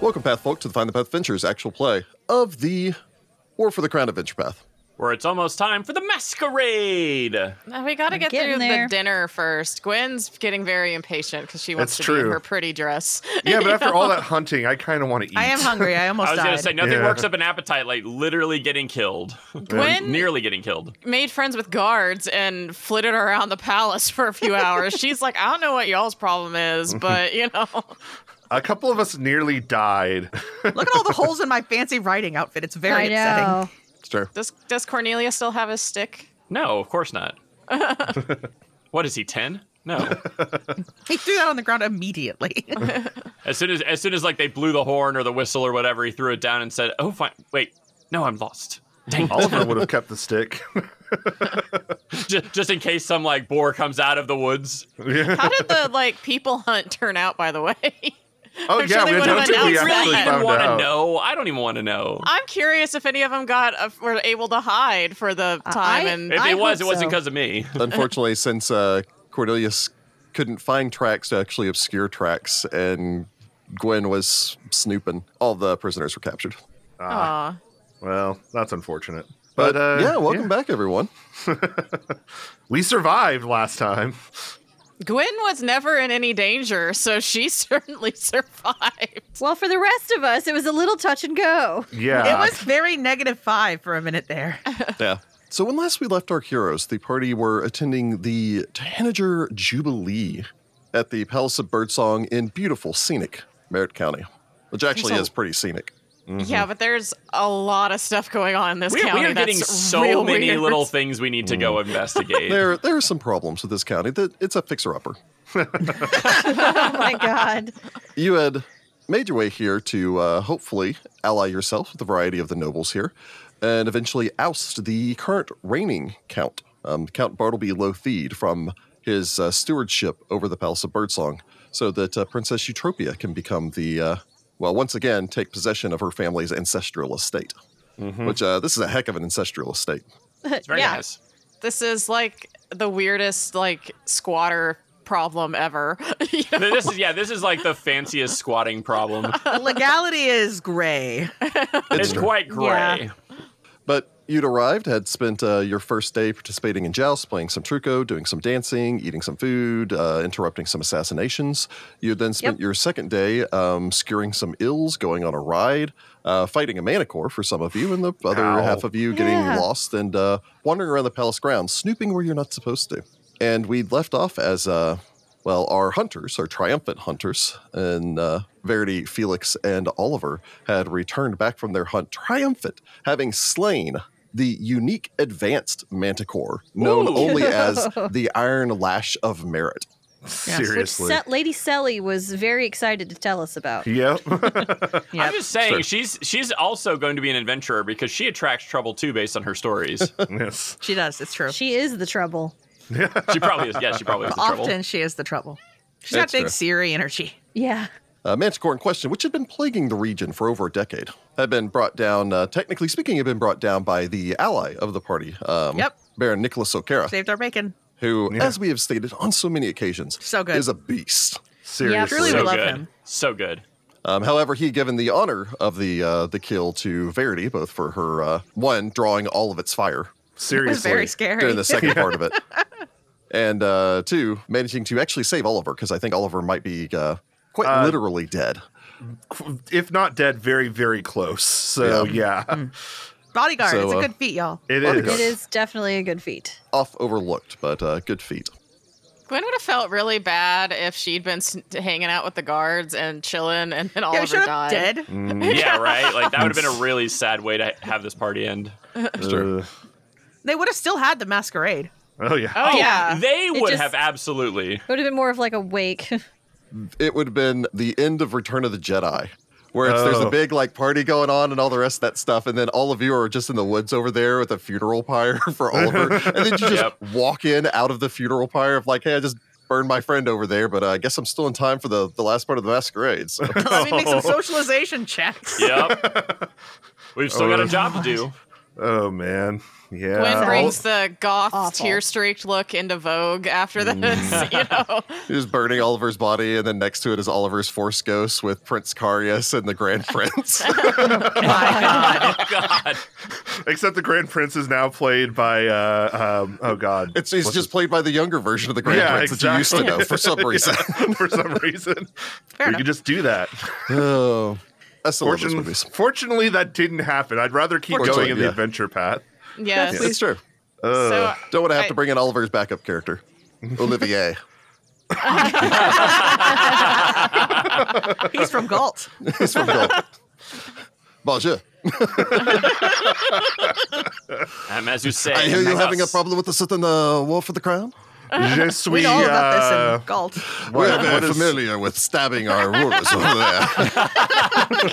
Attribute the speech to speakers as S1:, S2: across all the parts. S1: Welcome, Path Folk, to the Find the Path Ventures actual play of the War for the Crown Adventure Path.
S2: where it's almost time for the masquerade.
S3: Now, we got to get
S4: getting
S3: through
S4: there.
S3: the dinner first. Gwen's getting very impatient because she wants
S5: That's
S3: to be in
S5: true.
S3: her pretty dress.
S5: Yeah, but after all that hunting, I kind of want to eat.
S4: I am hungry. I almost
S2: I was
S4: died.
S2: gonna say nothing
S5: Yeah.
S2: works up an appetite like literally getting killed,
S3: Gwen
S2: nearly getting killed.
S3: made friends with guards and flitted around the palace for a few hours. She's like, I don't know what y'all's problem is, but you know,
S5: A couple of us nearly died.
S4: Look at all the holes in my fancy riding outfit. It's very
S6: I
S4: upsetting.
S6: know.
S1: It's true.
S3: does does Cornelia still have his stick?
S2: No, of course not. what is he ten? No.
S4: He threw that on the ground immediately.
S2: As soon as as soon as like they blew the horn or the whistle or whatever, he threw it down and said, "Oh, fine. Wait, no, I'm lost." Dang.
S5: Oliver would have kept the stick.
S2: just, just in case some like boar comes out of the woods.
S3: How did the like people hunt turn out? By the way,
S5: Oh
S3: I'm sure
S5: yeah,
S3: they
S5: we,
S3: would've
S5: don't think we
S3: announced
S5: actually
S3: that.
S2: I
S5: found
S2: want to
S5: out.
S2: know. I don't even want to know.
S3: I'm curious if any of them got uh, were able to hide for the time.
S4: I-
S3: and
S2: If
S4: I
S2: it was, it
S4: hope
S2: wasn't
S4: so.
S2: because of me.
S1: Unfortunately, since uh, Cordelius couldn't find tracks to actually obscure tracks, and Gwen was snooping, all the prisoners were captured.
S3: Aw.
S5: Well, that's unfortunate.
S1: But,
S5: But, uh,
S1: yeah, welcome back, everyone.
S5: We survived last time.
S3: Gwen was never in any danger, so she certainly survived.
S6: Well, for the rest of us, it was a little touch and go.
S5: Yeah,
S4: It was very negative five for a minute there.
S1: Yeah. So when last we left our heroes, the party were attending the Tanager Jubilee at the Palace of Birdsong in beautiful, scenic Merritt County, which actually
S3: There's a-
S1: is pretty scenic.
S3: Yeah, but there's a lot of stuff going on in this
S2: Mm-hmm. We, we
S3: county.
S2: are getting
S3: that's
S2: so
S3: real
S2: many
S3: weird.
S2: little things we need to go
S5: Hmm.
S2: investigate.
S1: There, there are some problems with this county. That it's a fixer-upper.
S6: Oh my god.
S1: you had made your way here to uh, hopefully ally yourself with a variety of the nobles here and eventually oust the current reigning count, um, Count Bartleby Lothied, from his uh, stewardship over the Palace of Birdsong so that uh, Princess Eutropia can become the, uh, well, once again, take possession of her family's ancestral estate. Which uh, this is a heck of an ancestral estate.
S2: It's very
S3: Yeah.
S2: nice.
S3: This is like the weirdest like squatter problem ever. You know?
S2: Th- This is yeah. This is like the fanciest squatting problem.
S4: The legality is gray.
S2: It's quite gray.
S3: Yeah.
S1: But you'd arrived, had spent uh, your first day participating in jousts, playing some truco, doing some dancing, eating some food, uh, interrupting some assassinations. You then spent your second day um, skewering some ills, going on a ride, uh, fighting a manticore for some of you, and the other
S5: Ow.
S1: half of you getting
S6: Yeah.
S1: lost and uh, wandering around the palace grounds, snooping where you're not supposed to. And we left off as, uh, well, our hunters, our triumphant hunters, and uh, Verity, Felix, and Oliver had returned back from their hunt triumphant, having slain the unique advanced manticore, known
S2: Ooh.
S1: only as the Iron Lash of Merit.
S6: Which
S5: seriously.
S6: Se- Lady Selly was very excited to tell us about.
S5: Yep.
S4: Yep.
S2: I'm just saying she's she's also going to be an adventurer because she attracts trouble too based on her stories.
S5: yes.
S4: She does. It's true.
S6: She is the trouble.
S2: she probably is. Yeah, she probably is the
S4: Often
S2: trouble.
S4: she is the trouble. She's
S1: That's
S4: got big
S1: true.
S4: Siri energy.
S6: Yeah.
S1: Uh, Manticore in question, which had been plaguing the region for over a decade, had been brought down, uh, technically speaking, had been brought down by the ally of the party, um,
S4: Yep.
S1: Baron Nicholas O'Kara,
S4: Saved our bacon.
S1: who, as we have stated on so many occasions,
S4: So good.
S1: is a beast.
S5: Seriously.
S4: Truly we
S2: so
S4: love
S2: good.
S4: him.
S2: So good.
S1: Um, however, he had given the honor of the uh, the kill to Verity, both for her uh, one drawing all of its fire
S4: It
S5: Seriously.
S4: was very scary.
S1: during the second part of it, and uh, two managing to actually save Oliver because I think Oliver might be uh, quite
S5: Uh,
S1: literally dead.
S5: if not dead, very, very close. So yeah,
S3: Hmm.
S4: Bodyguard.
S1: So,
S4: it's a
S1: uh,
S4: good feat, y'all.
S5: it
S1: Well,
S5: is.
S6: It is definitely a good feat.
S1: Off overlooked, but uh, good feat.
S3: Gwen would have felt really bad if she'd been s- hanging out with the guards and chilling, and then
S4: Yeah, we
S3: Oliver
S4: should have
S3: died.
S4: dead.
S2: Mm.
S1: Mm.
S2: Yeah, right. Like that would have been a really sad way to have this party end.
S5: Uh,
S4: They would have still had the masquerade.
S5: oh yeah.
S3: Oh, yeah,
S2: They would
S6: just-
S2: have absolutely.
S6: It would have been more of like a wake.
S1: It would have been the end of Return of the Jedi, where it's, there's a
S5: Oh.
S1: big like party going on and all the rest of that stuff, and then all of you are just in the woods over there with a funeral pyre for Oliver, and then you just
S2: Yep.
S1: walk in out of the funeral pyre of like, hey, I just burned my friend over there, but uh, I guess I'm still in time for the the last part of the masquerade. So.
S4: Let me make some socialization checks.
S2: Yep. We've still got a
S5: Oh.
S2: job to do.
S5: Oh man, yeah.
S3: Gwen
S5: all-
S3: brings the goth's
S6: Awful.
S3: tear streaked look into vogue after
S2: Mm.
S3: this, you know.
S1: He's burning Oliver's body, and then next to it is Oliver's force ghost with Prince Carius and the Grand Prince.
S2: oh God.
S5: except the Grand Prince is now played by uh, um, oh god,
S1: It's he's
S5: What's
S1: just played by the younger version of the Grand
S5: Yeah,
S1: Prince that you used to
S5: exactly.
S1: know for some reason.
S5: his- for some reason.
S4: Fair
S5: we
S4: enough.
S5: could just do that.
S1: oh, I still love those
S5: Fortune-
S1: movies.
S5: fortunately, that didn't happen. I'd rather keep
S1: Fortunately,
S5: going in the
S1: yeah.
S5: adventure path.
S3: Yes.
S1: Yeah, it's true.
S3: So
S1: Don't want to have
S3: I-
S1: to bring in Oliver's backup character, Olivier.
S4: He's from Galt.
S1: He's from Gold. Bonjour.
S2: Um, as you say, "Oh,
S1: I hear you
S2: among
S1: having a
S2: us.
S1: problem with a certain uh, war for the crown.
S5: Je suis.
S4: We know all
S5: uh,
S4: about this in Galt.
S1: We're
S5: what- what
S1: very
S5: is-
S1: familiar with stabbing our rulers over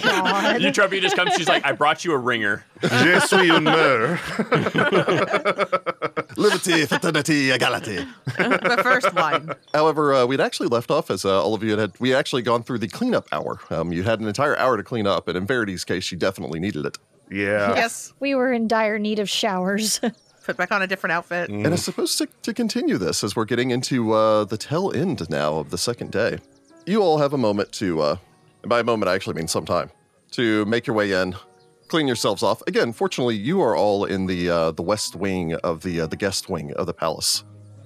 S1: there.
S2: You Trevor, you just come. She's like, I brought you a ringer.
S5: Je suis une mère.
S1: Liberty, fraternity, equality.
S4: The first line.
S1: However, uh, we'd actually left off as uh, all of you had, had we had actually gone through the cleanup hour. Um, you had an entire hour to clean up, and in Verity's case, she definitely needed it.
S5: Yeah.
S4: Yes.
S6: We were in dire need of showers.
S4: Put back on a different outfit.
S1: And I suppose to, to continue this as we're getting into uh, the tail end now of the second day, you all have a moment to, uh, and by a moment I actually mean some time, to make your way in, clean yourselves off. Again, fortunately, you are all in the uh, the west wing of the uh, the guest wing of the palace,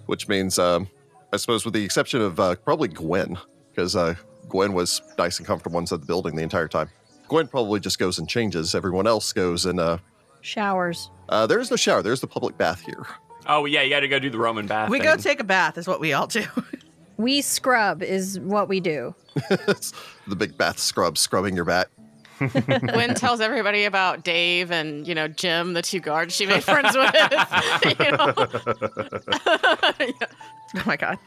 S1: which means um, I suppose with the exception of uh, probably Gwen, because uh, Gwen was nice and comfortable inside the building the entire time. Gwen probably just goes and changes. Everyone else goes and uh,
S6: showers.
S1: uh, there is no shower. There is the public bath here.
S2: Oh yeah, you got to go do the Roman bath.
S4: We
S2: thing.
S4: go take a bath, is what we all do. Oh
S6: We scrub is what we do.
S1: the big bath scrub scrubbing your back.
S3: Gwen tells everybody about Dave and, you know, Jim, the two guards she made friends with. you know?
S4: Oh my God.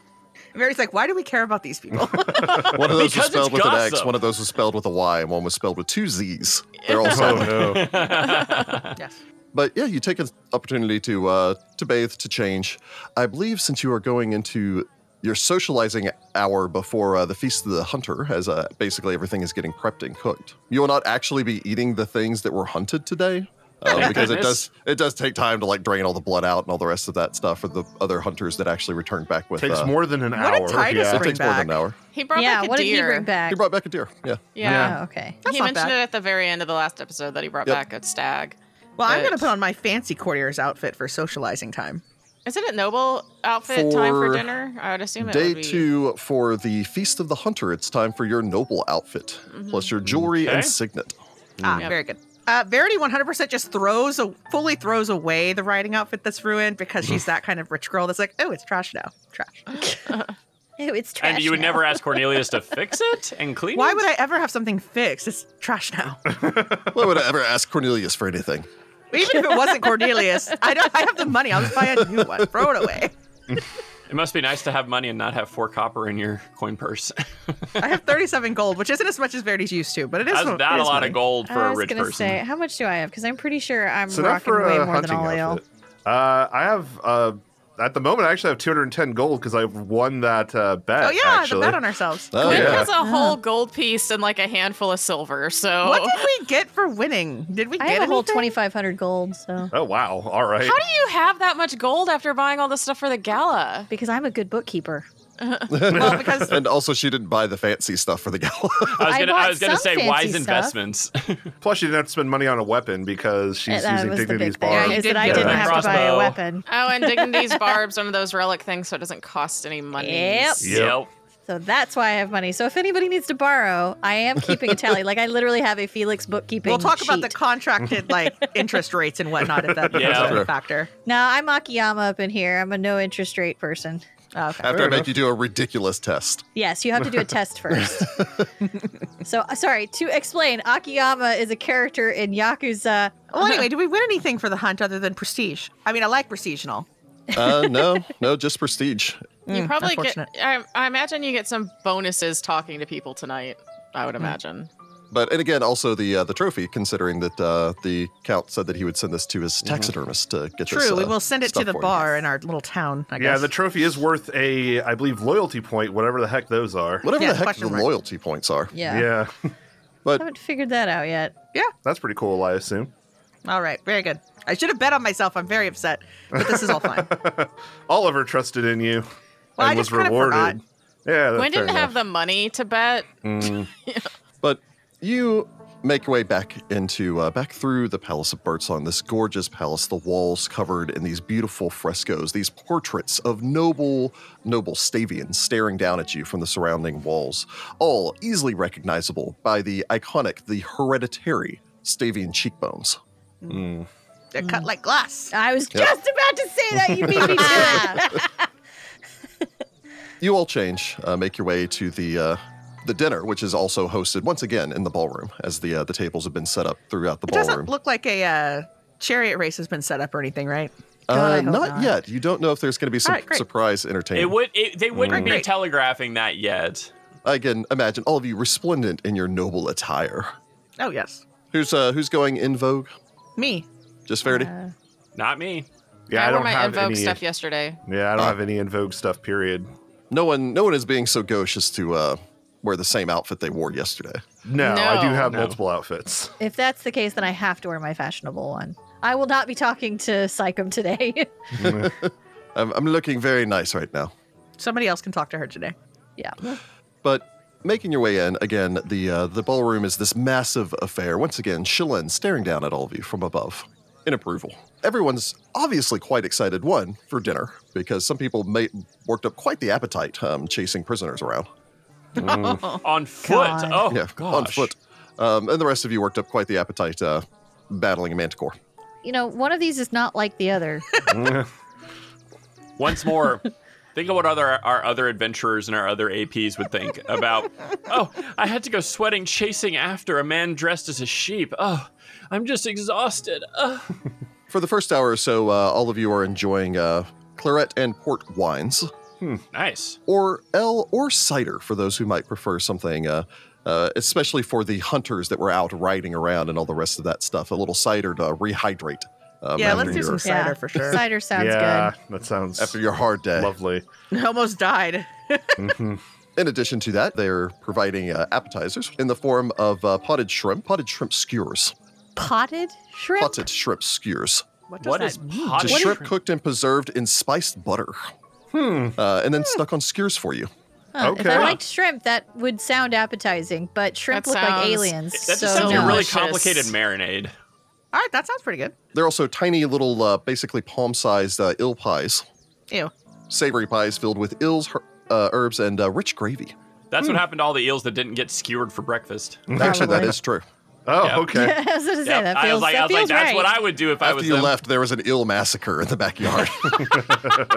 S4: Mary's like, why do we care about these people?
S1: One of those was
S2: Because it's
S1: spelled with an X,
S2: gossip.
S1: one of those was spelled with a Y, and one was spelled with two Z's. They're all
S5: Oh
S1: silent.
S5: no.
S4: yes.
S1: But yeah, you take an opportunity to uh, to bathe, to change. I believe since you are going into your socializing hour before uh, the Feast of the Hunter, as uh, basically everything is getting prepped and cooked, you will not actually be eating the things that were hunted today. Uh, because it does it does take time to like drain all the blood out and all the rest of that stuff for the other hunters that actually returned back with
S5: Takes
S1: uh,
S5: more than an
S4: What did
S5: hour.
S4: Titus
S5: yeah.
S1: it
S4: bring
S1: takes more than an
S4: back?
S1: hour.
S3: He brought
S6: yeah,
S3: back a
S6: what
S3: deer.
S6: did you bring back?
S1: He brought back a deer. Yeah.
S3: Yeah.
S5: Yeah.
S6: Oh, okay.
S4: That's
S3: he
S4: not
S3: mentioned
S4: bad.
S3: it at the very end of the last episode that he brought
S1: Yep.
S3: back a stag.
S4: Well, I'm going to
S3: But-
S4: put on my fancy courtier's outfit for socializing time.
S3: Isn't it noble outfit time for
S1: For
S3: dinner? I would assume it
S1: Day
S3: would be.
S1: two for the Feast of the Hunter. It's time for your noble outfit,
S4: Mm-hmm.
S1: plus your jewelry
S2: Okay.
S1: and signet.
S4: Ah,
S3: Yep.
S4: very good. Uh, Verity 100% just throws, a, fully throws away the riding outfit that's ruined because she's that kind of rich girl that's like, oh, it's trash now. Trash.
S6: Ew, it's trash.
S2: And you would
S6: now.
S2: never ask Cornelius to fix it and clean
S4: Why
S2: it?
S4: would I ever have something fixed? It's trash now.
S1: Why would I ever ask Cornelius for anything?
S4: Even if it wasn't Cornelius, I don't. I have the money. I'll just buy a new one. Throw it away.
S2: It must be nice to have money and not have four copper in your coin purse.
S4: I have 37 gold, which isn't as much as Verity's used to, but it is.
S2: That's
S4: it
S2: not a
S4: is
S2: lot
S4: money.
S2: of gold for
S6: I
S2: a
S6: was
S2: rich
S6: gonna
S2: person.
S6: say, how much do I have? Because I'm pretty sure I'm
S5: So not
S6: rocking
S5: for
S6: way
S5: a
S6: more than
S5: hunting
S6: all y'all.
S5: outfit. Uh, I have uh, at the moment. I actually have 210 gold because I won that uh, bet.
S4: Oh yeah,
S5: actually.
S4: the bet on ourselves.
S1: Oh,
S3: Gwen
S1: yeah.
S3: has a whole gold piece and like a handful of silver. So
S4: What did we get for winning? Did we
S6: I
S4: get
S6: have a whole
S4: anything?
S6: 2,500 gold, so
S5: Oh wow! All right.
S3: how do you have that much gold after buying all this stuff for the gala?
S6: because I'm a good bookkeeper.
S4: Well, because
S1: Uh, And also, she didn't buy the fancy stuff for the gala.
S2: I was
S6: I
S2: gonna, I
S6: bought
S2: was gonna
S6: some
S2: say
S6: fancy
S2: wise
S6: stuff.
S2: investments.
S5: Plus, she didn't have to spend money on a weapon because she's
S6: that
S5: using
S6: was the
S5: Dignity's
S6: big
S5: bar.
S6: thing.
S4: Yeah,
S6: Is that I
S4: you
S6: didn't
S4: did.
S6: have to buy
S2: Crossbow.
S6: a weapon,
S3: Oh, and Dignity's Barb's one of those relic things, so it doesn't cost any money.
S6: Yep.
S5: Yep.
S6: so that's why I have money. So if anybody needs to borrow, I am keeping a tally. Like I literally have a Felix bookkeeping.
S4: we'll talk about the
S6: sheet.
S4: contracted like interest rates and whatnot if that
S2: Yeah.
S4: becomes a factor.
S6: Now I'm Akiyama up in here. I'm a no interest rate person.
S4: Oh, okay.
S1: After I make you do a ridiculous test.
S6: Yes, you have to do a test first. so uh, sorry to explain. Akiyama is a character in Yakuza. Oh,
S4: Well, anyway, did we win anything for the hunt other than prestige? I mean, I like prestige and all.
S1: Uh, no, no, just prestige.
S3: You probably get.
S4: unfortunate.
S3: I, I imagine you get some bonuses talking to people tonight. I would imagine.
S1: But and again, also the uh, the trophy, considering that uh, the count said that he would send this to his taxidermist to get
S4: Mm-hmm. True.
S1: this.
S4: we
S1: uh,
S4: will send it to
S1: stuff
S4: the
S1: for him.
S4: bar in our little town. I
S5: Yeah,
S4: guess.
S5: the trophy is worth a, I believe, loyalty point, whatever the heck those are.
S1: Whatever
S4: Yeah,
S1: the heck
S4: question
S1: the
S4: mark.
S1: loyalty points are.
S6: Yeah.
S5: Yeah,
S1: But
S6: Haven't figured that out yet.
S5: that's pretty cool. I assume.
S4: all right. Very good. I should have bet on myself. I'm very upset, but this is all fine.
S5: Oliver trusted in you
S4: Well, I
S5: and was
S4: just kinda
S5: rewarded.
S4: forgot.
S5: Yeah,
S3: Gwen didn't have the money to bet.
S1: But you make your way back into uh, back through the Palace of Birdsong, this gorgeous palace, the walls covered in these beautiful frescoes, these portraits of noble noble Stavians staring down at you from the surrounding walls, all easily recognizable by the iconic, the hereditary Stavian cheekbones.
S4: They're cut like glass.
S6: I was
S1: Yeah.
S6: just about to say that. You beat me to it.
S1: You all change, uh, make your way to the uh, the dinner, which is also hosted once again in the ballroom, as the uh, the tables have been set up throughout the
S4: It
S1: ballroom.
S4: doesn't look like a uh, chariot race has been set up or anything, right?
S6: God, I
S1: uh,
S6: hope
S1: not,
S6: not.
S1: yet. You don't know if there's going to be some
S4: right, great.
S1: surprise entertainment.
S2: It would. It, they wouldn't be
S4: Great.
S2: telegraphing that yet.
S1: I can imagine all of you resplendent in your noble attire.
S4: Oh yes,
S1: Who's uh, who's going in vogue?
S4: me.
S1: Just Verity.
S6: Uh,
S2: Not me.
S5: Yeah, I,
S3: wore
S5: don't
S3: my
S5: have
S3: Invoke
S5: any.
S3: stuff yesterday.
S5: Yeah, I don't have any in vogue stuff. Period.
S1: no one, no one is being so gauche as to uh, wear the same outfit they wore yesterday.
S5: No, I do
S3: No.
S5: have
S2: No.
S5: multiple outfits.
S6: If that's the case, then I have to wear my fashionable one. I will not be talking to Psychum today.
S1: I'm, I'm looking very nice right now.
S4: Somebody else can talk to her today.
S6: yeah.
S1: But making your way in again, the uh, the ballroom is this massive affair. Once again, Shilin staring down at all of you from above in approval. Everyone's obviously quite excited. One for dinner because some people may, worked up quite the appetite um, chasing prisoners around.
S2: On foot.
S6: God.
S2: Oh,
S1: yeah,
S2: gosh.
S1: on foot. Um, and the rest of you worked up quite the appetite uh, battling a manticore.
S6: You know, one of these is not like the other.
S2: Once more. Think of what other our other adventurers and our other APs would think about. Oh, I had to go sweating chasing after a man dressed as a sheep. Oh, I'm just exhausted. Oh.
S1: For the first hour or so, uh, all of you are enjoying uh, claret and port wines,
S2: Nice.
S1: or ale or cider for those who might prefer something, uh, uh, especially for the hunters that were out riding around and all the rest of that stuff. A little cider to rehydrate. Um,
S4: yeah,
S1: after
S4: let's do
S1: your-
S4: some cider for sure.
S6: Cider sounds
S5: yeah,
S6: good.
S5: that sounds
S1: after your hard day.
S5: lovely.
S4: Almost died.
S1: In addition to that, they're providing uh, appetizers in the form of uh, potted shrimp, potted shrimp skewers,
S6: Potted shrimp.
S1: potted shrimp skewers.
S4: What, does
S2: What
S4: that
S2: is potted
S1: Just shrimp cooked and preserved in spiced butter. Uh, and then stuck on skewers for you.
S6: Huh, If
S5: Okay.
S6: I liked shrimp, that would sound appetizing, but shrimp
S3: That
S6: look like
S3: sounds-
S6: aliens.
S2: That just
S6: so
S2: sounds like
S6: no.
S2: a really
S3: delicious.
S2: complicated marinade.
S4: All right, that sounds pretty good.
S1: They're also tiny little, uh, basically palm sized uh, ill pies,
S4: Ew.
S1: savory pies filled with ills, her- uh, herbs, and uh, rich gravy.
S2: That's what happened to all the eels that didn't get skewered for breakfast.
S3: Mm-hmm.
S1: Actually, that
S6: Probably.
S1: is true.
S5: Oh,
S2: Yeah.
S5: okay.
S6: I was gonna say
S2: Yep.
S6: that
S2: I
S6: feels,
S2: was like,
S6: that
S2: I was like,
S6: feels
S2: that's
S6: right.
S2: what I would do if I
S1: After
S2: was
S1: you
S2: them.
S1: left, there was an ill massacre in the backyard.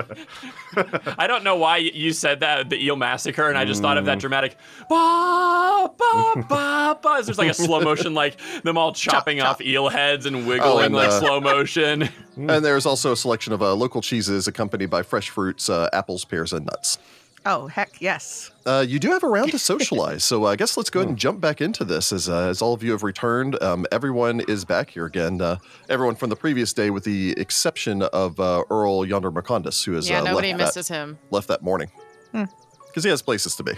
S2: I don't know why y- you said that, the eel massacre, and I just thought of that dramatic ba ba ba ba. There's like a slow motion, like them all chopping off eel heads and wiggling
S1: and,
S2: like
S1: uh,
S2: slow motion.
S1: and there's also a selection of uh, local cheeses accompanied by fresh fruits, uh, apples, pears, and nuts.
S4: Oh heck, yes.
S1: Uh, you do have a round to socialize, so I guess let's go ahead
S3: Hmm.
S1: and jump back into this as, uh, as all of you have returned. Um, everyone is back here again. Uh, everyone from the previous day, with the exception of uh, Earl Yonder Macondus, who has
S3: Yeah,
S1: uh,
S3: nobody
S1: left,
S3: misses
S1: that,
S3: him. Hmm.
S1: left that morning because he has places to be.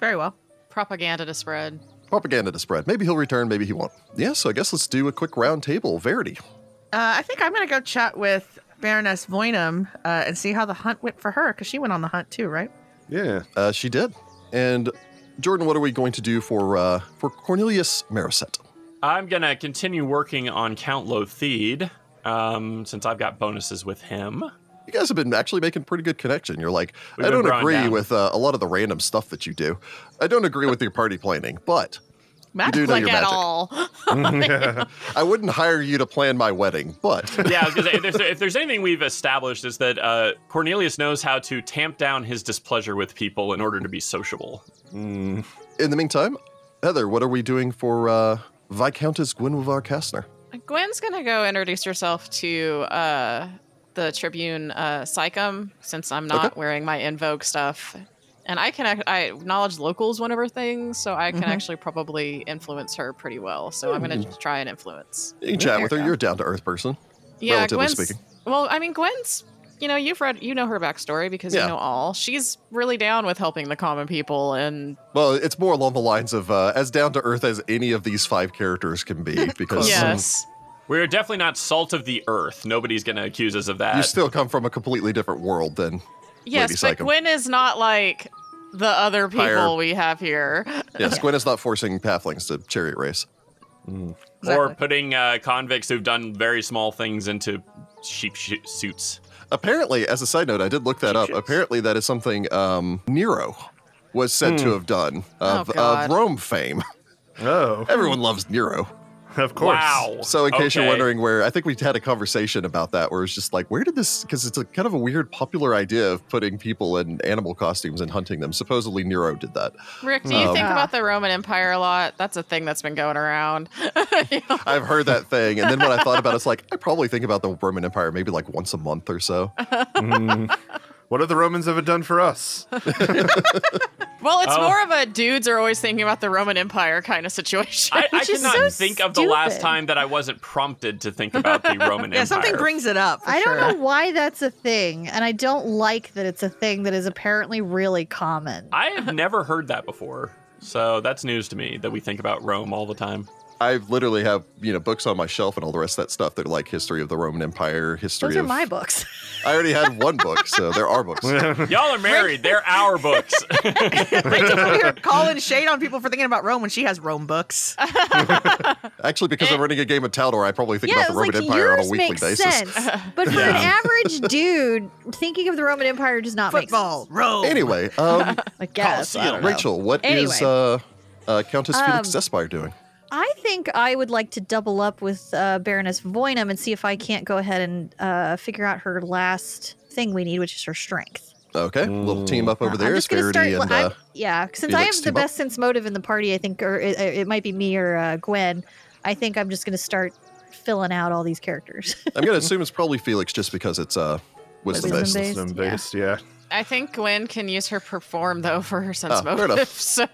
S4: Very well.
S3: Propaganda to spread.
S1: Propaganda to spread. Maybe he'll return, maybe he won't. Yeah, so I guess let's do a quick round table. Verity.
S4: Uh, I think I'm gonna go chat with Baroness Voynum uh, and see how the hunt went for her because she went on the hunt too, right?
S5: Yeah.
S1: Uh, she did. And Jordan, what are we going to do for uh, for Cornelius Marisette?
S2: I'm gonna continue working on Count Lothied, um, since I've got bonuses with him.
S1: You guys have been actually making pretty good connection. You're like,
S2: We've
S1: I
S2: been
S1: don't
S2: growing
S1: agree
S2: down.
S1: with uh, a lot of the random stuff that you do. I don't agree with your party planning, but
S4: Matt,
S1: do know
S3: Like
S1: your
S3: at
S1: magic.
S3: all.
S1: I wouldn't hire you to plan my wedding. But
S2: Yeah, I was gonna say, if there's, if there's anything we've established is that uh, Cornelius knows how to tamp down his displeasure with people in order to be sociable.
S1: in the meantime, Heather, what are we doing for uh, Viscountess Guinevere Kastner?
S3: Gwen's gonna go introduce herself to uh, the Tribune uh, Psychum, since I'm not wearing my invoke stuff, and I can act- I knowledge local is one of her things, so I can
S1: Mm-hmm.
S3: actually probably influence her pretty well. So I'm
S1: Hmm.
S3: gonna try and influence.
S1: You can chat with her. You're a down to earth person.
S3: Yeah,
S1: Relatively
S3: Gwen's,
S1: speaking.
S3: Well, I mean, Gwen's. You know, you've read, you know her backstory because
S1: Yeah.
S3: you know all. She's really down with helping the common people, and
S1: Well, it's more along the lines of uh, as down to earth as any of these five characters can be, because
S3: yes,
S2: We're definitely not salt of the earth. Nobody's going to accuse us of that.
S1: you still come from a completely different world than
S3: yes,
S1: Lady
S3: but
S1: Psycho.
S3: Gwen is not like the other people
S1: Higher-
S3: we have here.
S1: yes, Gwen is not forcing Pathlings to chariot race.
S2: Or
S4: Exactly.
S2: putting uh, convicts who've done very small things into sheep sh- suits.
S1: Apparently, as a side note, I did look that up.
S2: Jesus.
S1: Apparently, that is something um, Nero was said to have done of,
S3: Oh, God.
S1: of Rome fame.
S5: Oh,
S1: Everyone loves Nero.
S5: of course.
S2: Wow.
S1: So, in case you're
S2: Okay.
S1: wondering where, I think we had a conversation about that where it's just like, where did this? Because it's a kind of a weird popular idea of putting people in animal costumes and hunting them. Supposedly, Nero did that.
S3: Rick, do you
S1: Um,
S3: think about the Roman Empire a lot? That's a thing that's been going around. You know?
S1: I've heard that thing. And then when I thought about it, it's like, I probably think about the Roman Empire maybe like once a month or so.
S5: What have the Romans ever done for us?
S3: well, it's
S2: Oh.
S3: more of a dudes are always thinking about the Roman Empire kind of situation.
S2: I, I
S6: Which is
S2: cannot
S6: so
S2: think of the last
S6: stupid.
S2: time that I wasn't prompted to think about the Roman
S4: yeah,
S2: Empire.
S4: something brings it up. for
S6: I
S4: sure.
S6: don't know why that's a thing, and I don't like that it's a thing that is apparently really common.
S2: I have never heard that before. So that's news to me that we think about Rome all the time.
S1: I literally have, you know, books on my shelf and all the rest of that stuff. They're like history of the Roman Empire, history
S6: Those are
S1: of
S6: my books.
S1: I already had one book, so there are books.
S2: Y'all are married. They're our books.
S4: Rachel's over here calling shade on people for thinking about Rome when she has Rome books.
S1: Actually, because I'm running a game of Taldor, I probably think
S6: yeah,
S1: about
S6: it
S1: the Roman
S6: was like
S1: Empire on a
S6: yours
S1: weekly
S6: makes
S1: basis.
S6: sense, but for an average dude, thinking of the Roman Empire does not
S4: Football, Rome.
S1: Anyway, um,
S6: make sense. I guess. I don't know.
S1: Rachel, what is
S6: Anyway.
S1: uh, uh, Countess Felix
S6: Um,
S1: Despire doing?
S6: I think I would like to double up with uh, Baroness Voynum and see if I can't go ahead and uh, figure out her last thing we need, which is her strength.
S1: Okay, little team up over
S6: I'm
S1: there is
S6: just gonna
S1: Verity
S6: start-
S1: and
S6: I'm-
S1: uh,
S6: yeah, since I
S1: Felix
S6: have the
S1: team up.
S6: best sense motive in the party, I think, or it, it might be me or uh, Gwen. I think I'm just going to start filling out all these characters.
S1: I'm going to assume it's probably Felix just because it's uh, wisdom
S6: Wisdom
S1: based.
S6: based.
S5: Some
S6: yeah.
S5: based, yeah.
S3: I think Gwen can use her perform though for her sense
S1: Ah, fair enough.
S3: motive. So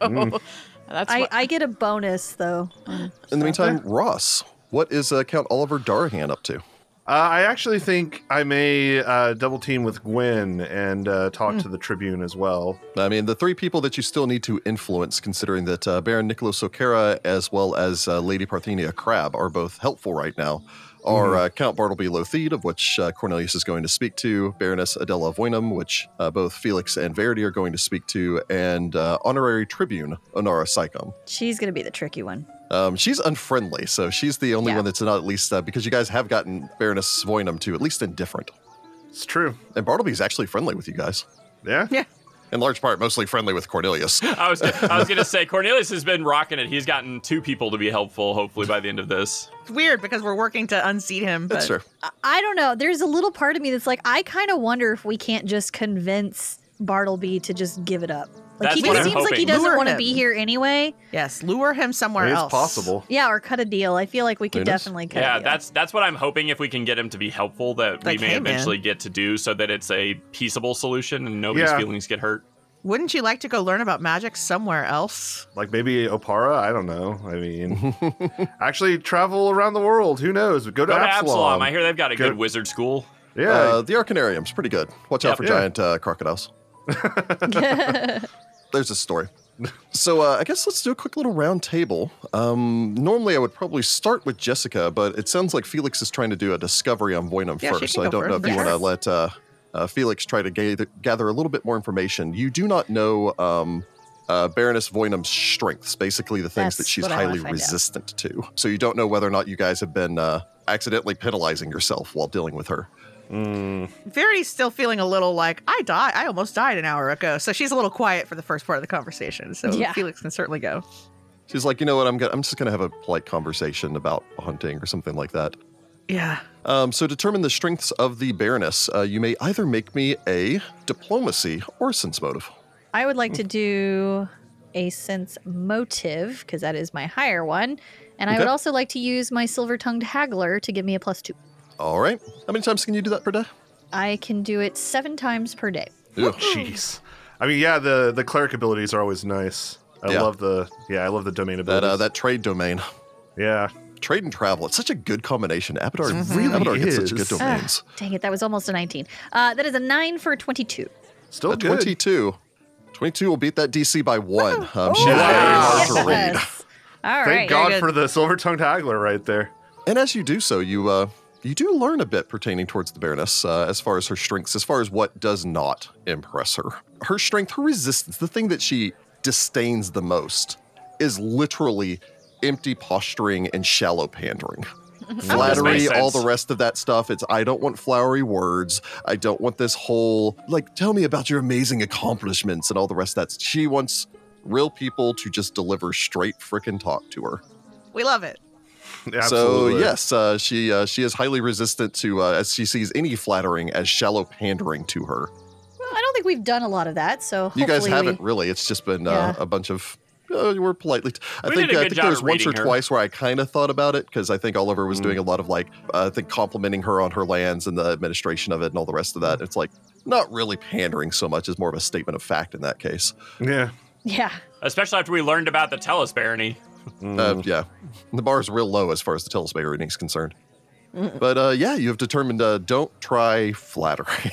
S3: that's
S6: I,
S3: what,
S6: I get a bonus though.
S1: In the meantime, Ross, what is uh, Count Oliver Darhan up to?
S5: Uh, I actually think I may uh, double team with Gwen and uh,
S4: Hmm.
S5: talk to the Tribune as well.
S1: I mean, the three people that you still need to influence, considering that uh, Baron Nicholas O'Kara as well as uh, Lady Parthenia Crab are both helpful right now, are uh, Count Bartleby Lothied, of which uh, Cornelius is going to speak to, Baroness Adela Voynum, which uh, both Felix and Verity are going to speak to, and uh, honorary tribune Onara Sycom.
S6: She's going to be the tricky one.
S1: Um, she's unfriendly, so she's the only
S6: Yeah.
S1: one that's not at least uh, because you guys have gotten Baroness Voynum to at least indifferent.
S5: It's true.
S1: And Bartleby's actually friendly with you guys,
S5: Yeah.
S4: Yeah.
S1: in large part, mostly friendly with Cornelius.
S2: I was I was gonna say Cornelius has been rocking it. He's gotten two people to be helpful. Hopefully by the end of this.
S4: It's weird because we're working to unseat him. But
S1: That's true.
S6: I- I don't know. There's a little part of me that's like, I kind of wonder if we can't just convince Bartleby to just give it up. Like
S2: That's
S6: he
S2: what
S6: just
S2: I'm
S6: seems like he
S2: hoping.
S6: doesn't
S4: Lure
S6: want to
S4: him.
S6: be here anyway.
S4: Yes, lure him somewhere
S5: It is
S4: else.
S5: possible.
S6: Yeah, or cut a deal. I feel like we could
S1: Who knows?
S6: definitely cut.
S2: Yeah,
S6: a deal.
S2: that's that's what I'm hoping if we can get him to be helpful that
S4: Like,
S2: we may
S4: hey, man.
S2: eventually get to do so that it's a peaceable solution and nobody's
S5: Yeah.
S2: feelings get hurt.
S4: Wouldn't you like to go learn about magic somewhere else?
S5: Like maybe Opara. I don't know. I mean, actually travel around the world. Who knows? Go to,
S2: Go to
S5: Absalom.
S2: Absalom. I hear they've got a
S5: Go-
S2: good wizard school.
S5: Yeah.
S1: Uh, the Arcanarium's pretty good. Watch out
S2: Yep.
S1: for
S5: Yeah.
S1: giant uh, crocodiles. There's a story. So uh, I guess let's do a quick little round table. Um, normally I would probably start with Jessica, but it sounds like Felix is trying to do a discovery on Voynum
S4: Yeah, she
S1: first. So
S4: can
S1: I
S4: go
S1: don't know if
S4: first.
S1: you want to
S4: Yes.
S1: let uh, uh, Felix try to gather, gather a little bit more information. You do not know um, uh, Baroness Voynum's strengths, basically the things
S6: That's
S1: that she's
S6: what I wanna
S1: highly
S6: find out.
S1: resistant to. So you don't know whether or not you guys have been uh, accidentally penalizing yourself while dealing with her.
S5: Mm.
S4: Verity's still feeling a little like I died. I almost died an hour ago, so she's a little quiet for the first part of the conversation. So
S6: Yeah.
S4: Felix can certainly go.
S1: She's like, you know what? I'm gonna, I'm just gonna have a polite conversation about hunting or something like that.
S4: Yeah,
S1: Um, so determine the strengths of the Baroness. Uh, you may either make me a diplomacy or sense motive.
S6: I would like to do a sense motive because that is my higher one, and I
S1: Okay.
S6: would also like to use my silver tongued haggler to give me a plus two.
S1: All right. How many times can you do that per day?
S6: I can do it seven times per day.
S1: Ew.
S5: Jeez. I mean, yeah, the the cleric abilities are always nice. I
S1: Yeah.
S5: love the yeah, I love the domain
S1: That
S5: abilities.
S1: uh, that trade domain,
S5: yeah,
S1: trade and travel. It's such a good combination. Abadar
S5: Mhm.
S1: really
S5: really
S1: gets such good
S5: is.
S6: Ugh,
S1: domains.
S6: dang it, that was almost a 19. Uh, that is a 9 for 22.
S5: still
S1: At
S5: good.
S1: 22. 22 will beat that DC by one. Um, she's
S5: Oh. Wow.
S1: very hard
S5: Yes.
S1: to read.
S6: All
S5: Thank
S6: right.
S5: God
S3: good.
S5: for the silver tongued haggler right there.
S1: And as you do so, you uh, you do learn a bit pertaining towards the Baroness uh, as far as her strengths, as far as what does not impress her. Her strength, her resistance, the thing that she disdains the most is literally empty posturing and shallow pandering. Flattery,
S2: makes
S1: all
S2: sense.
S1: the rest of that stuff. It's I don't want flowery words. I don't want this whole like tell me about your amazing accomplishments and all the rest of that. She wants real people to just deliver straight frickin' talk to her.
S4: We love it.
S5: Absolutely.
S1: So yes, uh, she uh, she is highly resistant to uh, as she sees any flattering as shallow pandering to her.
S6: Well, I don't think we've done a lot of that, so
S1: You guys
S6: hopefully
S1: haven't
S6: we...
S1: really. It's just been uh,
S6: Yeah.
S1: a bunch of. Uh, you were politely. T- I
S2: We
S1: think
S2: did a
S1: I
S2: good
S1: think
S2: job
S1: there was
S2: at
S1: once or
S2: reading her.
S1: twice where I kind of thought about it because I think Oliver was
S5: Mm.
S1: doing a lot of like uh, I think complimenting her on her lands and the administration of it and all the rest of that.
S2: Mm.
S1: It's like not really pandering so much as more of a statement of fact in that case.
S5: Yeah.
S6: Yeah.
S2: Especially after we learned about the Tellus Barony.
S1: Uh,
S2: Mm.
S1: yeah, the bar is real low as far as the Telesmaker reading is concerned. But uh, yeah, you have determined uh, don't try flattery.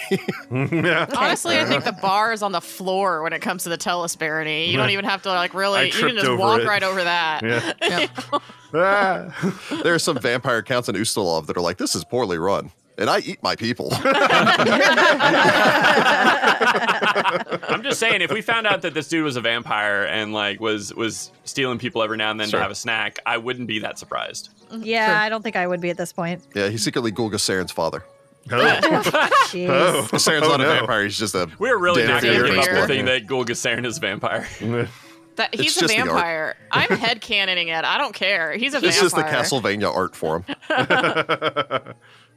S5: yeah.
S3: Honestly, I think the bar is on the floor when it comes to the Tellus Barony. You don't even have to like
S5: I
S3: really. You can
S5: tripped
S3: just
S5: over
S3: walk
S5: it.
S3: right over that.
S5: Yeah.
S4: Yeah.
S5: Ah.
S1: there are some vampire accounts in Ustalov that are like, this is poorly run. And I eat my people.
S2: I'm just saying, if we found out that this dude was a vampire and like was was stealing people every now and then
S1: Sure.
S2: to have a snack, I wouldn't be that surprised.
S6: Yeah, I don't think I would be at this point.
S1: yeah, he's secretly Gulga Saren's father.
S5: Oh.
S6: Jeez.
S5: Oh.
S1: Saren's
S5: Oh,
S1: not
S5: no.
S1: a vampire, he's just a.
S2: We're really
S1: Damn
S2: not going
S3: fear.
S2: to give
S3: Fear.
S2: the thing that Gulgasaren is a vampire.
S5: Mm,
S3: That
S1: It's
S3: he's a
S1: just the art.
S3: vampire. I'm headcanoning it. I don't care. He's a
S1: It's just the
S3: vampire.
S1: Castlevania art form.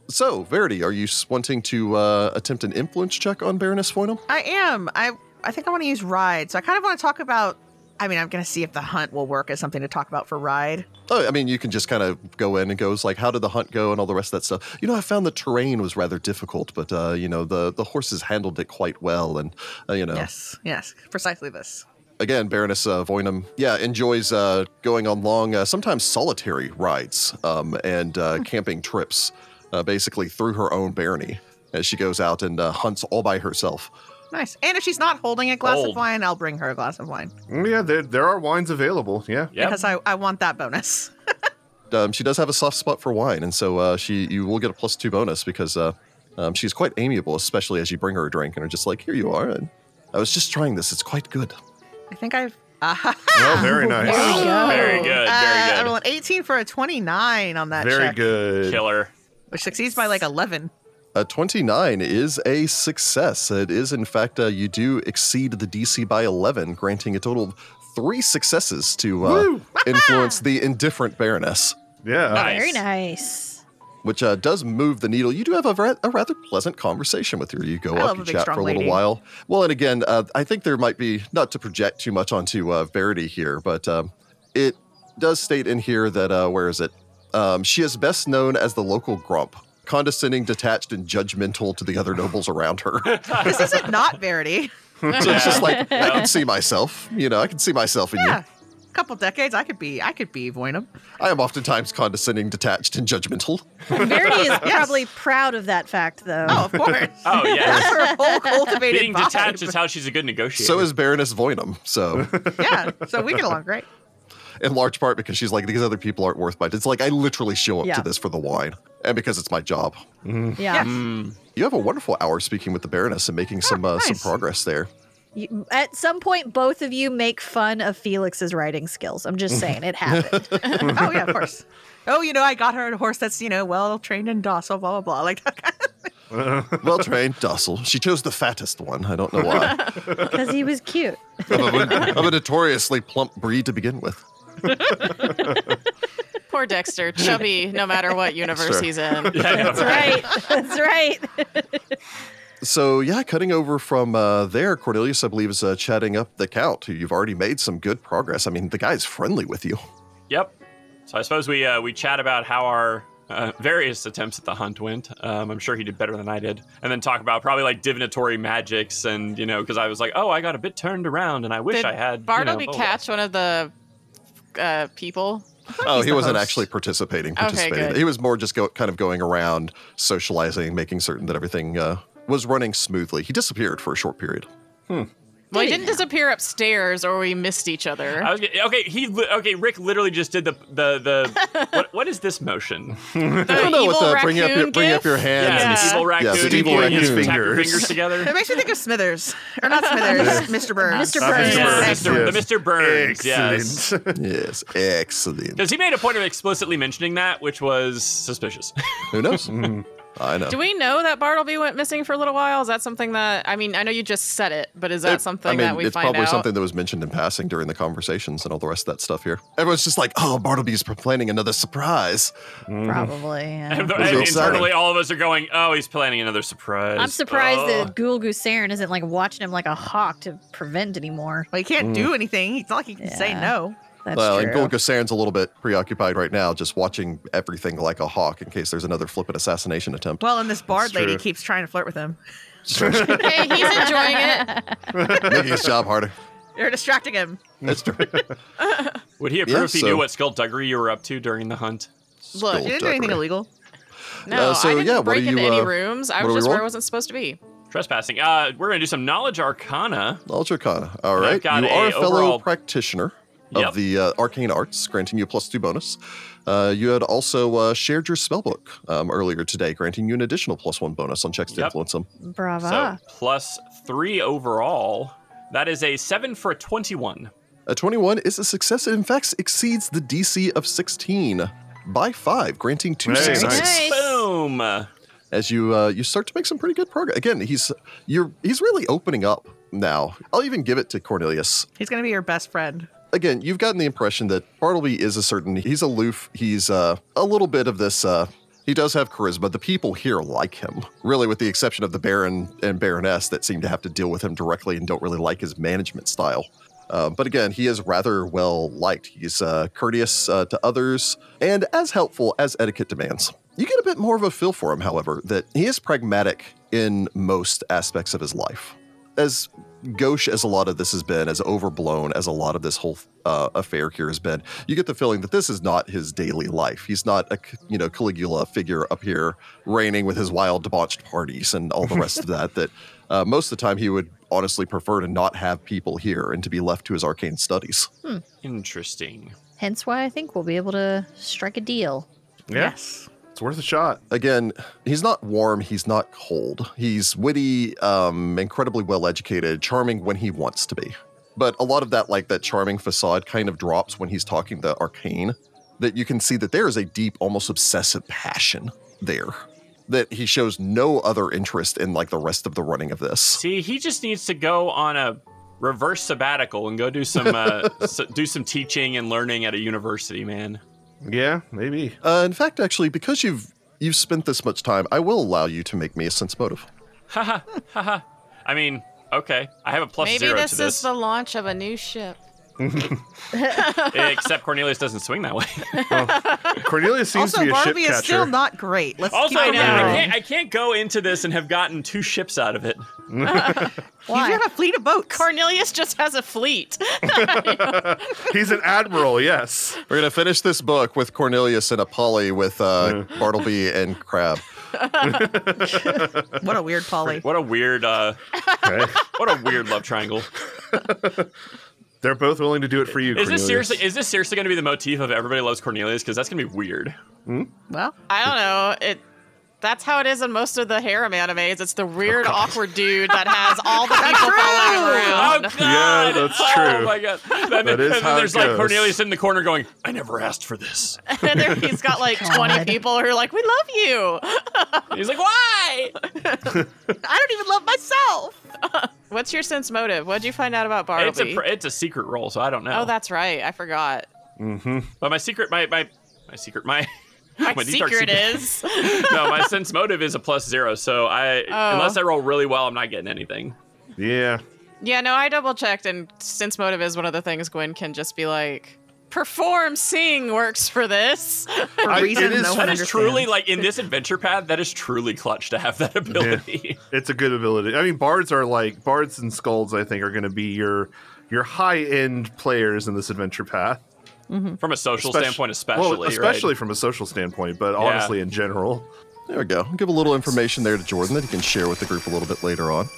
S1: so, Verity, are you s- wanting to uh, attempt an influence check on Baroness Foynum?
S4: I am. I I think I want to use ride. So I kind of want to talk about. I mean, I'm going to see if the hunt will work as something to talk about for ride.
S1: Oh, I mean, you can just kind of go in and goes like, how did the hunt go and all the rest of that stuff. You know, I found the terrain was rather difficult, but, uh, you know, the, the horses handled it quite well. And, uh, you know,
S4: Yes, yes, precisely this.
S1: again, Baroness uh, Voynum, yeah, enjoys uh, going on long, uh, sometimes solitary rides um, and uh, camping trips, uh, basically through her own barony as she goes out and uh, hunts all by herself.
S4: Nice. And if she's not holding a glass
S2: Bold.
S4: of wine, I'll bring her a glass of wine
S5: yeah, there, there are wines available. Yeah.
S2: Yep.
S4: because I, I want that bonus.
S1: Um, she does have a soft spot for wine, and so uh, she you will get a plus two bonus because uh, um, she's quite amiable, especially as you bring her a drink and are just like, here you are. And I was just trying this; it's quite good.
S4: I think I've. Uh,
S5: Oh, very nice.
S2: Very good.
S4: I
S2: Very
S4: rolled an 18 for a 29 on that
S5: Very
S4: check,
S2: good.
S5: good.
S2: Killer.
S4: which succeeds by like 11.
S1: A 29 Uh, is a success. It is, in fact, uh, you do exceed the DC by 11, granting a total of three successes to uh, influence the indifferent Baroness,
S5: Yeah.
S2: Nice.
S6: Very nice.
S1: which uh, does move the needle. You do have a, ra- a rather pleasant conversation with her. You go
S4: I
S1: up,
S4: love
S1: you
S4: a big,
S1: chat for
S4: strong
S1: a little
S4: lady.
S1: while. Well, and again, uh, I think there might be, not to project too much onto uh, Verity here, but um, it does state in here that, uh, where is it? Um, she is best known as the local grump, condescending, detached, and judgmental to the other nobles around her.
S4: This isn't not Verity.
S1: So it's just like I
S2: Yeah.
S1: can see myself. You know, I can see myself in
S4: Yeah.
S1: you.
S4: Couple decades, I could be, I could be Voynum.
S1: I am oftentimes condescending, detached, and judgmental.
S6: Verity is probably proud of that fact, though.
S4: Oh, of course.
S2: Oh
S4: That's
S2: yeah.
S4: her whole cultivated
S2: Being
S4: vibe.
S2: detached is how she's a good negotiator.
S1: So is Baroness Voynum. So,
S4: yeah. So we get along great.
S1: in large part because she's like, these other people aren't worth my. It's like I literally show up
S6: Yeah.
S1: to this for the wine, and because it's my job.
S6: yeah.
S2: Mm.
S1: You have a wonderful hour speaking with the Baroness and making some uh, some
S4: nice.
S1: progress there.
S6: You, at some point, both of you make fun of Felix's riding skills. I'm just saying, it happened.
S4: Oh yeah, of course. Oh, you know, I got her a horse that's you know well trained and docile, blah blah blah, like that. Kind of,
S1: Well trained, docile. She chose the fattest one. I don't know why.
S6: Because he was cute.
S1: I'm, a, I'm a notoriously plump breed to begin with.
S3: Poor Dexter, chubby, no matter what universe
S1: Sure.
S3: he's in.
S2: Yeah, yeah.
S6: That's right. That's right.
S1: So yeah, cutting over from uh, there, Cornelius, I believe, is uh, chatting up the Count, who you've already made some good progress. I mean, the guy's friendly with you.
S2: Yep. So I suppose we uh, we chat about how our uh, various attempts at the hunt went. Um, I'm sure he did better than I did. And then talk about probably like divinatory magics and, you know, because I was like, oh, I got a bit turned around and I wish
S3: Did
S2: I had. you know,
S3: Bartleby
S2: blah, blah, blah."
S3: catch one of the uh, people?
S1: Oh, he
S5: the
S1: wasn't
S5: host.
S1: actually participating.
S3: Okay,
S1: Participating.
S3: good.
S1: he was more just go, kind of going around, socializing, making certain that everything uh, was running smoothly. He disappeared for a short period.
S3: Well, he didn't disappear upstairs, or we missed each other.
S2: I was get- okay. He li- okay. Rick literally just did the the the what, what is this motion?
S3: The
S1: I don't know
S3: evil
S1: what the bring up your
S3: raccoon
S1: bring up
S3: gif?
S1: your hand.
S2: Yeah,
S3: Yeah.
S2: the evil raccoon.
S1: Yes, the evil
S2: doing his
S5: raccoon.
S2: tap your
S5: Fingers.
S2: fingers together.
S4: It makes me think of Smithers, or not Smithers, Mr. Burns.
S6: Mr.
S5: Not
S6: Burns.
S5: Burns,
S2: Mr. Burns,
S5: yes.
S2: the Mr. Burns, yes.
S5: Excellent.
S1: Yes, excellent.
S2: Because he made a point of explicitly mentioning that, which was suspicious.
S1: Who knows?
S2: Mm-hmm.
S1: I know.
S3: Do we know that Bartleby went missing for a little while? Is that something that I mean? I know you just said it, but is that
S1: It-
S3: something
S1: I mean,
S3: that we
S1: it's
S3: find
S1: probably
S3: out?
S1: something that was mentioned in passing during the conversations and all the rest of that stuff here. Everyone's just like, "Oh, Bartleby's planning another surprise."
S6: Mm-hmm. Probably. yeah.
S2: And the-
S1: That's
S2: and
S1: exciting.
S2: internally, all of us are going, "Oh, he's planning another surprise."
S6: I'm surprised
S2: Oh.
S6: that Ghoul Goosarin isn't like watching him like a hawk to prevent anymore.
S4: Well, he can't do
S2: Mm.
S4: anything. It's not like he can say
S6: Yeah.
S4: no.
S6: That's
S1: well,
S6: true.
S1: and Golgo Saren's a little bit preoccupied right now, just watching everything like a hawk in case there's another flippant assassination attempt.
S4: Well, and this bard
S5: That's true.
S4: lady keeps trying to flirt with him.
S3: hey, he's enjoying it.
S1: Making his job harder.
S4: You're distracting him.
S1: That's true.
S2: Would he approve
S1: Yeah,
S2: if he
S1: so-
S2: knew what skullduggery you were up to during the hunt?
S3: Look,
S4: You didn't do anything illegal.
S3: No,
S1: Uh, so,
S3: I didn't
S1: yeah, what
S3: break
S1: do
S3: into
S1: you,
S3: any
S1: uh,
S3: rooms. I
S1: what
S3: was
S1: do we
S3: just where I
S1: roll?
S3: wasn't supposed to be.
S2: Trespassing. Uh, we're gonna do some knowledge arcana.
S1: Ultracon. All
S2: I've
S1: right.
S2: got
S1: You are
S2: a
S1: a fellow
S2: overall-
S1: practitioner of
S2: Yep.
S1: the uh, arcane arts, granting you a plus two bonus. Uh, you had also uh, shared your spellbook um, earlier today, granting you an additional plus one bonus on checks to
S2: Yep.
S1: influence them.
S6: Brava.
S2: So plus three overall. That is a seven for a twenty-one.
S1: A 21 is a success. It, in fact, exceeds the DC of 16 by five, granting two
S5: Very
S1: successes.
S5: nice.
S6: Nice.
S2: Boom.
S1: as you uh, you start to make some pretty good progress. Again, he's you're he's really opening up now. I'll even give it to Cornelius.
S4: He's gonna be your best friend.
S1: Again, you've gotten the impression that Bartleby is a certain he's aloof. He's uh, a little bit of this. Uh, he does have charisma. The people here like him, really, with the exception of the Baron and Baroness that seem to have to deal with him directly and don't really like his management style. Um, but again, he is rather well liked. He's uh, courteous uh, to others and as helpful as etiquette demands. You get a bit more of a feel for him, however, that he is pragmatic in most aspects of his life. As gauche as a lot of this has been, as overblown as a lot of this whole uh, affair here has been, you get the feeling that this is not his daily life. He's not a you know Caligula figure up here reigning with his wild debauched parties and all the rest of that. That uh, most of the time he would honestly prefer to not have people here and to be left to his arcane studies.
S2: Interesting.
S6: Hence why I think we'll be able to strike a deal.
S5: Yes. It's worth a shot.
S1: again, he's not warm, he's not cold. He's witty, um, incredibly well educated, charming when he wants to be. But a lot of that, like that charming facade, kind of drops when he's talking to Arcane. That you can see that there is a deep, almost obsessive passion there. That he shows no other interest in like the rest of the running of this.
S2: See, he just needs to go on a reverse sabbatical and go do some uh, s do some teaching and learning at a university, man.
S5: Yeah, maybe.
S1: Uh, in fact, actually, because you've you've spent this much time, I will allow you to make me a sense motive.
S2: I mean, okay, I have a plus
S3: Maybe
S2: zero
S3: this,
S2: to this.
S3: is the launch of a new ship.
S2: Except Cornelius doesn't swing that way.
S5: Cornelius seems to
S4: also,
S5: be a ship
S4: Bartleby is
S5: catcher.
S4: still not great. Let's
S2: also,
S4: keep
S2: I,
S4: him in mind.
S2: can't, I can't go into this and have gotten two ships out of it.
S4: You do have a fleet of boats.
S3: Cornelius just has a fleet.
S5: He's an admiral, yes.
S1: We're gonna finish this book with Cornelius and Apolly with uh, Bartleby and Crab.
S4: what a weird Polly.
S2: What a weird, uh, what a weird love triangle.
S5: They're both willing to do it for you.
S2: Is this
S5: Cornelius.
S2: seriously? Is this seriously going to be the motif of everybody loves Cornelius? Because that's going to be weird.
S4: Well,
S3: I don't know. It. That's how it is in most of the harem animes. It's the weird, awkward dude that has all the people
S2: Oh
S3: following around.
S2: God!
S5: Yeah, that's
S2: Oh
S5: true.
S2: my God! Then,
S5: That is
S2: and then
S5: how it
S2: there's like
S5: goes.
S2: Cornelius in the corner going, "I never asked for this."
S3: and there, he's got like 20
S6: God.
S3: people who are like, we love you.
S2: He's like, "Why?"
S4: I don't even love myself.
S3: What's your sense motive? What'd you find out about
S2: It's a
S3: Bartleby?
S2: pr- it's a secret role, so I don't know.
S3: oh, that's right. I forgot.
S2: But my secret, my my my secret, my
S3: My
S2: My these are
S3: secret
S2: secret-
S3: is
S2: no, my sense motive is a plus zero. So I,
S3: Oh.
S2: unless I roll really well, I'm not getting anything.
S5: Yeah.
S3: Yeah, no, I double checked, and since motive is one of the things Gwen can just be like, perform seeing works for this.
S4: For
S5: I- it
S4: reasons
S5: is-
S4: no one
S5: that
S2: That is
S4: understands.
S2: truly like in this adventure path. That is truly clutch to have that ability.
S5: It's a good ability. I mean, bards are like bards and skulls. I think are going to be your your high end players in this adventure path.
S2: from a social
S5: Espec-
S2: standpoint, especially.
S5: well, especially
S2: right?
S5: from a social standpoint, but honestly, in general,
S1: There we go. Give a little information there to Jordan that he can share with the group a little bit later on.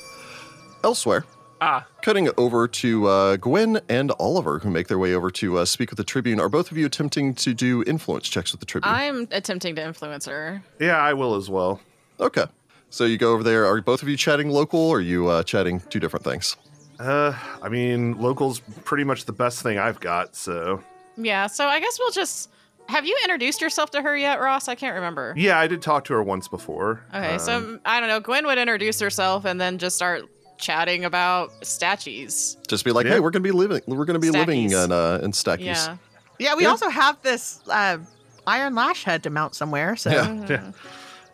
S1: Elsewhere,
S2: ah,
S1: cutting over to uh, Gwen and Oliver, who make their way over to uh, speak with the Tribune. Are both of you attempting to do influence checks with the Tribune?
S3: I'm attempting to influence her.
S5: yeah, I will as well.
S1: okay. So you go over there. Are both of you chatting local or are you uh, chatting two different things?
S5: Uh, I mean, locals pretty much the best thing I've got. So
S3: Yeah, so I guess we'll just. Have you introduced yourself to her yet, Ross? I can't remember.
S5: yeah, I did talk to her once before.
S3: Okay,
S5: Um,
S3: so I don't know. Gwen would introduce herself and then just start chatting about statues.
S1: Just be like,
S5: Yeah.
S1: hey, we're going to be living. We're going to be living
S3: Stackies.
S1: in, uh, in Stackies.
S3: Yeah.
S4: Yeah, we
S1: Yeah.
S4: also have this uh, iron lash head to mount somewhere. So
S1: Yeah.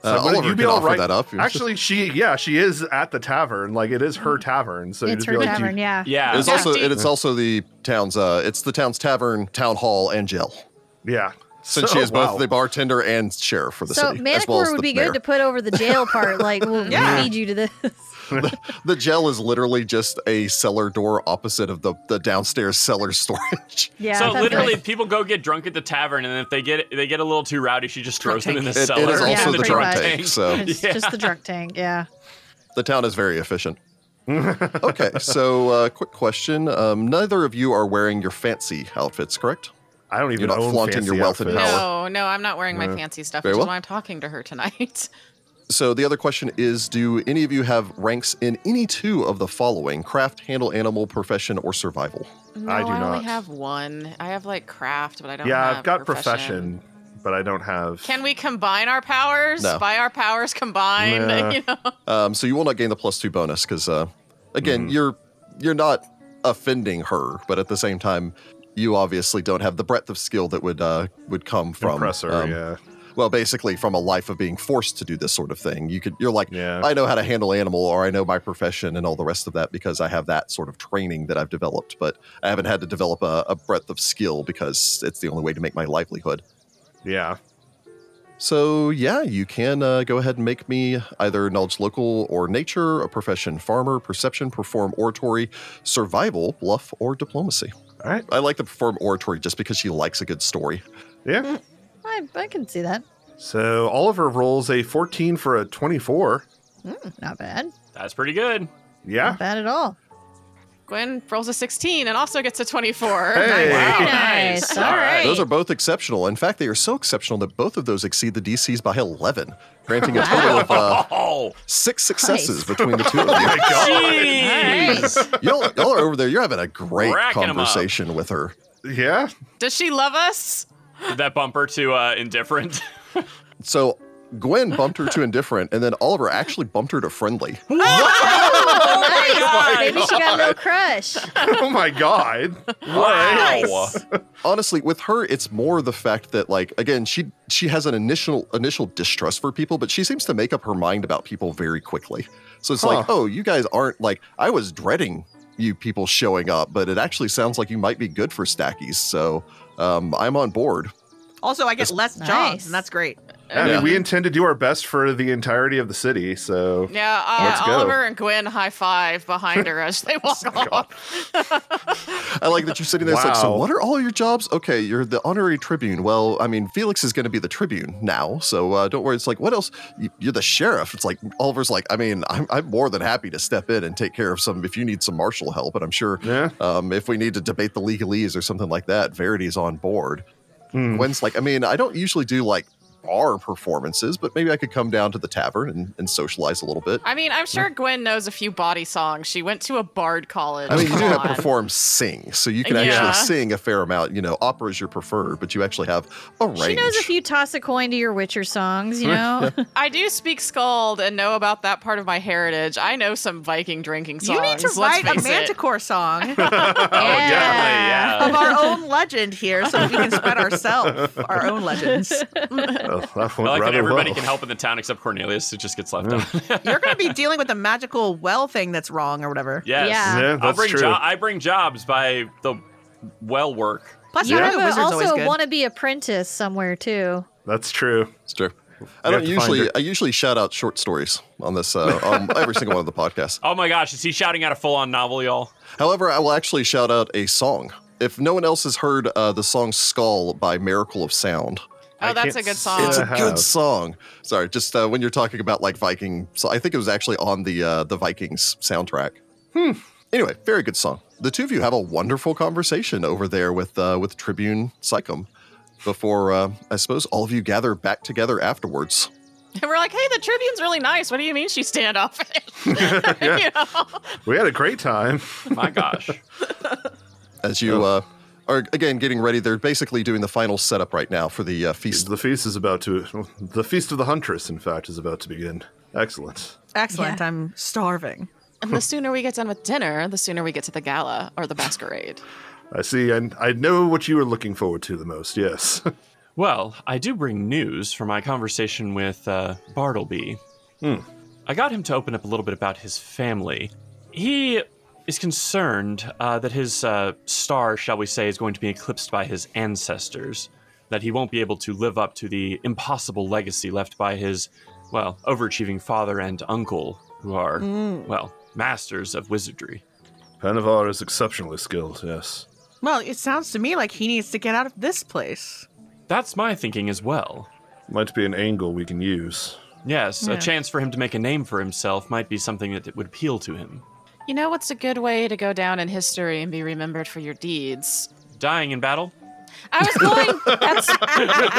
S1: Uh,
S5: so would
S1: Oliver
S5: you be
S1: can
S5: all
S1: offer
S5: right-
S1: that up.
S5: Actually, she yeah, she is at the tavern. Like it is her
S1: Mm.
S5: tavern. So you
S6: it's
S5: just
S6: her
S5: be like,
S6: tavern,
S5: do, you-
S6: yeah.
S2: yeah.
S1: It's
S3: Yeah.
S1: also
S3: Deep.
S1: and it's also the town's uh it's the town's tavern, town hall, and jail.
S5: yeah.
S1: Since
S5: So-
S1: she is both
S5: Oh, wow.
S1: the bartender and sheriff for the
S6: So
S1: city. as
S6: manicure
S1: well as
S6: would
S1: the
S6: be
S1: mayor.
S6: good to put over the jail part. Like, we'll
S4: Yeah.
S6: we need you to this.
S1: The jail is literally just a cellar door opposite of the, the downstairs cellar storage.
S6: Yeah.
S2: so
S6: that's
S2: literally,
S6: right.
S2: people go get drunk at the tavern, and if they get they get a little too rowdy, she just throws them in the
S1: It-
S2: cellar.
S1: it is also
S2: and
S6: Yeah,
S1: the
S6: pretty
S1: drunk
S6: much.
S1: tank, so
S6: It's
S2: Yeah.
S6: just the drunk tank. Yeah.
S1: the town is very efficient. okay, so uh, quick question. Um, neither of you are wearing your fancy outfits, correct?
S5: I don't even
S1: You're not
S5: own
S1: flaunting
S5: fancy
S1: your wealth and
S5: outfits.
S1: power.
S3: No, no, I'm not wearing my fancy stuff,
S1: Very
S3: which
S1: well.
S3: is why I'm talking to her tonight.
S1: So the other question is Do any of you have ranks in any two of the following craft, handle animal, profession, or survival?
S3: No,
S5: I do not.
S3: only have one. I have like craft, but I don't.
S5: Yeah,
S3: have
S5: I've got profession. but I don't have.
S3: Can we combine our powers?
S1: No.
S3: By our powers combined,
S5: Nah.
S3: you know.
S1: Um, so you will not gain the plus two bonus because, uh, again,
S5: Mm-hmm.
S1: you're you're not offending her, but at the same time, you obviously don't have the breadth of skill that would uh, would come from
S5: Impressor,
S1: um,
S5: yeah.
S1: Well, basically, from a life of being forced to do this sort of thing, you could you're like,
S5: Yeah.
S1: I know how to handle animal, or I know my profession and all the rest of that because I have that sort of training that I've developed, but I haven't had to develop a, a breadth of skill because it's the only way to make my livelihood.
S5: Yeah.
S1: So yeah, you can uh, go ahead and make me either knowledge local or nature, a profession farmer, perception, perform oratory, survival, bluff, or diplomacy.
S5: All right.
S1: I like the perform oratory just because she likes a good story.
S5: Yeah.
S6: I, I can see that.
S5: So Oliver rolls a 14 for a 24.
S6: Not bad.
S2: That's pretty good.
S5: Yeah.
S6: Not bad at all.
S3: Gwen rolls a 16 and also gets a 24.
S5: Hey.
S2: Wow,
S6: Nice.
S2: nice.
S6: All right.
S1: Those are both exceptional. In fact, they are so exceptional that both of those exceed the DCs by eleven, granting a total of uh,
S2: Oh,
S1: six successes
S6: Nice.
S1: between the two of you.
S2: jeez.
S1: y'all, y'all are over there. You're having a great
S2: Racking 'em up.
S1: conversation with her.
S5: Yeah.
S3: Does she love us?
S2: Did that bumper to uh, indifferent.
S1: So Gwen bumped her to indifferent, and then Oliver actually bumped her to friendly.
S6: nice.
S2: God.
S6: Maybe she got a little crush.
S5: oh my god.
S2: Wow.
S1: honestly with her it's more the fact that like again she she has an initial initial distrust for people but she seems to make up her mind about people very quickly so it's like
S5: Huh.
S1: oh you guys aren't like i was dreading you people showing up but it actually sounds like you might be good for stackies so um, i'm on board
S4: also, I get less
S6: Nice.
S4: jobs, and that's great.
S5: I mean,
S1: Yeah.
S5: we intend to do our best for the entirety of the city, so
S3: Yeah, uh,
S5: Let's go.
S3: Oliver and Gwen high five behind her as they walk off.
S1: i like that you're sitting there it's like so
S5: Wow.
S1: what are all your jobs okay you're the honorary tribune well i mean felix is going to be the tribune now so uh, don't worry it's like what else You- you're the sheriff it's like oliver's like i mean I'm, I'm more than happy to step in and take care of some if you need some martial help and i'm sure
S5: yeah.
S1: Um, if we need to debate the legalese or something like that, Verity's on board.
S5: Hmm.
S1: Gwen's like, I mean, I don't usually do like bar performances, but maybe I could come down to the tavern and, and socialize a little bit.
S3: I mean, I'm sure Gwen knows a few body songs. She went to a bard college.
S1: I mean, you do
S3: Come
S1: have
S3: on.
S1: perform sing, so you can actually
S3: Yeah.
S1: sing a fair amount. You know, opera is your preferred, but you actually have a range.
S6: She knows if you toss a coin to your Witcher songs, you know?
S3: I do speak Scald and know about that part of my heritage. I know some Viking drinking songs.
S4: You need to
S3: let's
S4: write a
S3: face it.
S4: manticore song
S2: definitely,
S4: of our own legend here, so we can spread ourselves our own legends.
S5: Oh, that went
S2: I like that
S5: rather
S2: everybody
S5: well.
S2: can help in the town except Cornelius, who just gets left out.
S4: You're going to be dealing with a magical well thing that's wrong or whatever.
S2: yes.
S6: Yeah.
S5: Yeah,
S2: I'll
S5: that's
S2: bring
S5: true.
S2: jo- I bring jobs by the well work.
S4: Plus,
S5: Yeah.
S4: I
S6: I
S4: know a wizard's always
S6: also
S4: good.
S6: want to be apprentice somewhere too.
S5: That's true.
S1: It's true. I
S5: You have
S1: don't
S5: to find
S1: usually.
S5: her.
S1: I usually shout out short stories on this uh, on every single one of the podcasts.
S2: Oh my gosh, is he shouting out a full on novel, y'all?
S1: However, I will actually shout out a song. If no one else has heard uh, the song "Skull" by Miracle of Sound,
S5: I
S3: Oh, that's a
S5: can't
S3: good
S5: s-
S3: song.
S1: it's a
S5: I
S1: good
S5: have.
S1: song. Sorry, just uh, when you're talking about like Viking, so I think it was actually on the uh, the Vikings soundtrack. Hmm. Anyway, very good song. The two of you have a wonderful conversation over there with uh, with Tribune Psychum before uh, I suppose all of you gather back together afterwards.
S3: And we're like, hey, the Tribune's really nice. What do you mean she's standoffish? You know?
S5: We had a great time.
S2: My gosh.
S1: as you
S5: Oh.
S1: uh, are again getting ready. They're basically doing the final setup right now for the uh, feast.
S5: The feast is about to. The feast of the huntress, in fact, is about to begin. Excellent.
S4: Excellent.
S6: Yeah.
S4: I'm starving.
S3: And the sooner we get done with dinner, the sooner we get to the gala or the masquerade.
S5: I see. And I know what you were looking forward to the most. Yes.
S2: Well, I do bring news from my conversation with uh, Bartleby. I got him to open up a little bit about his family. He is concerned uh, that his uh, star, shall we say, is going to be eclipsed by his ancestors, that he won't be able to live up to the impossible legacy left by his, well, overachieving father and uncle, who are, well, masters of wizardry.
S5: Panavar is exceptionally skilled. Yes.
S4: Well, it sounds to me like he needs to get out of this place.
S2: That's my thinking as well.
S5: Might be an angle we can use.
S2: Yes,
S4: Yeah.
S2: a chance for him to make a name for himself might be something that would appeal to him.
S3: You know what's a good way to go down in history and be remembered for your deeds?
S2: Dying in battle?
S3: I was going.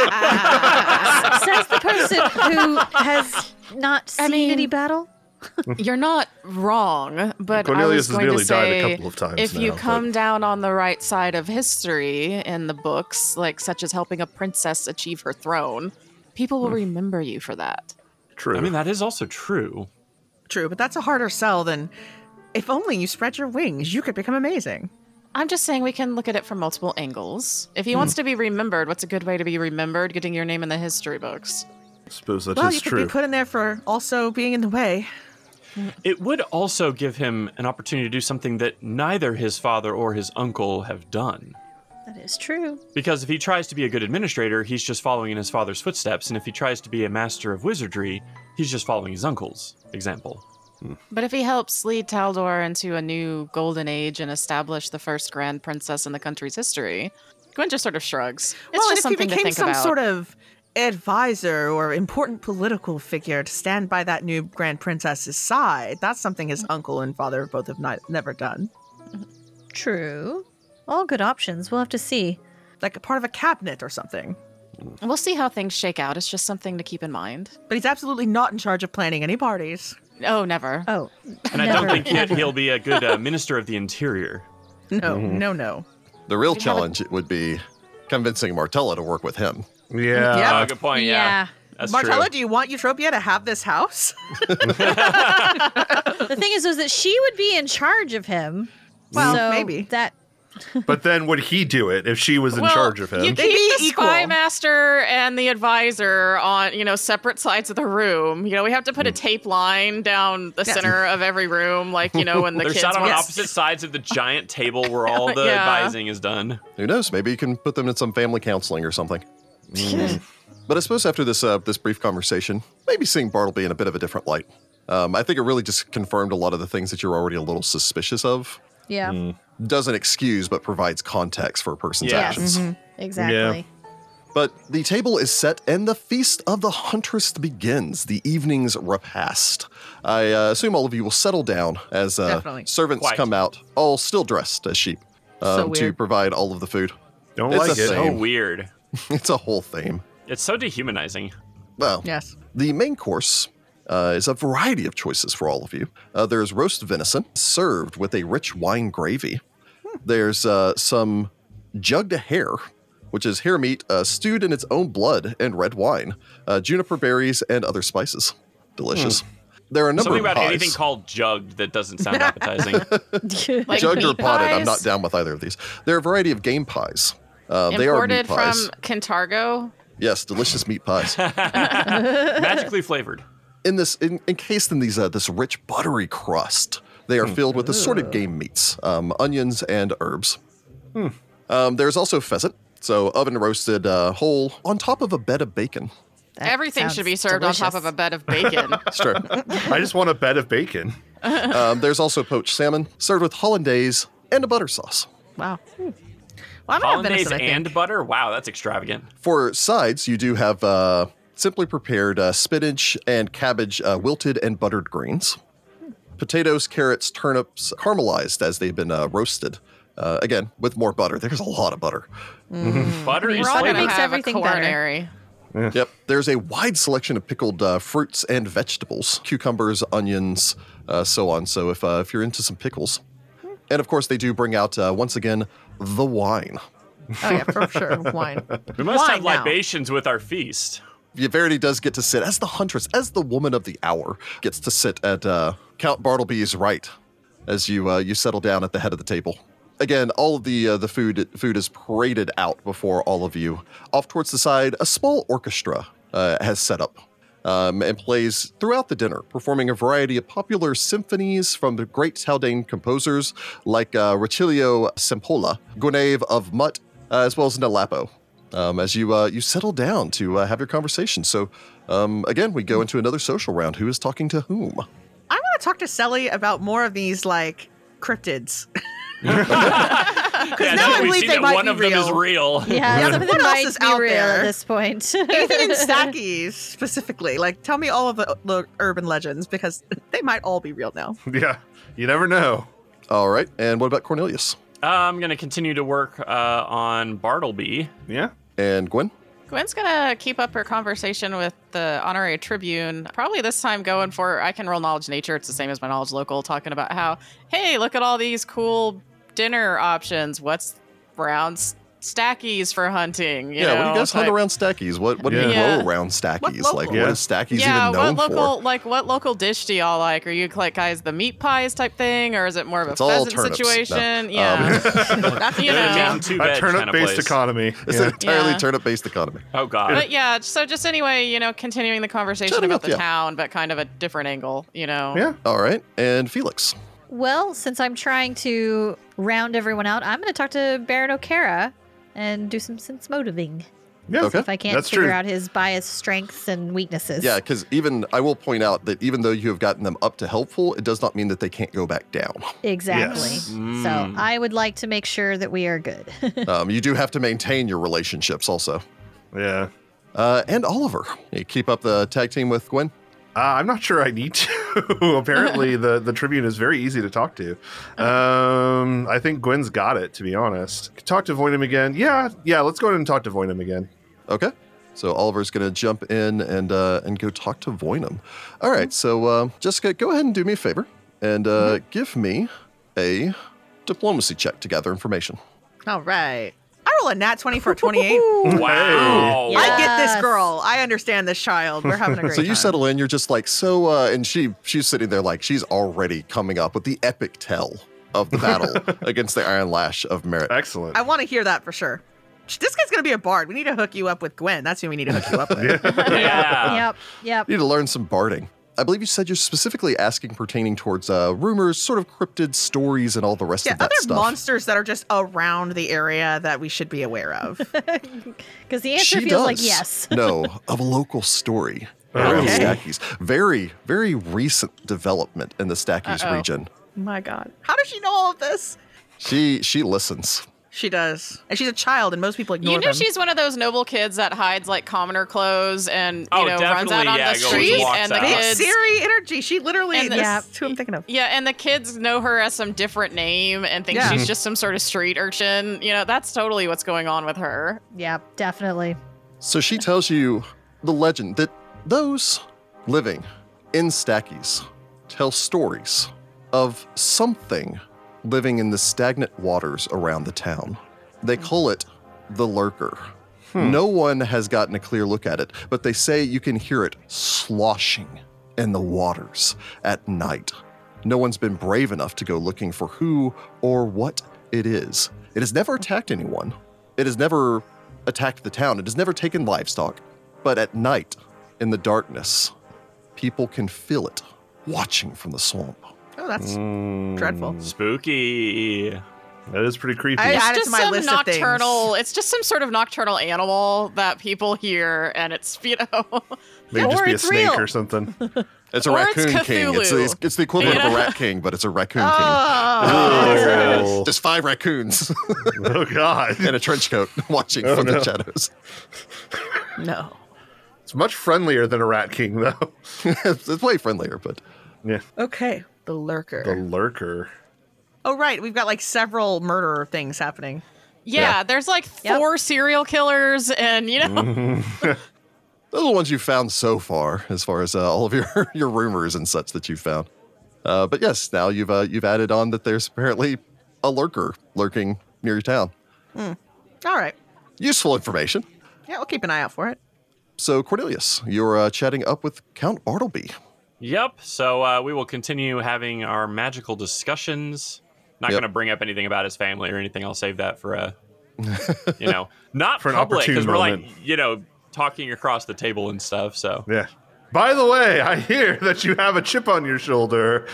S3: That's,
S6: Says the person who has not seen
S3: I mean-
S6: any battle.
S3: you're not wrong, but I was
S5: Cornelius has
S3: going
S5: nearly
S3: to say,
S5: died a couple of times
S3: if you
S5: now, but-
S3: come down on the right side of history in the books, like such as helping a princess achieve her throne, people
S5: Hmm.
S3: will remember you for that.
S5: True.
S2: I mean, that is also true.
S4: True, but that's a harder sell than if only you spread your wings, you could become amazing.
S3: I'm just saying we can look at it from multiple angles. If he
S5: Hmm.
S3: wants to be remembered, what's a good way to be remembered? Getting your name in the history books.
S5: I suppose that is
S4: well, you
S5: true.
S4: could be put in there for also being in the way.
S2: It would also give him an opportunity to do something that neither his father or his uncle have done.
S6: That is true.
S2: Because if he tries to be a good administrator, he's just following in his father's footsteps, and if he tries to be a master of wizardry, he's just following his uncle's example.
S3: But if he helps lead Taldor into a new golden age and establish the first grand princess in the country's history, Gwen just sort of shrugs. It's
S4: well,
S3: just
S4: and if
S3: something
S4: you became
S3: to think
S4: some
S3: about.
S4: sort of advisor or important political figure to stand by that new grand princess's side, that's something his uncle and father both have not, never done.
S6: True. All good options. We'll have to see.
S4: Like a part of a cabinet or something.
S3: we'll see how things shake out. It's just something to keep in mind.
S4: But he's absolutely not in charge of planning any parties.
S3: Oh, never.
S6: Oh,
S2: And I
S6: never,
S2: don't think
S6: ever.
S2: he, he'll be a good uh, minister of the interior.
S4: No,
S5: Mm-hmm.
S4: no, no.
S1: The real challenge would be convincing Martella to work with him.
S5: yeah.
S4: Yeah.
S2: Uh, good point, yeah.
S6: Yeah.
S2: That's
S4: Martella,
S2: true.
S4: do you want Eutropia to have this house?
S6: The thing is, is that she would be in charge of him.
S4: Well,
S6: so
S4: maybe.
S6: that
S5: But then would he do it if she was in
S3: Well,
S5: charge of him?
S3: You
S4: They'd
S3: keep
S4: be
S3: the spy
S4: equal.
S3: master and the advisor on, you know, separate sides of the room. You know, we have to put a tape line down the
S4: Yes.
S3: center of every room, like you know, when the
S2: They're
S3: kids.
S2: sat on
S3: want-
S2: opposite sides of the giant table where all the
S3: Yeah.
S2: advising is done.
S1: Who knows? Maybe you can put them in some family counseling or something. But I suppose after this uh, this brief conversation, maybe seeing Bartleby in a bit of a different light. Um, I think it really just confirmed a lot of the things that you're already a little suspicious of.
S6: yeah,
S1: Doesn't excuse, but provides context for a person's
S2: Yeah.
S6: Yes.
S1: actions.
S4: Mm-hmm.
S6: exactly.
S1: But the table is set, and the feast of the huntress begins. The evening's repast. I uh, assume all of you will settle down as uh,
S4: Definitely.
S1: servants
S2: Quite.
S1: come out, all still dressed as sheep,
S4: So
S1: um, to
S4: weird.
S1: provide all of the food.
S5: Don't
S1: It's
S5: like
S1: a
S5: it.
S1: thing.
S2: So
S1: Same.
S2: weird.
S1: It's a whole theme.
S2: It's so dehumanizing.
S1: Well,
S4: Yes.
S1: The main course uh, is a variety of choices for all of you. Uh, there's roast venison served with a rich wine gravy.
S3: Hmm.
S1: There's uh, some jugged hare, which is hare meat uh, stewed in its own blood and red wine, uh, juniper berries, and other spices. Delicious.
S3: Hmm.
S1: There are a number
S2: Something
S1: of
S2: about
S1: pies.
S2: anything called jugged that doesn't sound appetizing.
S3: like
S1: jugged or
S3: meat
S1: potted. I'm
S3: pies
S1: not down with either of these. There are a variety of game pies. Uh, they are meat
S3: Imported from
S1: pies.
S3: Cantargo.
S1: Yes, delicious meat pies.
S2: Magically flavored.
S1: in this in, encased in these uh, this rich buttery crust. They are filled with assorted game meats, um, onions and herbs. Um, there's also pheasant, so oven roasted uh, whole on top of a bed of bacon.
S6: That
S3: Everything should
S6: sounds
S3: be served on top of a
S6: delicious.
S3: bed of bacon.
S1: Sure.
S5: I just want a bed of bacon.
S1: um, there's also poached salmon served with hollandaise and a butter sauce.
S4: Wow. Well, I'm gonna have
S2: Hollandaise
S4: venison, I think.
S2: and butter? Wow, that's extravagant.
S1: For sides, you do have uh, simply prepared uh, spinach and cabbage, uh, wilted and buttered greens, potatoes, carrots, turnips, caramelized as they've been uh, roasted. Uh, again, with more butter. There's a lot of butter.
S2: Butter is
S3: We're all
S2: flavor.
S3: gonna
S6: makes
S3: have a
S6: everything better.
S3: coronary.
S1: Yep. There's a wide selection of pickled uh, fruits and vegetables, cucumbers, onions, uh, so on. So if uh, if you're into some pickles, and of course they do bring out uh, once again the wine.
S4: Oh yeah, for sure. Wine.
S2: We must
S4: Wine
S2: have
S4: now.
S2: libations with our feast.
S1: Verity does get to sit as the huntress, as the woman of the hour, gets to sit at uh, Count Bartleby's right as you uh, you settle down at the head of the table. Again, all of the uh, the food food is paraded out before all of you. Off towards the side, a small orchestra uh, has set up um, and plays throughout the dinner, performing a variety of popular symphonies from the great Haldane composers like uh, Rucellio Sempola, Guinevere of Mutt, uh, as well as Nalapo um, as you uh, you settle down to uh, have your conversation. So um, again, we go into another social round. Who is talking to whom?
S4: I'm gonna talk to Selly about more of these like cryptids.
S2: Yeah,
S4: now
S2: now
S4: I
S2: we've
S4: believe
S2: seen
S4: they
S2: that
S4: might
S2: one
S4: be
S2: of them is real.
S6: Yeah,
S4: Yeah,
S6: something
S4: what else
S6: might
S4: is
S6: be
S4: out
S6: real
S4: there?
S6: at this point.
S4: Anything in Stackies specifically. Like, tell me all of the, the urban legends because they might all be real now.
S5: Yeah, you never know.
S1: All right, and what about Cornelius
S2: Uh, I'm going to continue to work uh, on Bartleby.
S5: Yeah.
S1: and Gwen?
S3: Gwen's gonna keep up her conversation with the honorary tribune. Probably this time going for I can roll knowledge nature. It's the same as my knowledge local, talking about how hey, look at all these cool dinner options. What's brown s- stackies for hunting? You
S1: yeah,
S3: know,
S1: when you guys hunt
S3: type-
S1: around Stackies, what what do you
S3: Yeah.
S1: know around Stackies?
S4: What
S1: Like
S5: local-
S1: what is Stackies
S3: yeah,
S1: even known
S3: what local
S1: for?
S3: like what local dish do y'all like? Are you like guys the meat pies type thing, or is it more of a
S1: It's all
S3: pheasant
S1: turnips. No.
S3: situation?
S1: Um,
S3: Yeah,
S4: That's
S3: you know.
S2: Mountain Two
S5: A
S2: Bed
S5: turnip
S2: kinda
S5: based
S2: place.
S5: economy.
S1: It's
S5: Yeah.
S1: an entirely
S3: Yeah.
S1: turnip-based economy.
S2: Oh, God.
S3: But yeah, so just anyway, you know, continuing the conversation
S1: Chatting
S3: about
S1: up,
S3: the
S1: yeah.
S3: town, but kind of a different angle, you know.
S5: yeah.
S1: All right, and Felix.
S6: well, since I'm trying to round everyone out, I'm going to talk to Baron O'Kara and do some sense motivating.
S5: Yeah.
S1: Okay.
S6: If I can't
S5: That's
S6: figure
S5: true.
S6: out his bias, strengths, and weaknesses.
S1: Yeah, because even I will point out that even though you have gotten them up to helpful, it does not mean that they can't go back down.
S6: Exactly.
S5: Yes.
S6: So
S2: Mm.
S6: I would like to make sure that we are good.
S1: um, you do have to maintain your relationships also.
S5: Yeah.
S1: Uh, and Oliver, you keep up the tag team with Gwen.
S5: Uh, I'm not sure I need to. Apparently, the, the Tribune is very easy to talk to. Um, I think Gwen's got it, to be honest. Talk to Voynum again. Yeah, yeah, let's go ahead and talk to Voynum again.
S1: Okay. So Oliver's going to jump in and uh, and go talk to Voynum. All right. So uh, Jessica, go ahead and do me a favor and uh,
S4: Mm-hmm.
S1: give me a diplomacy check to gather information.
S4: All right. I roll a nat 20 for a 28.
S2: Wow.
S6: Hey.
S4: I get this
S6: Yes.
S4: girl. I understand this child. We're having a great
S1: So you
S4: time.
S1: settle in. You're just like so, uh, and she she's sitting there like she's already coming up with the epic tell of the battle against the Iron Lash of Merit.
S5: Excellent.
S4: I want to hear that for sure. Sh- This guy's gonna be a bard. We need to hook you up with Gwen. That's who we need to hook you up with.
S2: Yeah.
S6: yep. Yep.
S1: You need to learn some barding. I believe you said you're specifically asking pertaining towards uh, rumors, sort of cryptid stories, and all the rest
S4: Yeah,
S1: of
S4: are
S1: that
S4: there
S1: stuff.
S4: monsters that are just around the area that we should be aware of?
S6: Because the answer feels like yes.
S1: no, of a local story around
S4: Okay.
S1: Stackies. Very, very recent development in the Stackies
S3: Uh-oh.
S1: region.
S4: My God, how does she know all of this?
S1: She she listens.
S4: She does, and she's a child, and most people ignore
S3: You know
S4: them.
S3: she's one of those noble kids that hides like commoner clothes and you
S2: Oh,
S3: know runs out
S2: definitely,
S3: on
S2: yeah,
S3: the
S2: goes and
S3: street
S2: walks
S3: and the
S2: out.
S4: big
S3: kids
S4: Siri energy. She literally.
S3: And the-
S4: that's
S6: Yeah.
S4: who I'm thinking of.
S3: Yeah, and the kids know her as some different name and think
S4: Yeah.
S3: she's just some sort of street urchin. You know, that's totally what's going on with her.
S6: Yep. Definitely.
S1: So she tells you the legend that those living in Stackies tell stories of something living in the stagnant waters around the town. They call it the lurker. No one has gotten a clear look at it, but they say you can hear it sloshing in the waters at night. No one's been brave enough to go looking for who or what it is. It has never attacked anyone. It has never attacked the town. It has never taken livestock. But at night, in the darkness, people can feel it watching from the swamp. Mm.
S4: Oh, that's dreadful.
S2: Spooky.
S5: That is pretty creepy.
S4: I-
S3: It's
S4: add it to
S3: just
S4: my
S3: some
S4: list of things.
S3: nocturnal. It's just some sort of nocturnal animal that people hear, and it's you know,
S5: Maybe just
S6: Or
S5: be a
S6: it's
S5: snake
S6: real.
S5: or something.
S1: It's a
S3: Or Oh, it's
S1: raccoon king. It's,
S3: Cthulhu.
S1: it's, it's the equivalent of a
S3: Yeah.
S1: rat king, but it's a raccoon
S3: oh,
S1: king.
S5: Oh,
S1: Just five raccoons
S5: oh god.
S1: in a trench coat watching from the shadows.
S4: No.
S5: It's much friendlier than a rat king though.
S1: it's it's way friendlier, but
S5: Yeah.
S4: Okay. The lurker.
S5: The lurker.
S4: oh, right. We've got like several murder things happening.
S3: yeah, There's like
S6: Yep.
S3: four serial killers, and you know,
S2: Mm.
S1: those are the ones you found so far, as far as uh, all of your, your rumors and such that you found. Uh, but yes, now you've uh, you've added on that there's apparently a lurker lurking near your town.
S4: All right.
S1: Useful information.
S4: Yeah, we'll keep an eye out for it.
S1: So Cornelius, you're uh, chatting up with Count Bartleby.
S2: Yep. So uh, we will continue having our magical discussions. Not
S1: Yep.
S2: going to bring up anything about his family or anything. I'll save that for a, you know, not
S5: For an
S2: public
S5: opportune
S2: because we're like,
S5: moment.
S2: you know, talking across the table and stuff. So
S5: Yeah. By the way, I hear that you have a chip on your shoulder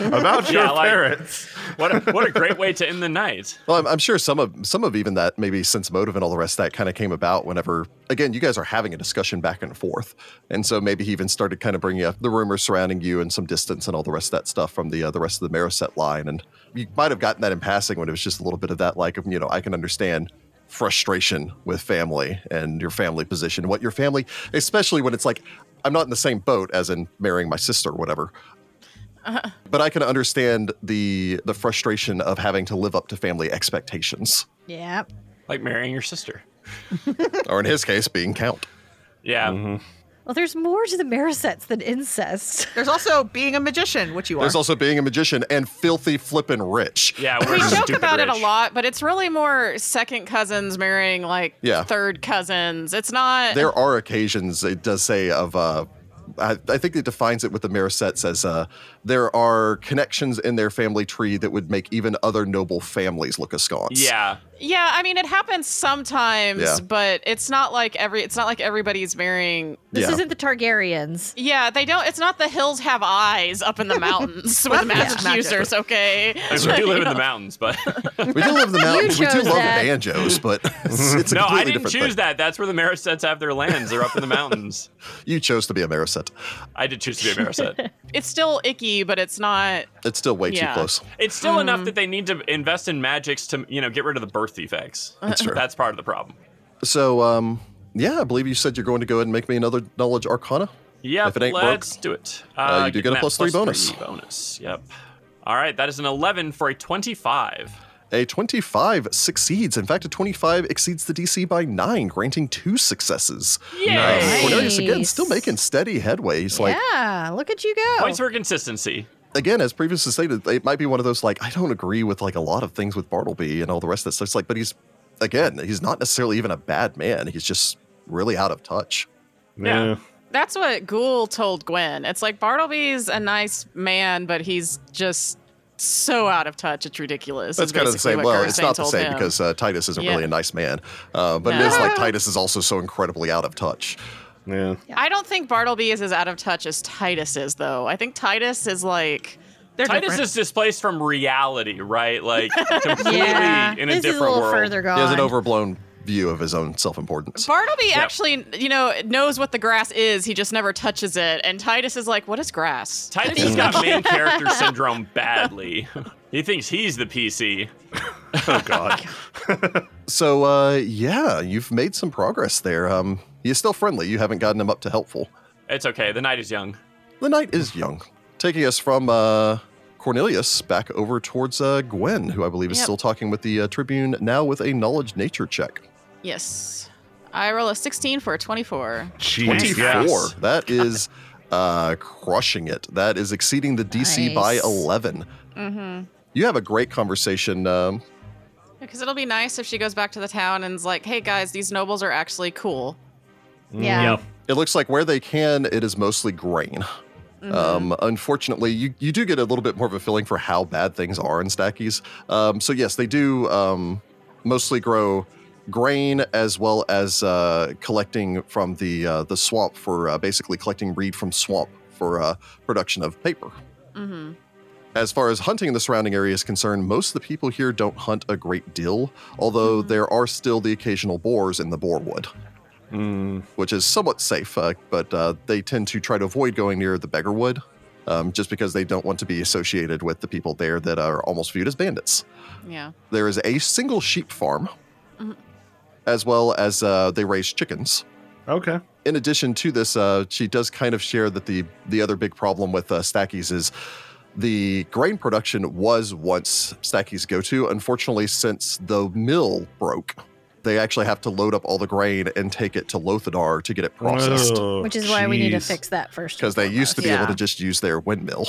S2: Yeah,
S5: about your
S2: like-
S5: parents.
S2: what a, what a great way to end the night.
S1: Well, I'm, I'm sure some of some of even that maybe sense motive and all the rest of that kind of came about whenever again you guys are having a discussion back and forth, and so maybe he even started kind of bringing up the rumors surrounding you and some distance and all the rest of that stuff from the uh, the rest of the Maroset line, and you might have gotten that in passing when it was just a little bit of that like you know I can understand frustration with family and your family position, what your family, especially when it's like I'm not in the same boat as in marrying my sister or whatever, but I can understand the the frustration of having to live up to family expectations,
S6: Yeah.
S2: Like marrying your sister.
S1: or in his case, being count.
S2: Yeah.
S5: Mm-hmm.
S6: Well, there's more to the Marisets than incest.
S4: There's also being a magician, which you are.
S1: There's also being a magician and filthy flippin' rich.
S2: Yeah. We're
S3: we joke
S2: stupid
S3: about it a
S2: rich.
S3: lot, but it's really more second cousins marrying like
S1: Yeah.
S3: third cousins. It's not.
S1: There are occasions it does say of. Uh, I, I think it defines it with the Marisets as uh, there are connections in their family tree that would make even other noble families look askance.
S2: Yeah.
S3: Yeah, I mean it happens sometimes,
S1: Yeah.
S3: but it's not like every it's not like everybody's marrying.
S6: This
S1: Yeah.
S6: isn't the Targaryens.
S3: Yeah, they don't. It's not the hills have eyes up in the mountains with magic
S4: magic.
S3: users. Okay,
S2: I mean, we do live in the mountains, but
S1: We do love the mountains. We do
S6: chose
S1: love
S6: that.
S1: banjos, but it's, it's a
S2: no, I
S1: completely
S2: didn't
S1: different
S2: choose that. That's where the Marisets have their lands. They're up in the mountains.
S1: thing. You chose to be a Mariset.
S2: I did choose to be a Mariset.
S3: it's still icky, but it's not.
S1: It's still way too
S3: Yeah.
S1: close.
S2: It's still
S6: Hmm.
S2: enough that they need to invest in magics to, you know, get rid of the birth defects. That's
S1: true.
S2: That's part of the problem.
S1: So, um, yeah, I believe you said you're going to go ahead and make me another knowledge arcana.
S2: Yeah,
S1: If it ain't
S2: let's do it.
S1: uh, you do
S2: getting
S1: get a
S2: that
S1: plus three bonus.
S2: bonus. Yep. All right, that is an 11 for a 25.
S1: A 25 succeeds. In fact, a 25 exceeds the DC by nine, granting two successes.
S3: Yay!
S1: Um, Cornelius, again,
S6: Nice.
S1: still making steady headway. He's like,
S6: yeah, look at you go.
S2: Points for consistency.
S1: again, as previously stated, it might be one of those, like, I don't agree with, like, a lot of things with Bartleby and all the rest of that stuff. It's like, but he's, again, he's not necessarily even a bad man. He's just really out of touch.
S2: Yeah.
S3: That's what Ghoul told Gwen. It's like Bartleby's a nice man, but he's just so out of touch. It's ridiculous.
S1: That's
S3: is
S1: kind of the
S3: basically
S1: same.
S3: what
S1: Well, it's
S3: Gerstein
S1: not the
S3: told
S1: same
S3: him.
S1: because uh, Titus isn't
S3: Yeah.
S1: really a nice man. Uh, but it is
S3: No.
S1: like Titus is also so incredibly out of touch.
S5: Yeah.
S3: I don't think Bartleby is as out of touch as Titus is, though. I think Titus is like.
S4: They're
S2: Titus
S4: different.
S2: is displaced from reality, right? Like completely
S6: yeah,
S2: in a
S6: this
S2: different
S6: is a little
S2: world.
S6: further gone.
S1: He has an overblown view of his own self importance.
S3: Bartleby actually, you know, knows what the grass is. He just never touches it. And Titus is like, "What is grass?"
S2: Titus has got main character syndrome badly. He thinks he's the PC.
S5: Oh god.
S1: So, uh, yeah, you've made some progress there. Um, he's still friendly. You haven't gotten him up to helpful.
S2: It's okay. The night is young.
S1: The knight is young, taking us from uh, Cornelius back over towards uh, Gwen, who I believe is
S3: Yep.
S1: still talking with the uh, Tribune now with a knowledge nature check.
S3: Yes. I roll a 16 for a 24.
S5: Jeez,
S1: 24.
S5: yes.
S1: That is uh, crushing it. That is exceeding the DC by
S6: Nice.
S1: 11.
S3: Mm-hmm.
S1: You have a great conversation. Um,
S3: Because it'll be nice if she goes back to the town and's like, "Hey guys, these nobles are actually cool."
S6: yeah.
S1: it looks like where they can, it is mostly grain. Um, unfortunately, you, you do get a little bit more of a feeling for how bad things are in Stackies. Um, so yes, they do um, mostly grow grain as well as uh, collecting from the uh, the swamp for uh, basically collecting reed from swamp for uh, production of paper.
S3: Mm-hmm.
S1: As far as hunting in the surrounding area is concerned, most of the people here don't hunt a great deal, although there are still the occasional boars in the boarwood, which is somewhat safe, uh, but uh, they tend to try to avoid going near the beggarwood um, just because they don't want to be associated with the people there that are almost viewed as bandits
S3: Yeah.
S1: there is a single sheep farm,
S3: Mhm.
S1: as well as uh, they raise chickens.
S5: Okay.
S1: In addition to this, uh, she does kind of share that the the other big problem with uh, Stackies is the grain production was once Stackies' go-to. Unfortunately, since the mill broke, they actually have to load up all the grain and take it to Lothadar to get it
S5: Oh.
S1: processed
S6: which is why we need to
S5: jeez.
S6: fix that first. and
S1: because they used to be
S6: foremost.
S1: able to
S4: Yeah.
S1: just use their windmill.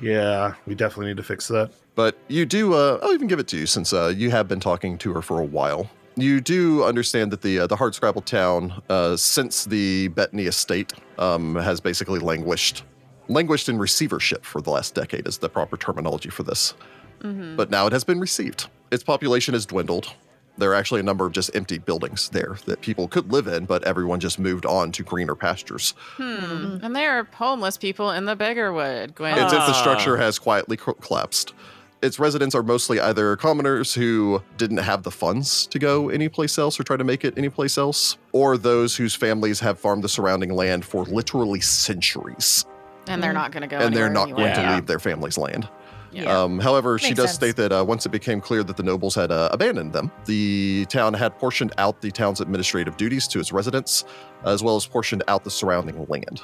S5: Yeah, we definitely need to fix that.
S1: But you do, uh, I'll even give it to you since uh, you have been talking to her for a while. You do understand that the uh, the Hardscrabble town, uh, since the Bettany estate, um, has basically languished, languished in receivership for the last decade is the proper terminology for this. But now it has been received. Its population has dwindled. There are actually a number of just empty buildings there that people could live in, but everyone just moved on to greener pastures.
S6: Mm-hmm.
S3: Hmm. And there are homeless people in the Beggarwood, Gwen.
S1: Its
S2: Ah.
S1: infrastructure has quietly co- collapsed. Its residents are mostly either commoners who didn't have the funds to go anyplace else or try to make it anyplace else, or those whose families have farmed the surrounding land for literally centuries
S3: and they're not going to go.
S1: and they're
S3: anywhere
S1: not going
S2: anyway.
S1: to
S2: Yeah.
S1: leave their family's land.
S3: Yeah.
S1: Um, however, she
S6: Makes
S1: does
S6: sense.
S1: state that uh, once it became clear that the nobles had uh, abandoned them, the town had portioned out the town's administrative duties to its residents, as well as portioned out the surrounding land.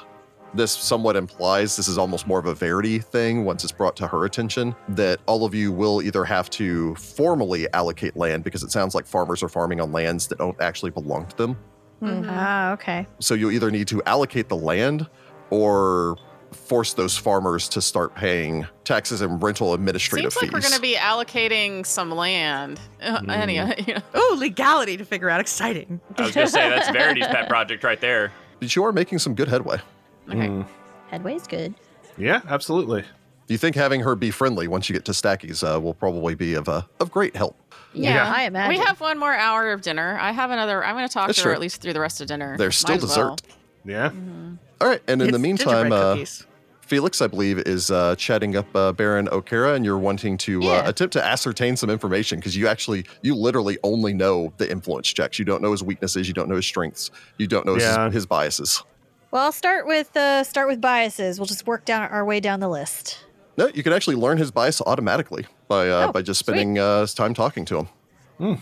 S1: This somewhat implies this is almost more of a Verity thing once it's brought to her attention that all of you will either have to formally allocate land because it sounds like farmers are farming on lands that don't actually belong to them.
S3: Mhm.
S6: Ah, okay.
S1: So you'll either need to allocate the land or force those farmers to start paying taxes and rental administrative
S3: Seems like
S1: fees.
S3: we're going to be allocating some land. Uh,
S1: Mm-hmm.
S3: Anyway, you know.
S4: Oh, legality to figure out. Exciting.
S2: I was gonna say that's Verity's pet project right there.
S1: but you are making some good headway. Mm-hmm.
S3: Okay.
S5: Mm.
S6: Headway's good.
S5: Yeah, absolutely.
S1: You think having her be friendly once you get to Stacky's uh, will probably be of uh, of great help.
S6: Yeah,
S5: Yeah.
S6: I imagine.
S3: We have one more hour of dinner. I have another. I'm going to talk
S1: That's
S3: to
S1: true.
S3: her at least through the rest of dinner.
S1: There's still
S3: Might as well.
S1: dessert.
S5: Yeah.
S1: All right, and in the
S4: It's
S1: meantime,
S4: gingerbread
S1: uh,
S4: cookies.
S1: Felix, I believe, is uh, chatting up uh, Baron O'Kara, and you're wanting to uh,
S6: Yeah.
S1: attempt to ascertain some information because you actually, you literally only know the influence checks. You don't know his weaknesses, you don't know his strengths, you don't know
S5: Yeah.
S1: his, his biases.
S6: Well, I'll start with uh, start with biases. We'll just work down our way down the list.
S1: No, you can actually learn his bias automatically by uh,
S6: Oh,
S1: by just
S6: sweet.
S1: spending uh, time talking to him.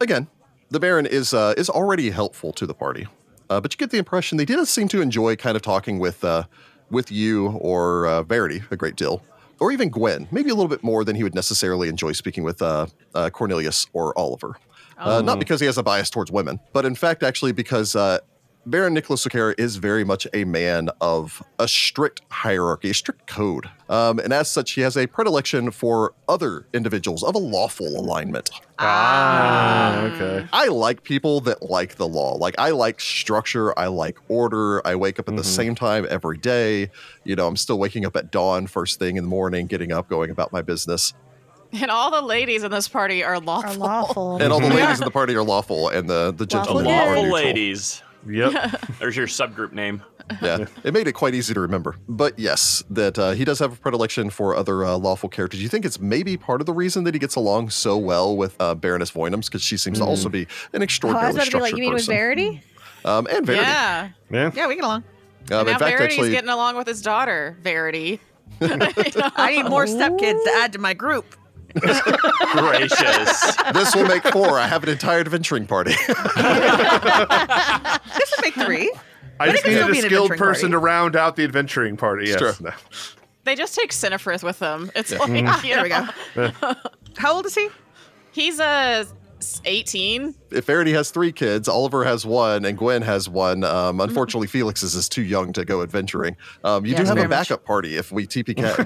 S1: Again, the Baron is uh, is already helpful to the party, uh, but you get the impression they didn't seem to enjoy kind of talking with uh, with you or uh, Verity a great deal, or even Gwen, maybe a little bit more than he would necessarily enjoy speaking with uh, uh, Cornelius or Oliver. Uh, not because he has a bias towards women, but in fact, actually, because uh, Baron Nicholas O'Kara is very much a man of a strict hierarchy, a strict code. Um, and as such, he has a predilection for other individuals of a lawful alignment.
S5: Ah, okay.
S1: I like people that like the law. Like, I like structure, I like order. I wake up at
S2: Mm-hmm.
S1: the same time every day. You know, I'm still waking up at dawn, first thing in the morning, getting up, going about my business.
S3: And all the ladies in this party are lawful.
S6: Are lawful.
S1: And all the
S6: Mhm.
S1: ladies in the party are lawful, and the, the
S6: Well,
S2: The
S1: gentlemen are
S2: Mm-hmm. lawful
S1: neutral.
S2: ladies.
S5: Yep.
S2: There's your subgroup name.
S1: yeah, it made it quite easy to remember. But yes, that uh, he does have a predilection for other uh, lawful characters. You think it's maybe part of the reason that he gets along so well with uh, Baroness Voynums because she seems to
S2: Mm-hmm.
S1: also be an
S6: Oh, I was
S1: extraordinarily
S6: about to be
S1: structured
S6: like, you mean with
S1: person.
S6: Verity?
S1: um, and Verity.
S3: Yeah.
S5: yeah.
S4: Yeah, we get along.
S1: Um,
S3: And now
S1: in fact,
S3: Verity's
S1: actually,
S3: getting along with his daughter, Verity.
S4: I need more stepkids to add to my group.
S2: Gracious.
S1: this will make four. I have an entire adventuring party.
S4: This would make three.
S5: I just
S4: it could still
S5: needed a
S4: be an
S5: skilled
S4: adventuring
S5: person
S4: party.
S5: to round out the adventuring party. Yes.
S1: Sure.
S5: No.
S3: They just take Cinefrith with them. It's
S1: Mm-hmm.
S3: like, you
S4: There we
S3: know.
S4: go. How old is he?
S3: He's uh, a 18.
S1: if Verity has three kids, Oliver has one, and Gwen has one. Um, unfortunately, Felix's is too young to go adventuring. Um, you do
S4: Yes,
S1: have a
S4: very much.
S1: backup party if we TPK.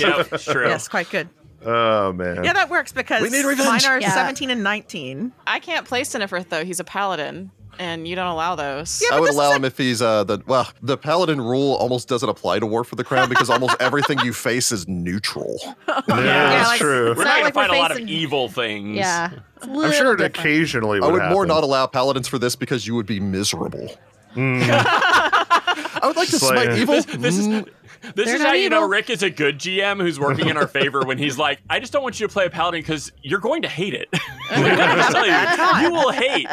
S2: yeah, it's true.
S4: Yes, quite good.
S5: Oh man.
S4: Yeah, that works because
S1: We need revenge.
S4: mine are
S6: Yeah.
S4: 17 and 19.
S3: I can't play Cinefrith though. He's a paladin, and you don't allow those.
S4: Yeah,
S1: I
S4: but
S1: would
S4: this is
S1: allow him if he's uh the well the paladin rule almost doesn't apply to War for the Crown because almost everything you face is neutral.
S5: Yeah,
S2: Yeah,
S5: that's
S4: like-
S5: true.
S2: We're not going
S6: not
S2: to
S6: like we're
S2: find a lot of
S6: facing-
S2: evil things.
S6: Yeah.
S5: I'm sure it
S6: different.
S5: occasionally
S1: I
S5: would
S1: would more
S5: happen.
S1: not allow paladins for this because
S5: Hmm.
S1: you would be miserable. I would like to
S5: Slay.
S1: smite evil.
S2: This is This
S6: Mm. They're
S2: is
S6: not
S2: how you know
S6: evil.
S2: Rick is a good GM who's working in our favor when he's like, I just don't want you to play a paladin because you're going to hate it. I'm gonna tell you, you will hate.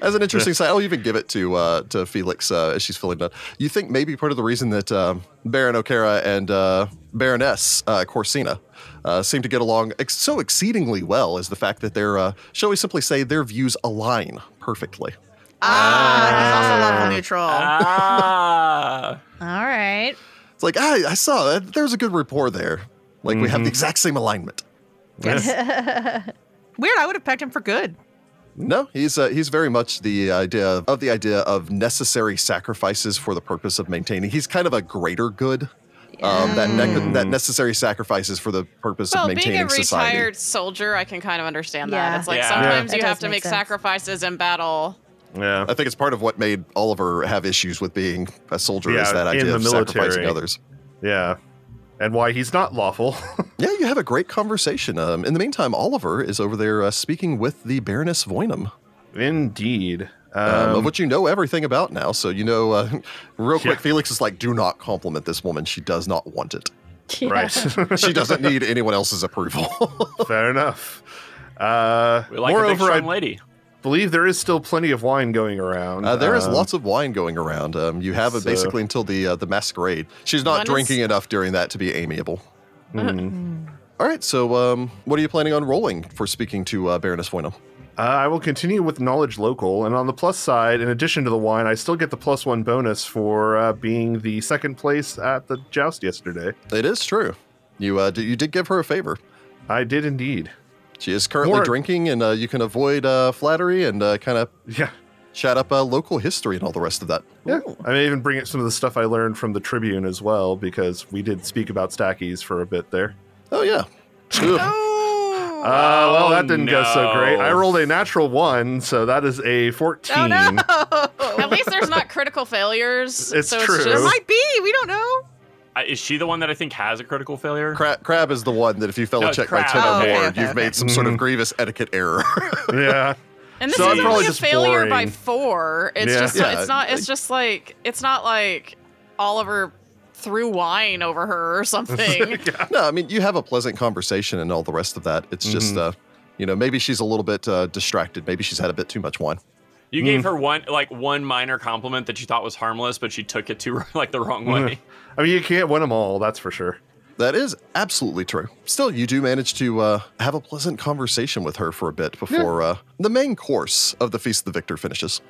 S1: As an interesting side, I'll even give it to uh, to Felix uh, as she's feeling done. You think maybe part of the reason that um, Baron O'Kara and uh, Baroness uh, Corsina uh, seem to get along ex- so exceedingly well is the fact that their, uh, shall we simply say, their views align perfectly.
S4: Ah, he's also lawful neutral.
S2: Ah.
S6: All right.
S1: It's like, "Ah, I, I saw that. There's a good rapport there. Like, we have the exact same alignment.
S4: Weird. I would have pegged him for good.
S1: No, he's uh, he's very much the idea of, of the idea of necessary sacrifices for the purpose of maintaining. He's kind of a greater good. Um, that nec- that necessary sacrifices for the purpose
S3: Well,
S1: of
S3: being
S1: maintaining
S3: a
S1: society.
S3: retired soldier, I can kind of understand
S6: Yeah.
S3: that. It's like
S2: Yeah.
S3: sometimes
S6: Yeah.
S3: you
S6: That
S3: have
S6: does
S3: to
S6: make
S3: make
S6: sense.
S3: sacrifices in battle.
S5: Yeah.
S1: I think it's part of what made Oliver have issues with being a soldier is
S5: Yeah,
S1: that
S5: in
S1: idea
S5: the
S1: of sacrificing
S5: military.
S1: others.
S5: Yeah. And why he's not lawful.
S1: Yeah, you have a great conversation. Um, in the meantime, Oliver is over there uh, speaking with the Baroness Voynum.
S5: Indeed.
S1: um,
S5: Um,
S1: of which you know everything about now. So you know, uh, real quick,
S5: Yeah.
S1: Felix is like, "Do not compliment this woman. She does not want it.
S5: right.
S1: She doesn't need anyone else's approval."
S5: Fair enough. Uh,
S2: We like a big,
S5: moreover,
S2: strong
S5: I
S2: lady.
S5: believe there is still plenty of wine going around.
S1: uh, there is
S5: Um,
S1: lots of wine going around. Um, you have it
S5: so-
S1: basically until the uh, the masquerade. She's not
S3: One is-
S1: drinking enough during that to be amiable.
S5: mm.
S1: All right, so um, what are you planning on rolling for speaking to uh, Baroness Voynum?
S5: Uh, I will continue with knowledge local, and on the plus side, in addition to the wine, I still get the plus one bonus for uh, being the second place at the joust yesterday.
S1: It is true. You uh, d- you did give her a favor.
S5: I did indeed.
S1: She is currently
S5: More-
S1: drinking, and uh, you can avoid uh, flattery and uh, kind of
S5: Yeah.
S1: chat up uh, local history and all the rest of that.
S5: Yeah. I may even bring up some of the stuff I learned from the Tribune as well, because we did speak about stackies for a bit there.
S1: Oh yeah. Ugh.
S5: Uh, well, that didn't go so
S2: Oh, no.
S5: great. I rolled a natural one, so that is
S3: Oh,
S5: a 14.
S3: At least there's not critical failures.
S5: It's
S3: so
S5: true.
S3: It's
S4: There
S3: just,
S4: might be. We don't know.
S2: I, is she the one that I think has a critical failure?
S1: Crab, crab is the one that if you fail
S2: No,
S1: a check
S2: crab.
S1: by 10
S4: Oh,
S1: or
S4: okay,
S1: more,
S4: okay,
S1: you've
S4: okay.
S1: made some sort of grievous etiquette error.
S5: yeah.
S3: and this
S5: So
S3: is
S5: I'm probably
S3: only a
S5: just
S3: failure by
S5: boring.
S3: four. It's
S5: Yeah.
S3: just
S1: Yeah.
S3: it's not it's just like it's not like Oliver threw wine over her or something.
S1: no, I mean, you have a pleasant conversation and all the rest of that. It's just, uh, you know, maybe she's a little bit uh, distracted. Maybe she's had a bit too much wine.
S2: You
S5: Mm.
S2: gave her one like one minor compliment that you thought was harmless, but she took it to like the wrong way.
S5: I mean, you can't win them all, that's for sure.
S1: That is absolutely true. Still, you do manage to uh, have a pleasant conversation with her for a bit before uh, the main course of the Feast of the Victor finishes,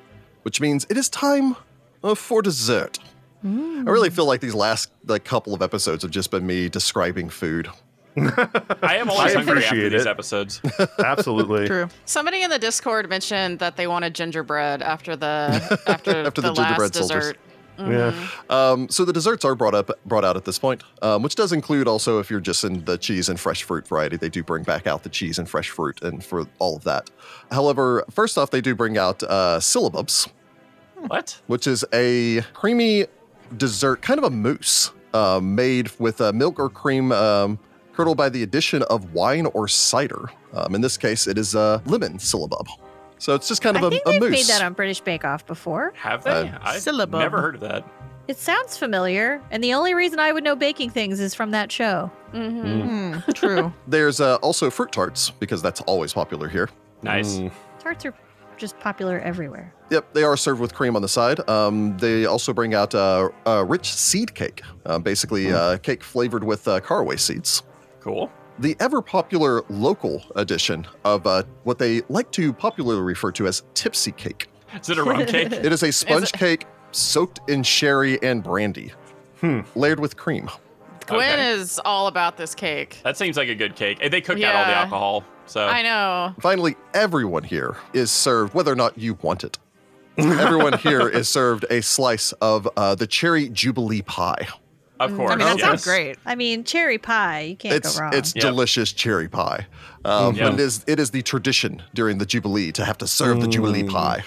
S1: which means it is time uh, for dessert. I really feel like these last like couple of episodes have just been me describing food.
S2: I am always hungry
S5: I
S2: after
S5: appreciate
S2: these
S5: it.
S2: episodes.
S5: Absolutely.
S3: Somebody in the Discord mentioned that they wanted gingerbread after the after,
S1: After the
S3: the, last
S1: gingerbread soldiers.
S3: dessert.
S5: Yeah.
S3: Mm-hmm.
S1: Um, so the desserts are brought up, brought out at this point, um, which does include also if you're just in the cheese and fresh fruit variety, they do bring back out the cheese and fresh fruit and for all of that. However, first off, they do bring out uh, syllabubs,
S2: what?
S1: which is a creamy dessert, kind of a mousse, uh, made with uh, milk or cream um, curdled by the addition of wine or cider. Um, in this case, it is a lemon syllabub. So it's just kind of
S6: I
S1: a,
S6: think
S1: a
S6: they've
S1: mousse.
S6: made that on British Bake Off before.
S2: Have they?
S1: Uh,
S2: I've
S4: syllable.
S2: never heard of that.
S6: It sounds familiar, and the only reason I would know baking things is from that show.
S3: Mm-hmm.
S4: Hmm, true.
S1: There's uh, also fruit tarts because that's always popular here.
S2: Nice.
S1: Hmm.
S5: Mm.
S6: Tarts are just popular everywhere.
S1: Yep, they are served with cream on the side. Um, they also bring out uh, a rich seed cake, uh, basically uh, cake flavored with uh, caraway seeds.
S2: Cool.
S1: The ever popular local edition of uh, what they like to popularly refer to as tipsy cake.
S2: Is it a rum cake?
S1: It Eh, is a sponge cake soaked in sherry and brandy,
S5: Hmm.
S1: layered with cream.
S3: Gwen
S2: Okay.
S3: is all about this cake.
S2: That seems like a good cake. And They cooked out all the
S3: Yeah.
S2: alcohol, so
S3: I know.
S1: Finally, everyone here is served, whether or not you want it. everyone here is served a slice of uh, the cherry jubilee pie.
S2: of course.
S4: I mean, that
S2: yes.
S4: sounds great.
S6: I mean, cherry pie, you can't
S1: it's
S6: go wrong.
S1: it's
S2: Yep. Mm,
S1: delicious cherry pie. Um,
S2: Yep.
S1: But it is it is the tradition during the Jubilee to have to serve the Jubilee
S2: Mm.
S1: pie.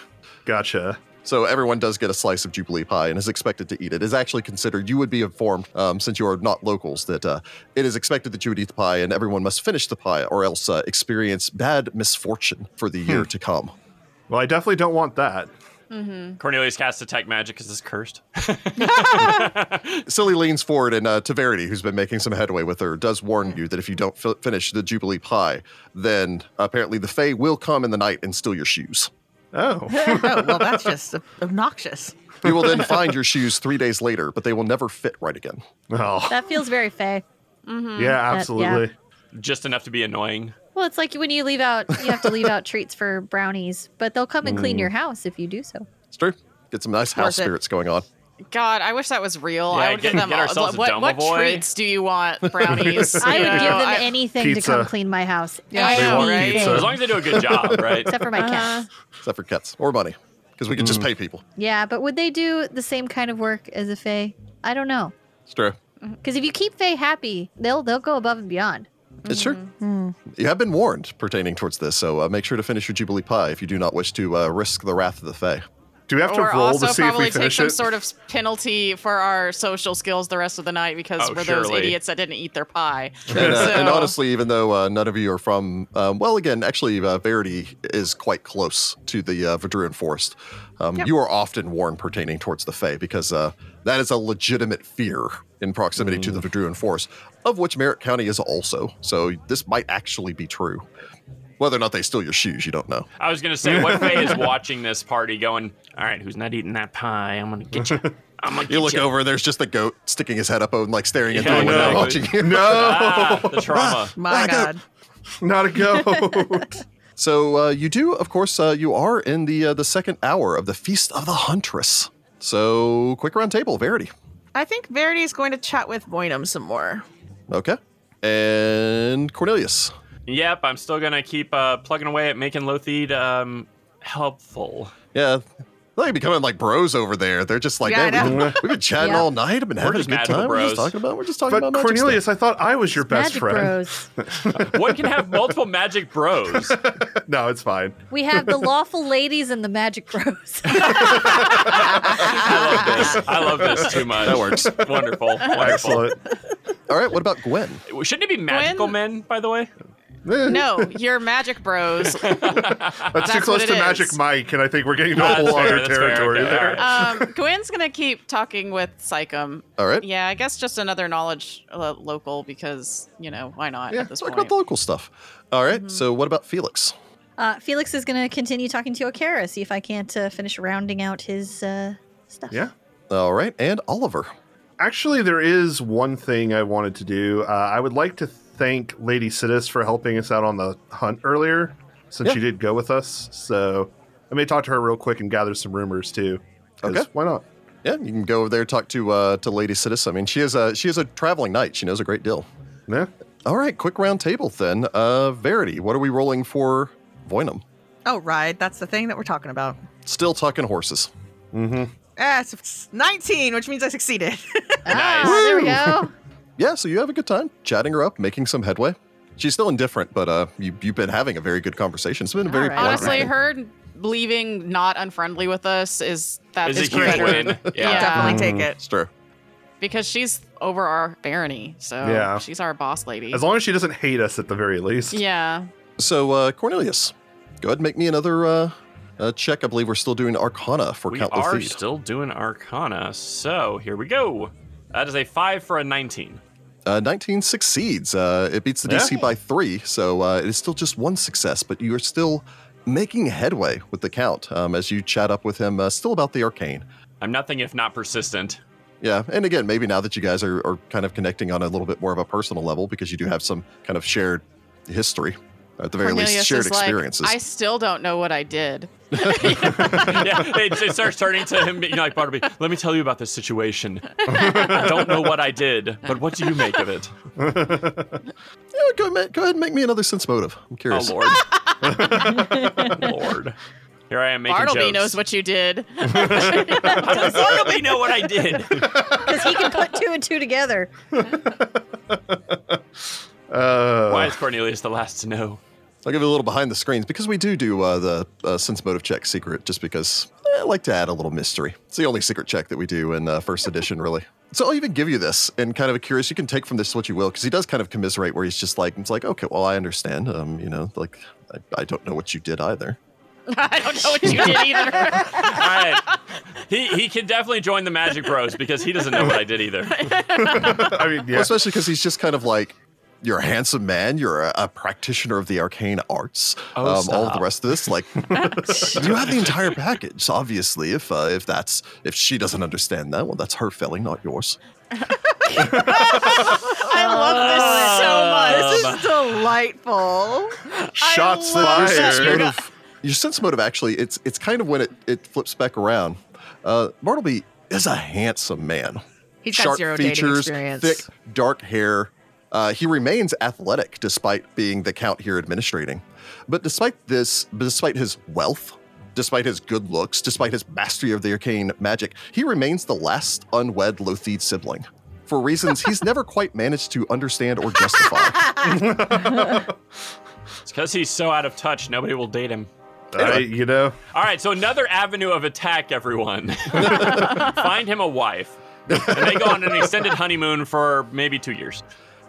S5: Gotcha.
S1: So everyone does get a slice of Jubilee pie and is expected to eat it. It is actually considered. You would be informed um, since you are not locals that uh, it is expected that you would eat the pie, and everyone must finish the pie or else
S2: Hmm.
S1: uh, experience bad misfortune for the year to come.
S5: Well, I definitely don't want that.
S3: Mm-hmm.
S2: Cornelius casts detect magic because it's cursed.
S1: Silly leans forward, and uh, Taverity, who's been making some headway with her, does warn you that if you don't fi- finish the Jubilee pie, then apparently the Fae will come in the night and steal your shoes.
S5: Oh,
S4: oh, well, that's just obnoxious.
S1: You will then find your shoes three days later, but they will never fit right again.
S3: Mm-hmm.
S5: oh,
S6: That feels very fey.
S5: yeah, absolutely.
S2: Just enough to be annoying.
S6: Well, it's like when you leave out, you have to leave out treats for brownies, but they'll come and clean
S5: Mm.
S6: your house if you do so.
S1: It's true. Get some nice house
S4: Worth it.
S1: spirits going on.
S3: God, I wish that was real.
S2: Yeah,
S3: I would
S2: get-
S3: give them
S2: get
S3: all-
S2: ourselves a
S3: what, what
S2: Domovoy.
S3: treats do you want, brownies?
S6: I
S3: You
S6: would give
S3: know,
S6: them
S3: I-
S6: anything to
S5: Pizza.
S6: come clean my house.
S3: Yeah, I know, right? Uh-huh.
S6: Anything.
S5: Pizza.
S2: As long as they do a good job, right?
S6: Except for my cats.
S1: Except for cats or money, because we can just pay people.
S6: Yeah, but would they do the same kind of work as a fae? I don't know.
S1: It's true.
S6: Because if you keep fae happy, they'll they'll go above and beyond.
S1: It's true. Mm. You have been warned pertaining towards this, so uh, make sure to finish your Jubilee pie if you do not wish to uh, risk the wrath of the Fae.
S5: Do we have to
S3: or
S5: roll
S3: also
S5: to see if
S3: probably
S5: we
S3: take
S5: finish
S3: some
S5: it?
S3: sort of penalty for our social skills the rest of the night because
S2: Oh,
S3: we're those
S2: surely.
S3: idiots that didn't eat their pie.
S1: And, uh,
S3: So-
S1: and honestly, even though uh, none of you are from, um, well, again, actually, uh, Verity is quite close to the uh, Vaduran forest. Um, You are often warned pertaining towards the Fae because uh, that is a legitimate fear in proximity to the Vaduran forest, of which Merritt County is also. So this might actually be true. Whether or not they steal your shoes, you don't know.
S2: I was gonna say, what Faye is watching this party, going, "All right, who's not eating that pie? I'm gonna get you. I'm gonna get
S1: You look
S2: ya."
S1: over, and there's just the goat sticking his head up and like staring into
S2: Yeah,
S1: the window,
S2: exactly.
S1: watching you.
S2: Ah, the trauma.
S4: My
S1: I got-
S4: God.
S5: Not a go.
S1: So uh, you do, of course, uh, you are in the uh, the second hour of the Feast of the Huntress. So quick round table, Verity.
S4: I think Verity is going to chat with Voynum some more.
S1: Okay, and Cornelius.
S2: Yep, I'm still gonna keep uh, plugging away at making Lothied um, helpful.
S1: Yeah, they're becoming like bros over there. They're just like,
S4: Yeah, I
S1: "Hey, we've,
S5: know."
S1: been, we've been chatting
S6: Yeah.
S1: all night. I've been having a
S2: just
S1: good
S2: mad at the
S1: time. We're just
S2: bros.
S1: talking about we're just talking
S5: but
S1: about magic
S5: Cornelius, I thought I was your best
S6: Magic
S5: friend.
S6: Bros.
S2: One can have multiple magic bros.
S5: No, it's fine.
S6: We have the lawful ladies and the magic bros.
S2: I love this. I love this too much.
S1: That works.
S2: Wonderful. Wonderful.
S5: Excellent.
S1: stuff. All right, what about Gwen?
S2: Shouldn't it be magical
S3: Gwen-
S2: men, by the way?
S5: Eh,
S3: no, you're magic bros.
S5: that's, too
S3: that's
S5: close
S3: what
S5: to
S3: it
S5: Magic
S3: is.
S5: Mike, and I think we're getting to a
S2: Ah,
S5: whole
S2: that's fair,
S5: other
S2: that's fair,
S5: territory
S2: okay,
S5: there.
S2: all right.
S3: Um, Gwen's gonna keep talking with Psychum.
S1: All right,
S3: Yeah, I guess just another knowledge uh, local because you know why not
S1: yeah,
S3: at this
S1: talk
S3: point.
S1: about the local stuff. All right, so what about Felix?
S6: Uh, Felix is going to continue talking to Okara, see if I can't uh, finish rounding out his uh, stuff.
S5: Yeah.
S1: All right, and Oliver.
S5: Actually, there is one thing I wanted to do. Uh, I would like to thank Lady Sidis for helping us out on the hunt earlier, since
S1: Yeah.
S5: she did go with us. So I may talk to her real quick and gather some rumors too. 'Cause
S1: Okay.
S5: Why not?
S1: Yeah, you can go over there talk to uh, to Lady Citizen. I mean, she is a she is a traveling knight. She knows a great deal.
S5: Yeah.
S1: All right, quick round table then. Uh, Verity, what are we rolling for Voynum?
S4: Oh, ride. That's the thing that we're talking about.
S1: Still tucking horses.
S4: Ah, it's- it's 19, which means I succeeded.
S6: Ah,
S2: Nice.
S6: there we go.
S1: Yeah, so you have a good time chatting her up, making some headway. She's still indifferent, but uh, you, you've been having a very good conversation. It's been a very
S6: All right.
S1: polite
S3: Honestly,
S1: meeting.
S3: her leaving not unfriendly with us is that
S2: Is
S3: is
S2: a huge
S3: pretty-
S2: win.
S3: Yeah.
S4: I'll
S2: Yeah.
S4: definitely take
S1: It's
S4: it.
S1: true.
S3: because she's over our barony, so
S5: Yeah.
S3: she's our boss lady.
S5: As long as she doesn't hate us at the very least.
S3: yeah,
S1: So uh, Cornelius, go ahead and make me another uh, uh, check. I believe we're still doing Arcana for
S2: We
S1: Count
S2: are
S1: Lafitte.
S2: still doing Arcana, so here we go. That is a five for a 19.
S1: Uh, 19 succeeds. Uh, it beats the
S5: Yeah.
S1: DC by three, so uh, it is still just one success, but you are still making headway with the count um, as you chat up with him, uh, still about the arcane.
S2: I'm nothing if not persistent.
S1: Yeah, and again, maybe now that you guys are, are kind of connecting on a little bit more of a personal level because you do have some kind of shared history, at the very least,
S3: Cornelius
S1: shared
S3: is like,
S1: experiences.
S3: I still don't know what I did.
S2: yeah, it, it starts turning to him being like, Bartleby, let me tell you about this situation. I don't know what I did, but what do you make of it?
S1: Yeah, go, ma- go ahead and make me another sense motive. I'm
S2: Oh,
S1: curious.
S2: Lord. Lord. Here I am making
S3: Bartleby
S2: jokes.
S3: knows what you did.
S2: How does Bartleby know what I did?
S6: Because he can put two and two together.
S5: Uh,
S2: Why is Cornelius the last to know?
S1: I'll give you a little behind the screens because we do do uh, the uh, sense motive check secret just because eh, I like to add a little mystery. It's the only secret check that we do in uh, first edition, really. So I'll even give you this and kind of a curious, you can take from this what you will because he does kind of commiserate where he's just like, it's like, okay, well, I understand. Um, you know, like, I, I don't know what you did either.
S3: I don't know what you did either.
S2: All right. He he can definitely join the Magic Bros because he doesn't know what I did either.
S5: I mean, yeah.
S1: especially because he's just kind of like you're a handsome man you're a, a practitioner of the arcane arts um,
S2: Oh,
S1: all the
S2: stop.
S1: rest of this like you have the entire package obviously if uh, if that's if she doesn't understand that well that's her failing not yours
S3: I
S2: Uh,
S3: love
S4: Oh.
S3: this so much.
S4: This is delightful.
S5: Shots
S3: love that
S5: fired.
S3: you got-
S1: your sense motive actually it's it's kind of when it it flips back around uh bartleby is a handsome man
S4: He's got zero dating experience.
S1: thick dark hair uh, he remains athletic despite being the count here administrating but despite this despite his wealth despite his good looks despite his mastery of the arcane magic he remains the last unwed lothied sibling for reasons he's never quite managed to understand or justify
S2: It's because he's so out of touch. Nobody will date him.
S5: I, you know,
S2: All right, so another avenue of attack, everyone. Find him a wife. And they go on an extended honeymoon for maybe two years.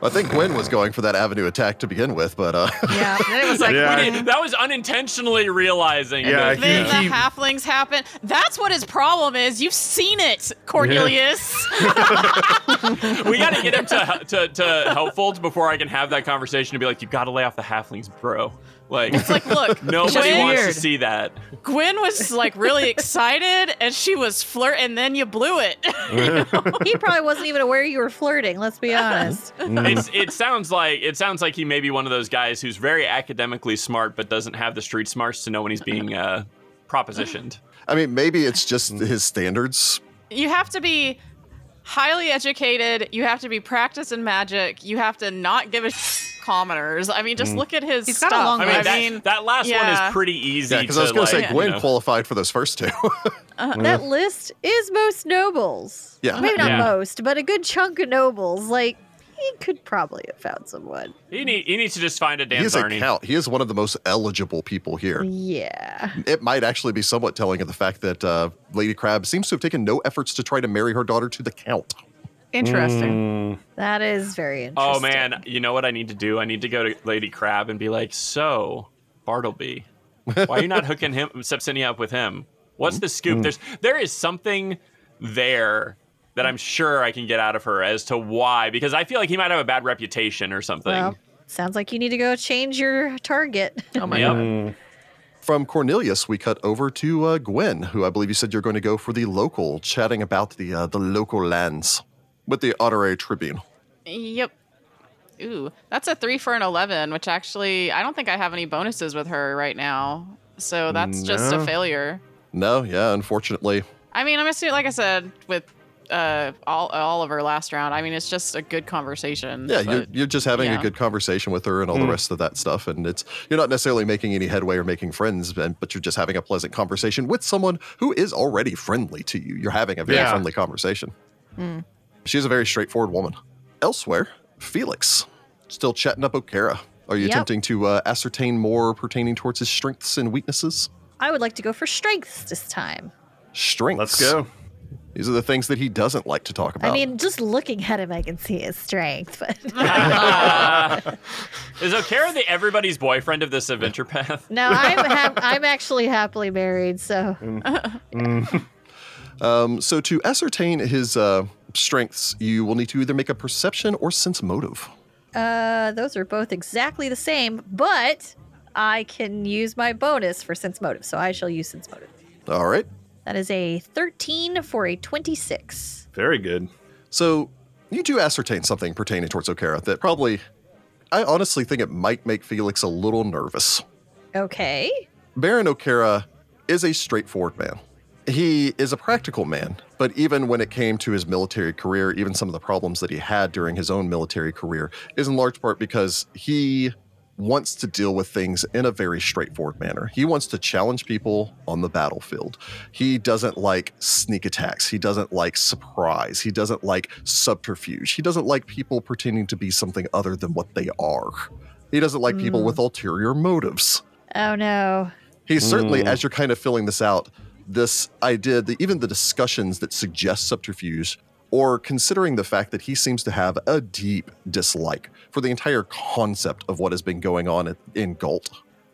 S1: i think gwen was going for that avenue attack to begin with but uh
S6: Yeah.
S4: And it was like,
S5: Yeah.
S4: we didn't-
S2: That was unintentionally realizing.
S5: Yeah,
S2: that-
S5: I
S3: The,
S5: Yeah.
S3: the halflings happen. That's what his problem is. You've seen it, Cornelius.
S2: we got to get him to, to, to Helpfolds before I can have that conversation and be like, you got to lay off the halflings, bro. Like,
S3: It's like, look,
S2: nobody
S3: Gwen,
S2: wants to
S4: weird.
S2: see that.
S3: Gwen was like really excited, and she was flirt, and then you blew it.
S6: he probably wasn't even aware you were flirting. Let's be honest.
S1: Mm.
S2: It's, it sounds like it sounds like he may be one of those guys who's very academically smart but doesn't have the street smarts to know when he's being uh, propositioned.
S1: i mean maybe it's just his standards
S3: you have to be highly educated. You have to be practiced in magic. You have to not give a sh- commoners. I mean, just look at his
S4: He's
S3: stuff.
S4: got a long
S2: Mm. I mean,
S4: I
S2: that, that last one
S3: Oh, yeah.
S2: is pretty easy.
S1: yeah because i was
S2: to,
S1: going to
S2: like,
S1: say
S2: you
S1: gwen
S2: know.
S1: qualified for those first two
S6: that list is most nobles.
S1: Yeah.
S6: Maybe not
S2: Yeah.
S6: most, but a good chunk of nobles. Like, he could probably have found someone.
S2: He, need, he needs to just find a
S1: he
S2: dance
S1: is a
S2: Arnie.
S1: count he is one of the most eligible people here
S6: Mm. Yeah.
S1: It might actually be somewhat telling of the fact that uh, Lady Crab seems to have taken no efforts to try to marry her daughter to the Count.
S4: interesting.
S6: That is very interesting.
S2: Oh man, you know what I need to do? I need to go to Lady Crab and be like, so Bartleby, why are you not hooking him Sepsini up with him? What's the scoop?
S5: Mm.
S2: There's there is something there that I'm sure I can get out of her as to why, because I feel like he might have a bad reputation or something.
S6: Well, sounds like you need to go change your target.
S3: Oh my
S2: Yep.
S1: From Cornelius, we cut over to uh, Gwen, who I believe you said you're going to go for the local, chatting about the uh, the local lands with the Honorary Tribune.
S3: Yep. Ooh, that's a three for an 11, which actually, I don't think I have any bonuses with her right now. So that's just a
S5: No.
S3: failure.
S1: No, yeah, unfortunately,
S3: I mean, I'm assuming, like I said, with uh, all, all of her last round, I mean, it's just a good conversation.
S1: yeah, you're,
S3: but-
S1: you're just having a
S3: yeah.
S1: good conversation with her and
S5: Mm.
S1: all the rest of that stuff, and it's you're not necessarily making any headway or making friends, and, but you're just having a pleasant conversation with someone who is already friendly to you. You're having a very
S5: Yeah.
S1: friendly conversation.
S6: Mm.
S1: She's a very straightforward woman. Elsewhere, Felix still chatting up O'Kara. Are you
S6: Yep.
S1: attempting to uh, ascertain more pertaining towards his strengths and weaknesses?
S6: I would like to go for strengths this time.
S1: Strengths.
S5: Let's go.
S1: These are the things that he doesn't like to talk about.
S6: I mean, just looking at him, I can see his strength. But
S2: Is O'Kara the everybody's boyfriend of this adventure path?
S6: no, I'm hap- I'm actually happily married, so
S1: Mm. um, so to ascertain his uh, strengths, you will need to either make a perception or sense motive.
S6: uh, those are both exactly the same. But I can use my bonus for sense motive, so I shall use sense motive.
S1: All right.
S6: That is a 13 for a 26.
S5: Very good.
S1: So you do ascertain something pertaining towards O'Kara that probably, I honestly think it might make Felix a little nervous.
S6: Okay.
S1: Baron O'Kara is a straightforward man. He is a practical man, but even when it came to his military career, even some of the problems that he had during his own military career is in large part because he wants to deal with things in a very straightforward manner. He wants to challenge people on the battlefield. He doesn't like sneak attacks. He doesn't like surprise. He doesn't like subterfuge. He doesn't like people pretending to be something other than what they are. He doesn't like people with ulterior motives.
S6: Oh no.
S1: He's certainly, as you're kind of filling this out, this idea that even the discussions that suggest subterfuge, or considering the fact that he seems to have a deep dislike for the entire concept of what has been going on at- in Galt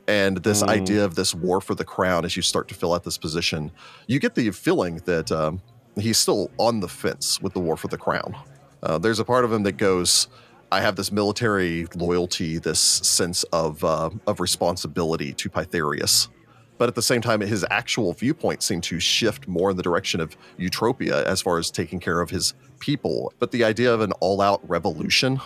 S1: and this
S5: Mm.
S1: idea of this war for the crown as you start to fill out this position you get the feeling that um, he's still on the fence with the war for the crown uh, there's a part of him that goes i have this military loyalty this sense of, uh, of responsibility to pytherius but at the same time his actual viewpoint seemed to shift more in the direction of utopia as far as taking care of his people but the idea of an all-out revolution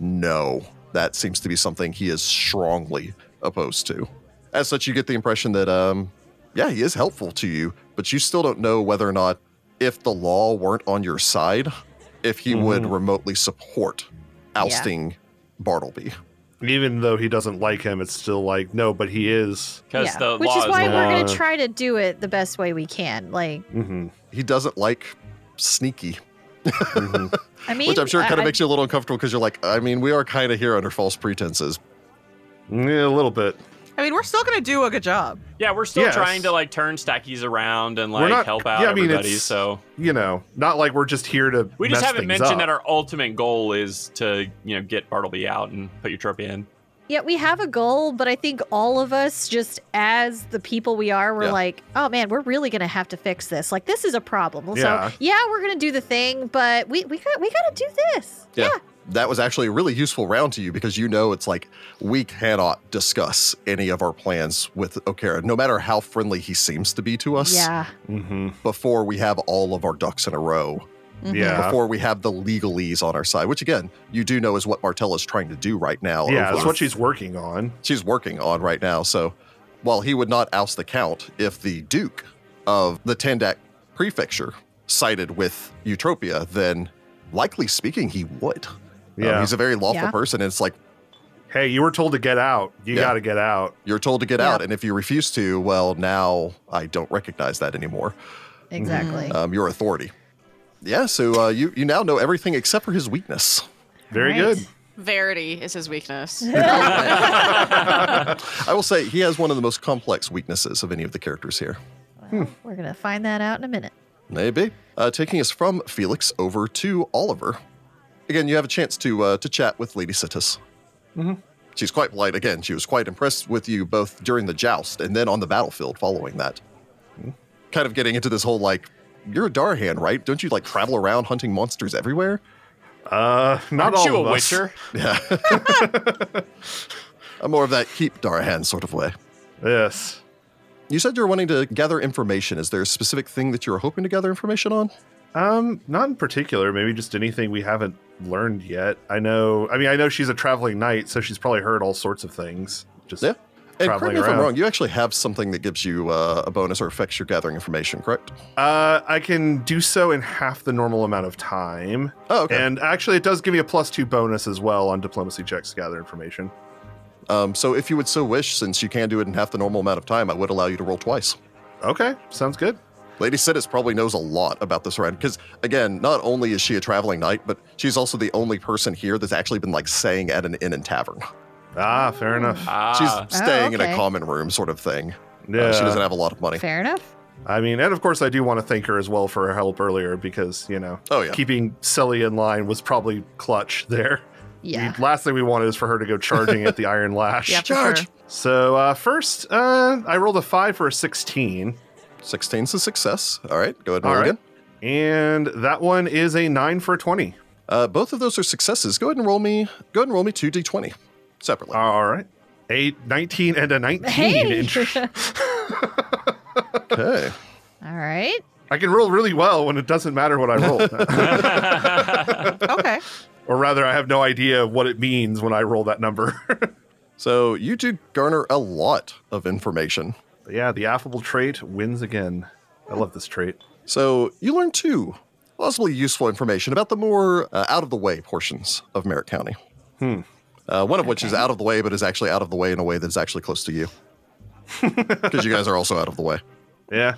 S1: no that seems to be something he is strongly opposed to as such you get the impression that um yeah he is helpful to you but you still don't know whether or not if the law weren't on your side if he would
S6: Mm-hmm.
S1: remotely support ousting bartleby
S5: Even though he doesn't like him, it's still like, no, but he is.
S2: because
S6: Yeah.
S2: the
S6: Which
S2: law
S6: is why we're
S5: law.
S6: gonna try to do it the best way we can. Like,
S5: Mhm,
S1: he doesn't like sneaky
S5: mhm.
S6: I mean,
S1: which i'm sure
S6: I-
S1: kind of
S6: I-
S1: makes you a little uncomfortable because you're like i mean we are kind of here under false pretenses
S5: yeah, a little bit.
S4: I mean, we're still going to do a good job.
S2: yeah we're still
S5: Yes.
S2: trying to like turn stackies around and
S5: We're
S2: like
S5: not-
S2: help out
S5: yeah, I mean,
S2: everybody
S5: it's-
S2: so
S5: You know, not like we're just here to.
S2: we just
S5: mess
S2: haven't
S5: things
S2: mentioned
S5: up.
S2: that our ultimate goal is to you know get bartleby out and put utropia in
S6: yeah, we have a goal, but I think all of us, just as the people we are, we're
S1: Yeah.
S6: like, oh man, we're really gonna have to fix this. Like, this is a problem.
S5: Yeah.
S6: So yeah, we're gonna do the thing, but we we got we gotta do this.
S1: Yeah. that was actually a really useful round to you because you know it's like we cannot discuss any of our plans with O'Kara, no matter how friendly he seems to be to us,
S6: Yeah.
S5: Mhm,
S1: before we have all of our ducks in a row,
S4: Mm-hmm.
S5: Yeah.
S1: Mm-hmm. before we have the legalese on our side, which again, you do know is what Martella's trying to do right now.
S5: Yeah,
S1: over-
S5: that's what she's working on.
S1: she's working on right now. So while he would not oust the count if the Duke of the Tandak Prefecture sided with Eutropia, then likely speaking, he would. Um,
S5: Yeah.
S1: he's a very lawful
S6: Yeah.
S1: person, and it's like,
S5: Hey, you were told to get out. You
S1: Yeah.
S5: got to get out.
S1: you're told to get
S6: Yeah.
S1: out and if you refuse to well now i don't recognize that anymore
S6: Exactly.
S1: um, your authority yeah so uh, you, you now know everything except for his weakness
S5: Very
S6: Right.
S5: good.
S3: Verity is his weakness.
S1: i will say he has one of the most complex weaknesses of any of the characters here Uh, hmm.
S6: We're gonna find that out in a minute.
S1: maybe uh, taking us from felix over to oliver again you have a chance to uh, to chat with lady Citus.
S5: Mm-hmm.
S1: she's quite polite again she was quite impressed with you both during the joust and then on the battlefield following that
S5: Mm-hmm.
S1: kind of getting into this whole like you're a Darhan, right? Don't you like travel around hunting monsters everywhere?
S5: Uh, not
S2: Aren't
S5: all
S2: you
S5: of
S2: a
S5: us.
S2: witcher
S1: I'm Uh, more of that keep Darhan sort of way.
S5: Yes.
S1: You said you're wanting to gather information. Is there a specific thing that you're hoping to gather information on?
S5: Um, not in particular. Maybe just anything we haven't learned yet. I know. I mean, I know she's a traveling knight, so she's probably heard all sorts of things. Just
S1: Yeah. And correct
S5: Traveling
S1: me if I'm
S5: around.
S1: wrong, you actually have something that gives you uh, a bonus or affects your gathering information, correct?
S5: Uh, I can do so in half the normal amount of time.
S1: Oh, okay.
S5: And actually, it does give me a plus two bonus as well on diplomacy checks to gather information.
S1: Um, so if you would so wish, since you can do it in half the normal amount of time, I would allow you to roll twice.
S5: Okay, sounds good.
S1: Lady Sidis probably knows a lot about this round because, again, not only is she a traveling knight, but she's also the only person here that's actually been like staying at an inn and tavern.
S5: Ah, fair enough.
S1: She's
S2: ah,
S1: staying in a
S6: okay.
S1: common room sort of thing.
S5: Yeah,
S1: Uh, she doesn't have a lot of money.
S6: Fair enough.
S5: I mean, and of course, I do want to thank her as well for her help earlier because you know
S1: Oh, yeah.
S5: keeping Sully in line was probably clutch there.
S6: Yeah.
S5: The last thing we wanted is for her to go charging at the Iron Lash.
S4: Yeah, for
S1: Charge.
S4: sure.
S5: So uh, first, uh, I rolled a five for a sixteen,
S1: 16's a success. All right, go ahead and
S5: All
S1: roll
S5: right.
S1: again.
S5: and that one is a nine for a twenty.
S1: Uh, both of those are successes. Go ahead and roll me. Go ahead and roll me two d20 separately.
S5: All right, a nineteen and a nineteen.
S6: Hey.
S5: Inter-
S1: Okay.
S6: All right.
S5: I can roll really well when it doesn't matter what I roll,
S4: Okay.
S5: or rather, I have no idea what it means when I roll that number.
S1: So you do garner a lot of information.
S5: But yeah, the affable trait wins again. I love this trait.
S1: So you learn two possibly useful information about the more uh, out of the way portions of Merritt County. Hmm. Uh, one of which is out of the way, but is actually out of the way in a way that is actually close to you. Because you guys are also out of the way.
S5: Yeah.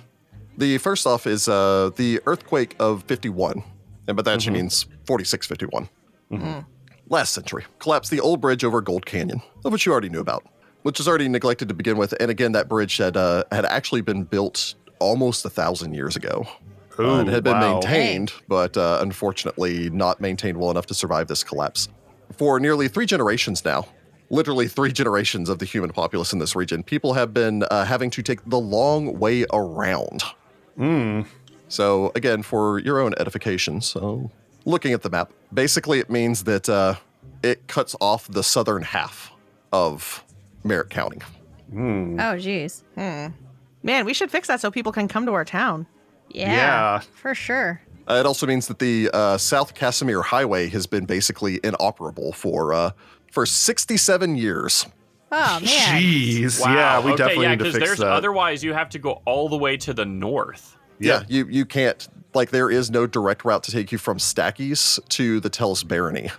S1: The first off is uh, the earthquake of 51, and by that she means 4651. Last century collapsed the old bridge over Gold Canyon, of which you already knew about, which was already neglected to begin with. And again, that bridge had uh, had actually been built almost a thousand years ago. Uh,
S5: Ooh,
S1: it had been
S5: wow.
S1: maintained, but uh, unfortunately not maintained well enough to survive this collapse. For nearly three generations now, literally three generations of the human populace in this region. People have been uh, having to take the long way around.
S5: Hmm.
S1: So, again, for your own edification, so looking at the map, basically it means that uh, it cuts off the southern half of Merritt County.
S6: Oh, jeez.
S4: Man, we should fix that so people can come to our town.
S6: Yeah,
S5: Yeah.
S6: For sure.
S1: Uh, it also means that the uh, South Casimir Highway has been basically inoperable for uh, for 67 years.
S6: Oh, man.
S5: Jeez.
S2: Wow.
S5: Yeah, we
S2: okay,
S5: definitely
S2: yeah,
S5: need to
S2: 'cause
S5: fix
S2: there's,
S5: that.
S2: Otherwise, you have to go all the way to the north.
S1: Yeah, you you can't like there is no direct route to take you from Stackies to the Tels Barony.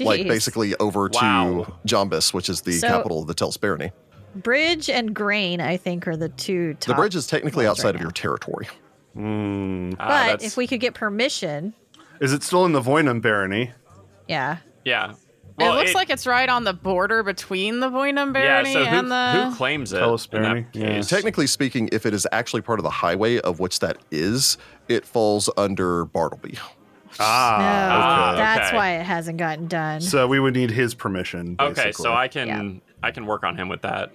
S1: Like
S6: Jeez.
S1: basically over
S2: Wow.
S1: to Jombus, which is the
S6: So-
S1: capital of the Tels Barony.
S6: Bridge and grain, I think, are the two top.
S1: The bridge is technically
S6: ones
S1: outside
S6: Ah, right
S1: of
S6: now.
S1: your territory.
S2: Ah,
S6: But
S2: that's-
S6: if we could get permission,
S5: Is it still in the Voynum barony?
S6: yeah.
S2: yeah. Well,
S3: it looks
S2: it-
S3: like it's right on the border between the Voynum
S2: yeah.
S3: Barony
S2: So who,
S3: and the.
S2: who claims it?
S5: Telos
S2: in that
S5: Barony, yeah.
S2: case?
S1: Technically speaking, if it is actually part of the highway of which that is, it falls under Bartleby.
S6: No,
S5: Ah. okay.
S6: that's
S2: okay.
S6: why it hasn't gotten done.
S5: So we would need his permission.
S2: Okay, so
S5: basically.
S2: I can I can work on him with that.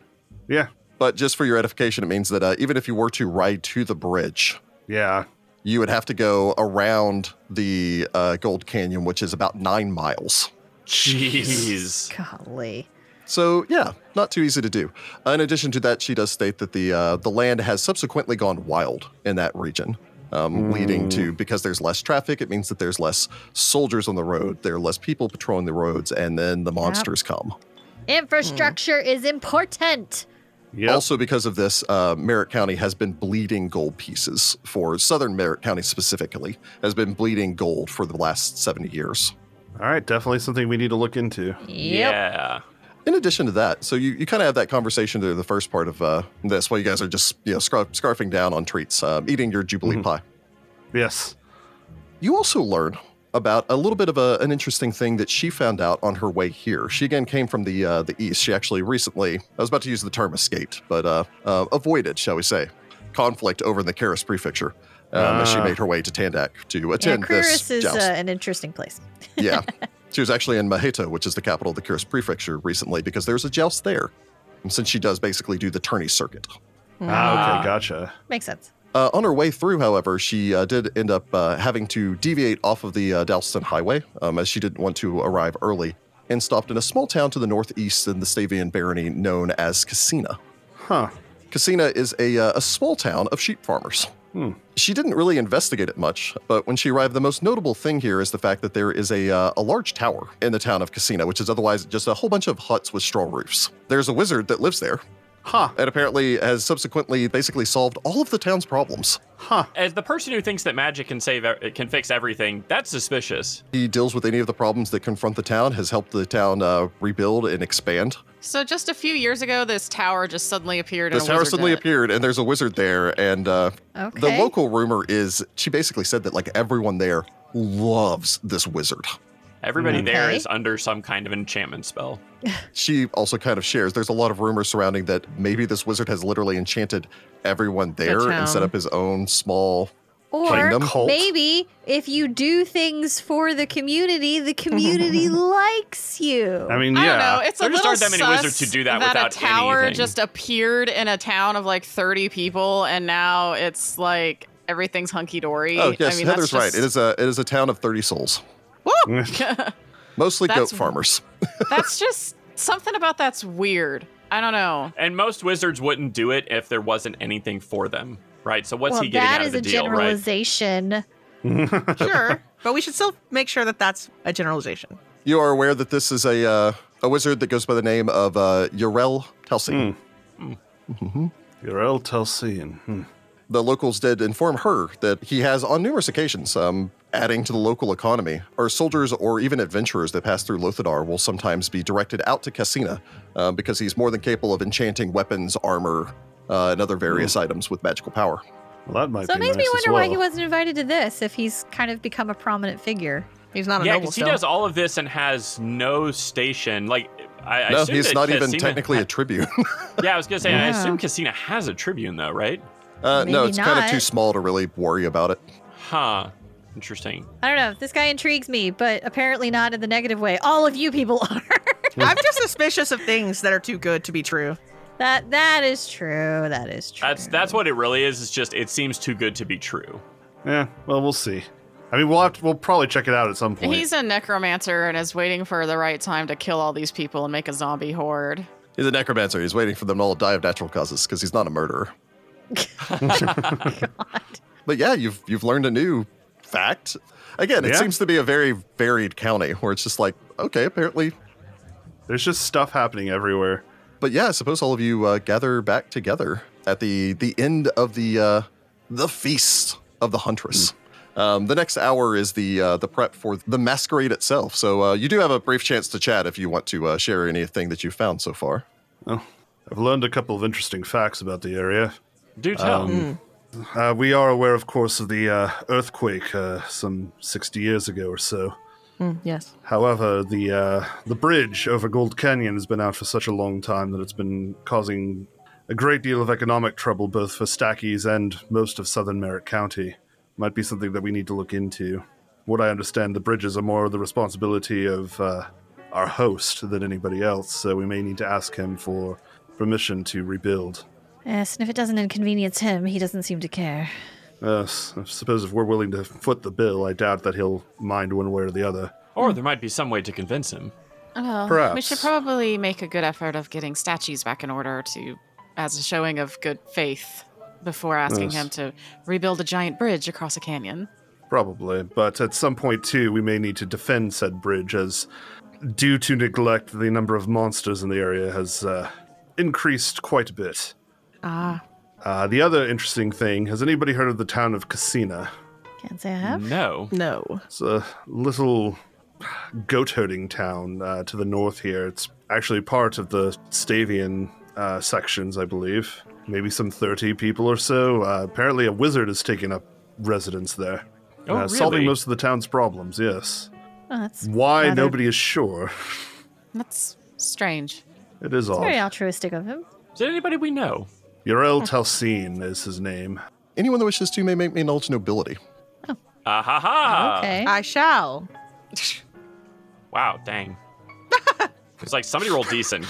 S5: Yeah.
S1: But just for your edification, it means that uh, even if you were to ride to the bridge,
S5: Yeah.
S1: you would have to go around the uh, Gold Canyon, which is about nine miles.
S2: Jeez.
S6: Golly.
S1: So yeah, not too easy to do. In addition to that, she does state that the uh, the land has subsequently gone wild in that region, um, leading to because there's less traffic, it means that there's less soldiers on the road, there are less people patrolling the roads, and then the monsters come.
S6: Infrastructure is important.
S5: Yep.
S1: Also, because of this, uh, Merritt County has been bleeding gold pieces for Southern Merritt County specifically has been bleeding gold for the last seventy years.
S5: All right. Definitely something we need to look into.
S6: Yep.
S2: Yeah.
S1: In addition to that, so you, you kind of have that conversation through the first part of uh, this while you guys are just you know, scar- scarfing down on treats, um, eating your Jubilee pie.
S5: Yes.
S1: You also learn about a little bit of a, an interesting thing that she found out on her way here. She again came from the uh, the east. She actually recently, I was about to use the term escaped, but uh, uh, avoided, shall we say, conflict over in the Karis prefecture. Um, as she
S5: Ah.
S1: made her way to Tandak to
S6: Yeah,
S1: attend
S6: Cruris
S1: this
S6: is uh,
S1: joust.
S6: an interesting place.
S1: yeah. She was actually in Mahito, which is the capital of the Karis prefecture, recently because there's a joust there, since she does basically do the tourney circuit.
S5: Ah,
S2: Ah.
S5: okay. Gotcha.
S6: Makes sense.
S1: Uh, on her way through, however, she uh, did end up uh, having to deviate off of the uh, Dalston Highway um, as she didn't want to arrive early and stopped in a small town to the northeast in the Stavian barony known as Cassina.
S5: Huh.
S1: Cassina is a, uh, a small town of sheep farmers. She didn't really investigate it much, but when she arrived, the most notable thing here is the fact that there is a, uh, a large tower in the town of Cassina, which is otherwise just a whole bunch of huts with straw roofs. There's a wizard that lives there
S5: Huh.
S1: and apparently has subsequently basically solved all of the town's problems.
S5: Huh.
S2: As the person who thinks that magic can save e- can fix everything, that's suspicious.
S1: He deals with any of the problems that confront the town, has helped the town uh, rebuild and expand.
S3: so just a few years ago, this tower just suddenly appeared.
S1: This
S3: and a
S1: tower
S3: wizard
S1: suddenly
S3: did it.
S1: appeared, and there's a wizard there. And uh, the
S6: Okay.
S1: local rumor is she basically said that like everyone there loves this wizard.
S2: Everybody there
S6: Okay.
S2: is under some kind of enchantment spell.
S1: She also kind of shares there's a lot of rumors surrounding that maybe this wizard has literally enchanted everyone there
S4: town.
S1: and set up his own small.
S6: Or
S1: Kingdom cult.
S6: maybe if you do things for the community, the community likes you.
S5: I mean, yeah.
S3: I don't know. It's
S2: There
S3: a
S2: just
S3: little
S2: aren't that many
S3: sus
S2: wizards who do that without
S3: a tower
S2: anything.
S3: just appeared in a town of like 30 people, and now it's like everything's hunky dory.
S1: Oh yes,
S3: I mean,
S1: Heather's
S3: that's
S1: right. It is
S3: just-
S1: a it is a town of thirty souls, mostly goat
S3: That's-
S1: farmers.
S3: that's just something about that's weird. I don't know.
S2: And most wizards wouldn't do it if there wasn't anything for them, right? So what's
S6: well,
S2: he getting
S6: that
S2: out
S6: is
S2: of the
S6: a
S2: deal, right?
S6: generalization.
S4: Sure. but we should still make sure that that's a generalization.
S1: You are aware that this is a uh, a wizard that goes by the name of uh, Yorel Telsey.
S2: Hmm.
S5: You're El Telsian. Hmm.
S1: The locals did inform her that he has, on numerous occasions, um, adding to the local economy, or soldiers or even adventurers that pass through Lothadar will sometimes be directed out to Cassina um, because he's more than capable of enchanting weapons, armor, uh, and other various
S2: Hmm.
S1: items with magical power.
S5: Well, that might
S6: So it
S5: be
S6: makes
S5: nice
S6: me
S5: as
S6: wonder why he
S5: well.
S6: wasn't invited to this if he's kind of become a prominent figure.
S4: He's not a
S2: Yeah,
S4: noble
S2: because he
S4: still.
S2: does all of this and has no station. Like, I, I
S1: no,
S2: assume
S1: he's
S2: that
S1: not even
S2: Cassina-
S1: technically a tribune.
S2: Yeah, I was gonna say. I
S6: Yeah.
S2: assume Cassina has a tribune though, right?
S1: uh, no,
S6: Maybe
S1: it's kind of
S6: not.
S1: too small to really worry about it.
S2: Huh. Interesting.
S6: I don't know. This guy intrigues me, but apparently not in the negative way. All of you people are.
S4: I'm just suspicious of things that are too good to be true.
S6: That that is true. That is true.
S2: That's that's what it really is. It's just it seems too good to be true.
S5: Yeah, well, we'll see. I mean, we'll have to, we'll probably check it out at some point.
S3: He's a necromancer and is waiting for the right time to kill all these people and make a zombie horde.
S1: He's a necromancer. He's waiting for them to all die of natural causes because he's not a murderer. But yeah, you've you've learned a new fact. Again, it
S5: Yeah.
S1: seems to be a very varied county where it's just like, okay, apparently.
S5: There's just stuff happening everywhere.
S1: But yeah, I suppose all of you uh, gather back together at the the end of the uh, the feast of the huntress. Um, the next hour is the uh, the prep for the masquerade itself. So uh, you do have a brief chance to chat if you want to uh, share anything that you've found so far.
S5: I've learned a couple of interesting facts about the area.
S2: Do tell.
S1: Um,
S6: Hmm.
S5: Uh, we are aware, of course, of the uh, earthquake uh, some 60 years ago or so.
S4: Yes.
S5: However, the uh, the bridge over Gold Canyon has been out for such a long time that it's been causing a great deal of economic trouble both for Stackies and most of Southern Merritt County. Might be something that we need to look into. What I understand, the bridges are more the responsibility of uh, our host than anybody else, so we may need to ask him for permission to rebuild.
S6: Yes, and if it doesn't inconvenience him, he doesn't seem to care.
S5: Uh, s- I suppose if we're willing to foot the bill, I doubt that he'll mind one way or the other.
S2: Or there might be some way to convince him.
S3: Well, we should
S5: Perhaps.
S3: probably make a good effort of getting statues back in order to, as a showing of good faith, before asking
S5: Yes.
S3: him to rebuild a giant bridge across a canyon.
S5: Probably, but at some point too, we may need to defend said bridge as, due to neglect, the number of monsters in the area has uh, increased quite a bit.
S3: Ah,
S5: Uh, the other interesting thing has anybody heard of the town of Cassina?
S6: Can't say I have.
S2: No.
S4: No.
S5: It's a little goat herding town uh, to the north here. It's actually part of the Stavian uh, sections, I believe. Maybe some 30 people or so. Uh, apparently, a wizard has taken up residence there.
S2: Oh,
S5: uh, Solving
S2: really?
S5: most of the town's problems, yes.
S6: Oh, that's
S5: Why
S6: rather-
S5: nobody is sure.
S3: that's strange.
S5: It is odd.
S6: Very altruistic of him.
S2: Is there anybody we know?
S5: Yarel Talsin is his name.
S1: Anyone that wishes to may make me knowledge nobility.
S2: Ah ha ha.
S6: okay.
S4: I shall.
S2: Wow, dang. it's like somebody roll decent.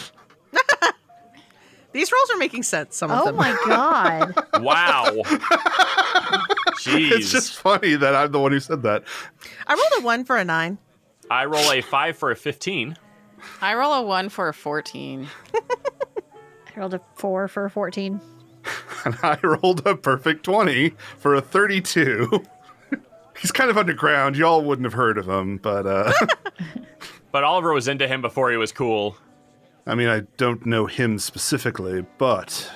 S4: These rolls are making sense, some of
S6: oh
S4: them.
S6: my god.
S2: Wow. Jeez.
S5: It's just funny that I'm the one who said that.
S4: I rolled a one for a nine.
S2: I roll a five for a fifteen.
S3: I roll a one for a 14.
S6: I rolled a four for a fourteen.
S5: And I rolled a perfect 20 for a 32. He's kind of underground. Y'all wouldn't have heard of him, but uh,
S2: But Oliver was into him before he was cool.
S5: I mean, I don't know him specifically, but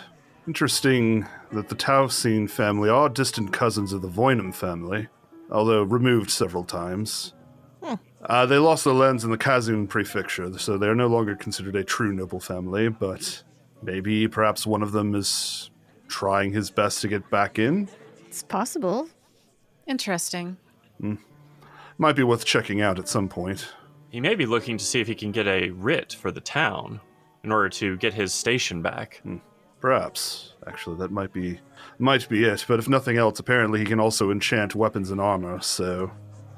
S5: interesting that the Tausin family are distant cousins of the Voynum family, although removed several times. Uh, they lost their lands in the Kazun prefecture, so they're no longer considered a true noble family, but maybe perhaps one of them is trying his best to get back in.
S6: It's possible.
S3: Interesting.
S5: Might be worth checking out at some point.
S2: He may be looking to see if he can get a writ for the town in order to get his station back.
S5: Hmm. Perhaps. Actually, that might be might be it, but if nothing else, apparently he can also enchant weapons and armor, so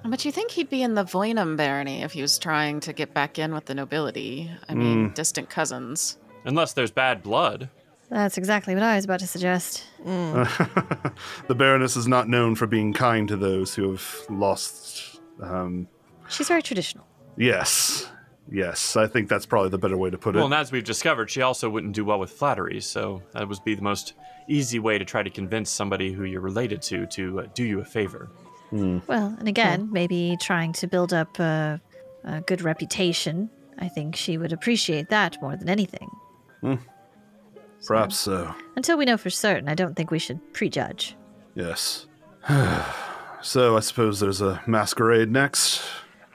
S3: But you think he'd be in the Voynum barony if he was trying to get back in with the nobility. I mean, distant cousins.
S2: Unless there's bad blood.
S6: That's exactly what I was about to suggest.
S5: the Baroness is not known for being kind to those who have lost. Um,
S6: She's very traditional.
S5: yes, yes, I think that's probably the better way to put it.
S2: Well, and as we've discovered, she also wouldn't do well with flattery, so that would be the most easy way to try to convince somebody who you're related to to uh, do you a favor.
S6: Well, and again, maybe trying to build up a, a good reputation. I think she would appreciate that more than anything.
S5: Perhaps so.
S6: Until we know for certain, I don't think we should prejudge.
S5: Yes. so I suppose there's a masquerade next.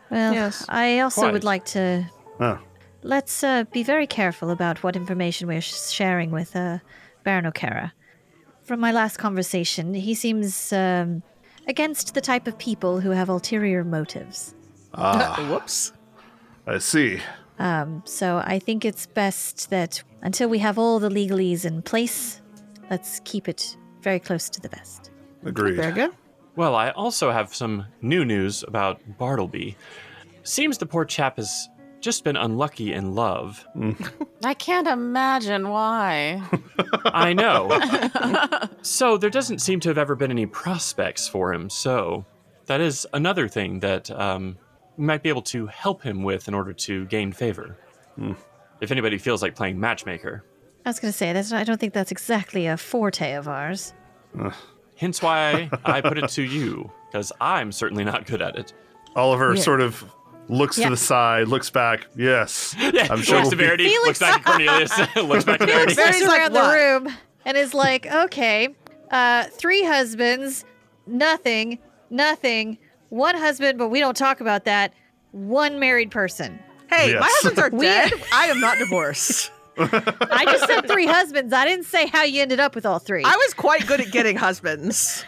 S6: Well,
S4: Yes.
S6: I also
S2: Quite.
S6: would like to
S5: Oh,
S6: let's uh, be very careful about what information we're sh- sharing with uh, Baron O'Kara. From my last conversation, he seems um, against the type of people who have ulterior motives.
S4: Whoops.
S5: I see.
S6: So I think it's best that until we have all the legalese in place, let's keep it very close to the vest.
S5: Agreed.
S4: Very good.
S2: Well, I also have some new news about Bartleby. Seems the poor chap has just been unlucky in love.
S3: I can't imagine why.
S2: I know. so there doesn't seem to have ever been any prospects for him. So that is another thing that um, we might be able to help him with in order to gain favor.
S5: Hmm.
S2: If anybody feels like playing matchmaker,
S6: I was going to say that's. I don't think that's exactly a forte of ours.
S2: hence why I put it to you because I'm certainly not good at it.
S5: Oliver sort of looks
S6: Yeah.
S5: to the side, looks back. Yes, I'm sure.
S2: looks
S5: we'll
S2: to
S5: be-
S2: Verity, looks back at Cornelius, looks back at Verity.
S4: Barry's
S6: Looks
S4: like,
S6: around
S4: "What?"
S6: the room and is like, "Okay, uh, three husbands, nothing, nothing. One husband, but we don't talk about that. One married person.
S4: Hey, my
S5: Yes.
S4: husbands are
S6: We-
S4: dead. I am not divorced.
S6: I just said three husbands. I didn't say how you ended up with all three.
S4: I was quite good at getting husbands.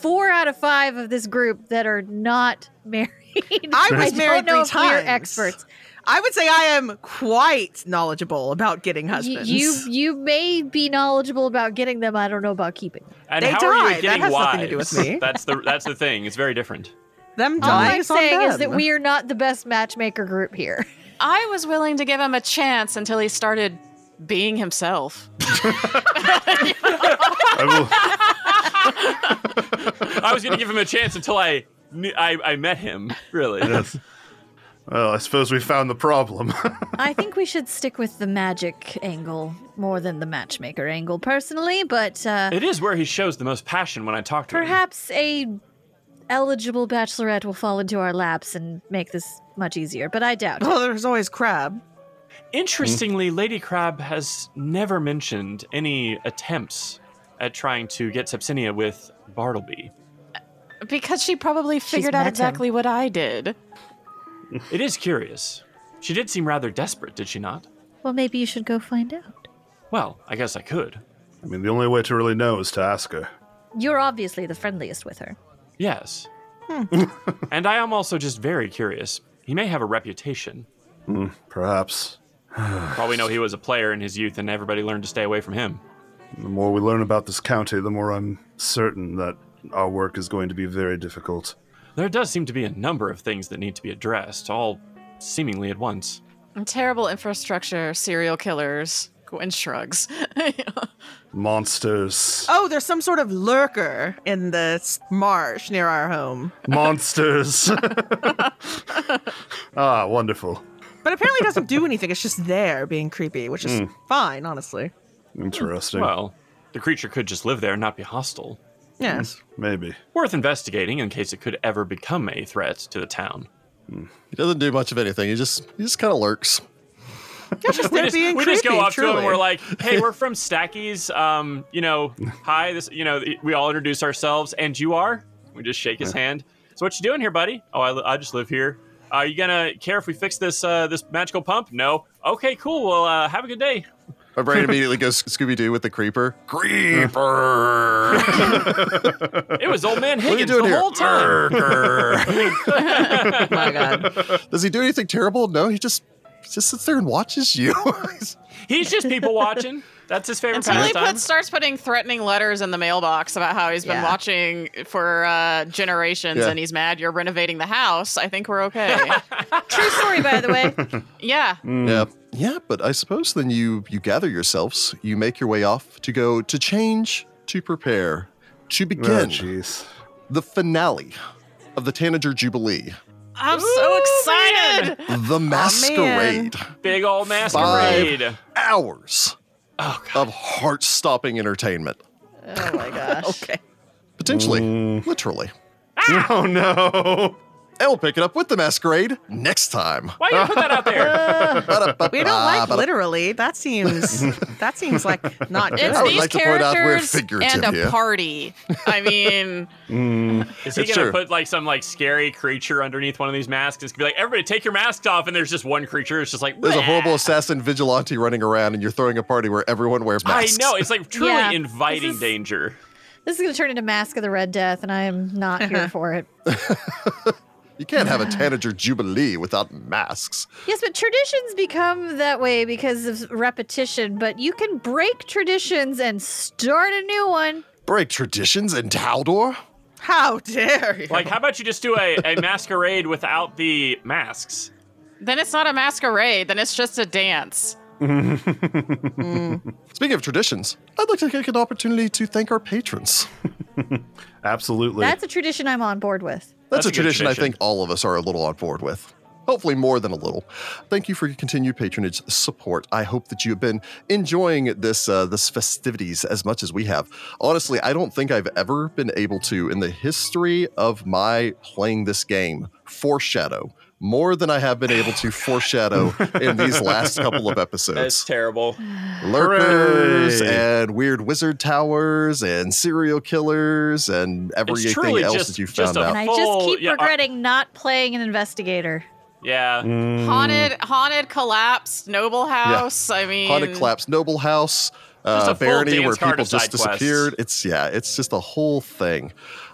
S6: Four out of five of this group that are not married.
S4: I was
S6: don't
S4: married
S6: know
S4: three
S6: if we're
S4: times.
S6: experts.
S4: I would say I am quite knowledgeable about getting
S6: Y-
S4: husbands.
S6: you you may be knowledgeable about getting them. I don't know about keeping them.
S2: And
S4: They
S2: how are you
S4: died. That
S2: at getting
S4: has
S2: wives?
S4: nothing to do with me.
S2: That's the that's the thing. It's very different.
S4: them
S6: All
S4: dying
S6: I'm
S4: is on
S6: saying is that
S4: them.
S6: we are not the best matchmaker group here.
S3: I was willing to give him a chance until he started being himself.
S5: I will-
S2: I was going to give him a chance until I knew, I, I met him. Really,
S5: well, I suppose we found the problem.
S6: I think we should stick with the magic angle more than the matchmaker angle, personally. But uh,
S2: it is where he shows the most passion when I talk to him.
S6: perhaps a eligible bachelorette will fall into our laps and make this much easier. But I doubt. it.
S4: well, Oh, there's always crab.
S2: Interestingly, Lady Crab has never mentioned any attempts at trying to get Sepsinia with Bartleby.
S3: Because she probably figured
S6: met
S3: out
S6: him.
S3: exactly what I did.
S2: It is curious. She did seem rather desperate, did she not?
S6: Well, maybe you should go find out.
S2: Well, I guess I could.
S5: I mean, the only way to really know is to ask her.
S6: You're obviously the friendliest with her.
S2: Yes. and I am also just very curious. He may have a reputation.
S5: Perhaps
S2: For all we know, he was a player in his youth, and everybody learned to stay away from him.
S5: the more we learn about this county, the more I'm certain that our work is going to be very difficult.
S2: There does seem to be a number of things that need to be addressed, all seemingly at once.
S3: Terrible infrastructure, serial killers. Gwen shrugs.
S5: Monsters,
S4: Oh, there's some sort of lurker in the s- marsh near our home,
S5: monsters. ah, wonderful.
S4: but apparently it doesn't do anything. It's just there being creepy, which
S2: Hmm.
S4: is fine, honestly.
S5: Interesting.
S2: Well, the creature could just live there and not be hostile. Hmm.
S4: Yes.
S5: Maybe.
S2: Worth investigating in case it could ever become a threat to the town.
S1: He doesn't do much of anything. He just he just kind of lurks.
S4: They're just
S2: We
S4: there
S2: just,
S4: being
S2: we
S4: creepy.
S2: just go up
S4: truly.
S2: to him and we're like, hey, we're from Stacky's. Um, you know, hi, this, you know, we all introduce ourselves, and you are? We just shake his hand. So, what you doing here, buddy? Oh, I, li- I just live here. Are you gonna care if we fix this uh, this magical pump? No. Okay, cool. Well, uh, have a good day.
S1: My brain immediately goes Scooby Doo with the creeper.
S2: It was old man
S1: What are you
S2: Higgins the
S1: doing here?
S2: whole time.
S4: oh my god.
S1: Does he do anything terrible? No, he just he just sits there and watches you.
S2: He's just people watching. That's his favorite
S3: Until he
S2: pastime.
S3: put, starts putting threatening letters in the mailbox about how he's been
S4: Yeah.
S3: watching for uh, generations
S1: Yeah.
S3: and he's mad you're renovating the house. I think we're okay.
S6: True story, by the way.
S3: yeah.
S1: Yeah. Yeah, but I suppose then you you gather yourselves, you make your way off to go to change, to prepare, to
S5: Oh,
S1: begin
S5: jeez.
S1: the finale of the Tanager Jubilee,
S3: I'm so excited.
S1: the masquerade.
S2: Big old masquerade.
S1: hours of heart-stopping entertainment.
S6: Oh my gosh.
S4: Okay.
S1: Potentially, literally.
S5: Oh no.
S1: And we'll pick it up with the masquerade next time.
S2: Why you put that out there?
S4: We don't
S2: "Ah,
S4: like literally. That seems that seems like not good.
S3: It's
S1: I would
S3: these
S1: like to point out we're
S3: characters
S1: figurative
S3: and a
S1: here.
S3: party. I mean,
S2: Is he
S1: It's true.
S2: gonna put like some like scary creature underneath one of these masks? It's gonna be like, everybody take your masks off, and there's just one creature. It's just like
S1: There's a
S2: "Bleh."
S1: horrible assassin vigilante running around, and you're throwing a party where everyone wears
S2: I
S1: masks.
S2: know. It's like truly
S6: Yeah.
S2: inviting
S6: This is-
S2: danger.
S6: This is going to turn into Mask of the Red Death, and I am not here for it.
S1: You can't have a Tanager Jubilee without masks.
S6: Yes, but traditions become that way because of repetition, but you can break traditions and start a new one.
S1: Break traditions in Taldor?
S4: How dare you?
S2: Like, how about you just do a, a masquerade without the masks?
S3: Then it's not a masquerade. Then it's just a dance.
S1: Speaking of traditions, I'd like to take an opportunity to thank our patrons.
S5: Absolutely.
S6: That's a tradition I'm on board with.
S1: That's,
S2: That's
S1: a
S2: a good
S1: tradition, I
S2: tradition.
S1: think all of us are a little on board with. Hopefully, more than a little. Thank you for your continued patronage support. I hope that you have been enjoying this uh, this festivities as much as we have. Honestly, I don't think I've ever been able to, in the history of my playing this game, foreshadow more than I have been able to foreshadow in these last couple of
S2: That's
S1: episodes.
S2: terrible.
S1: Lurkers
S5: Hooray.
S1: and weird wizard towers and serial killers and everything
S2: truly
S1: else
S2: just-
S1: that you
S2: just
S1: found out.
S2: a
S6: And I just
S2: Full-
S6: keep
S2: Oh, yeah, I-
S6: regretting not playing an investigator.
S2: Yeah.
S5: Mm.
S3: Haunted, haunted, collapsed, noble house. I mean,
S1: Haunted Collapse Noble House, uh,
S2: a full
S1: Barony,
S2: dance
S1: where
S2: card
S1: people
S2: of
S1: just
S2: side quests.
S1: disappeared. It's yeah, it's just the whole thing.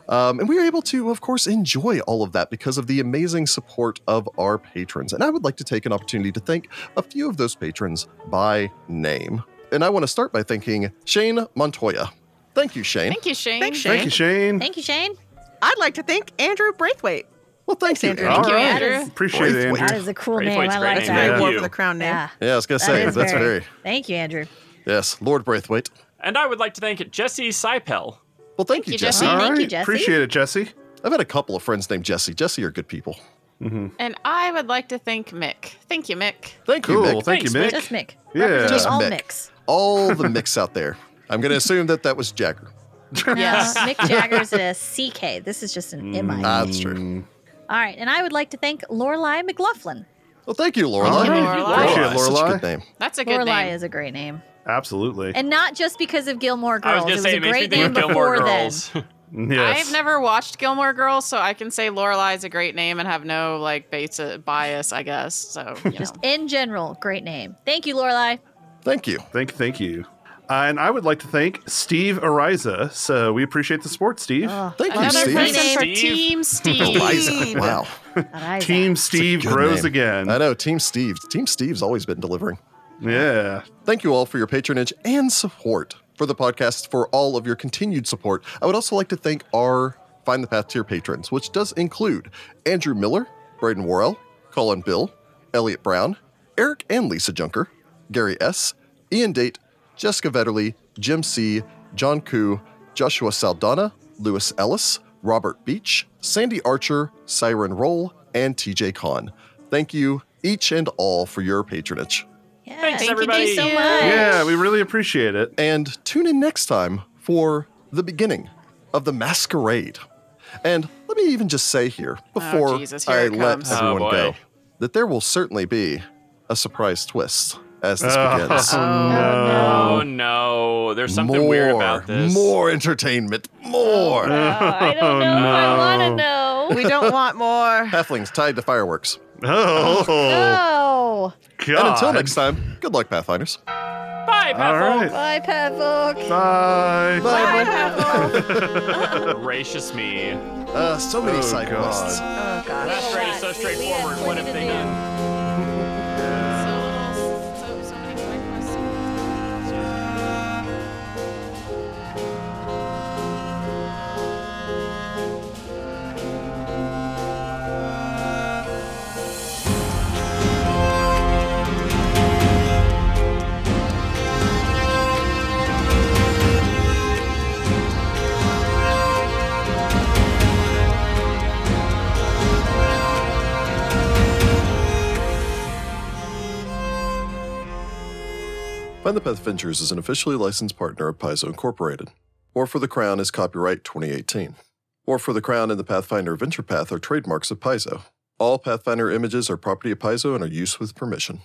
S1: Um, and we were able to, of course, enjoy all of that because of the amazing support of our patrons. And I would like to take an opportunity to thank a few of those patrons by name. And I want to start by thanking Shane Montoya. Thank you, Shane.
S3: Thank you, Shane.
S4: Thanks, Shane.
S5: Thank you, Shane.
S6: Thank you, Shane.
S4: I'd like to thank Andrew Braithwaite.
S1: well, thanks,
S4: Thanks,
S1: Andrew.
S4: Andrew.
S5: All
S3: you,
S5: right.
S3: Andrew.
S5: Appreciate it,
S1: Braithwaite.
S5: Andrew.
S6: That is a cool
S2: Great
S6: name.
S2: point's
S6: I
S2: great
S6: like
S2: name.
S4: Very
S5: Yeah.
S6: that.
S4: war
S2: you.
S4: for the crown name.
S6: Yeah.
S1: Yeah, I was gonna
S6: That
S1: say
S6: is
S1: that's very
S6: Thank you, Andrew.
S1: yes, Lord Braithwaite.
S2: And I would like to thank Jesse Seipel.
S1: Well, thank,
S3: Thank you,
S1: you, Jesse.
S3: Jesse.
S6: Thank you,
S5: All right.
S6: Jesse.
S5: Appreciate it, Jesse.
S1: I've had a couple of friends named Jesse. Jesse are good people.
S3: And I would like to thank Mick. Thank you, Mick.
S1: Thank
S5: Cool.
S1: you, Mick.
S5: Thank you,
S2: Thanks,
S5: Mick.
S6: Just Mick.
S5: Yeah.
S6: Representing
S1: Just
S6: all
S1: Mick.
S6: Micks.
S1: all the mix out there. I'm going to assume that that was Jagger.
S3: Yes.
S6: No, Mick Jagger's a CK. This is just an MI.
S1: Ah, that's
S5: Mm.
S1: true.
S6: All right, and I would like to thank Lorelai McLaughlin.
S1: Well, thank you, Lorelai.
S5: All
S3: right. Appreciate
S5: it,
S1: Such a
S5: Lorelai.
S1: good name.
S3: That's a good
S6: Lorelai
S3: name.
S6: is a great name,
S5: Absolutely.
S6: and not just because of Gilmore
S2: I was
S6: Girls.
S2: going
S6: it
S2: to
S6: was
S2: say,
S6: a
S2: it makes me
S6: great
S2: think
S6: name
S2: of Gilmore
S6: before then.
S2: Girls.
S5: yes.
S3: I've never watched Gilmore Girls, so I can say Lorelai is a great name and have no like base bias, I guess. So you know.
S6: Just in general, great name. Thank you, Lorelai.
S1: Thank you.
S5: Thank, thank you. Uh, and I would like to thank Steve Ariza. So we appreciate the support, Steve.
S6: Oh,
S1: Thank you,
S3: another
S1: Steve.
S3: person for
S2: Steve.
S3: Team Steve.
S1: Eliza. Wow.
S6: Ariza.
S5: Team Steve
S1: Good
S5: grows
S1: name.
S5: again.
S1: I know. Team Steve. Team Steve's always been delivering.
S5: Yeah.
S1: Thank you all for your patronage and support for the podcast, for all of your continued support. I would also like to thank our Find the Path tier patrons, which does include Andrew Miller, Braden Worrell, Colin Bill, Elliot Brown, Eric and Lisa Junker, Gary S., Ian Date, Jessica Vetterly, Jim C., John Koo, Joshua Saldana, Lewis Ellis, Robert Beach, Sandy Archer, Siren Roll, and TJ Kahn. Thank you each and all for your patronage.
S6: Yeah,
S2: Thanks,
S6: thank
S2: everybody.
S6: you so much.
S5: Yeah, we really appreciate it.
S1: and tune in next time for the beginning of the masquerade. And let me even just say here before
S3: Oh, Jesus, here
S1: I
S3: it
S1: let
S3: comes.
S2: Oh,
S1: everyone
S2: boy.
S1: go that there will certainly be a surprise twist as this begins.
S2: Oh, no. There's something weird about
S1: Uh,
S2: this.
S1: more entertainment,
S3: Oh,
S1: more
S6: I don't know if
S1: Oh,
S6: I want to know.
S4: We don't want more.
S1: halflings tied to fireworks.
S5: Oh,
S6: Oh,
S5: God.
S2: Ah,
S1: And until next time, good luck, Pathfinders.
S2: Bye,
S5: All
S2: Pavel.
S5: right.
S6: bye, Pavok.
S5: Bye.
S2: Gracious me.
S1: Uh, so many
S5: Oh,
S1: side
S5: God.
S1: quests.
S2: Masquerade is so straightforward. What if they did?
S3: So, so, so many questions.
S1: Find the Path Ventures is an officially licensed partner of Paizo Incorporated. War for the Crown is copyright 2018. War for the Crown and the Pathfinder Venture Path are trademarks of Paizo. All Pathfinder images are property of Paizo and are used with permission.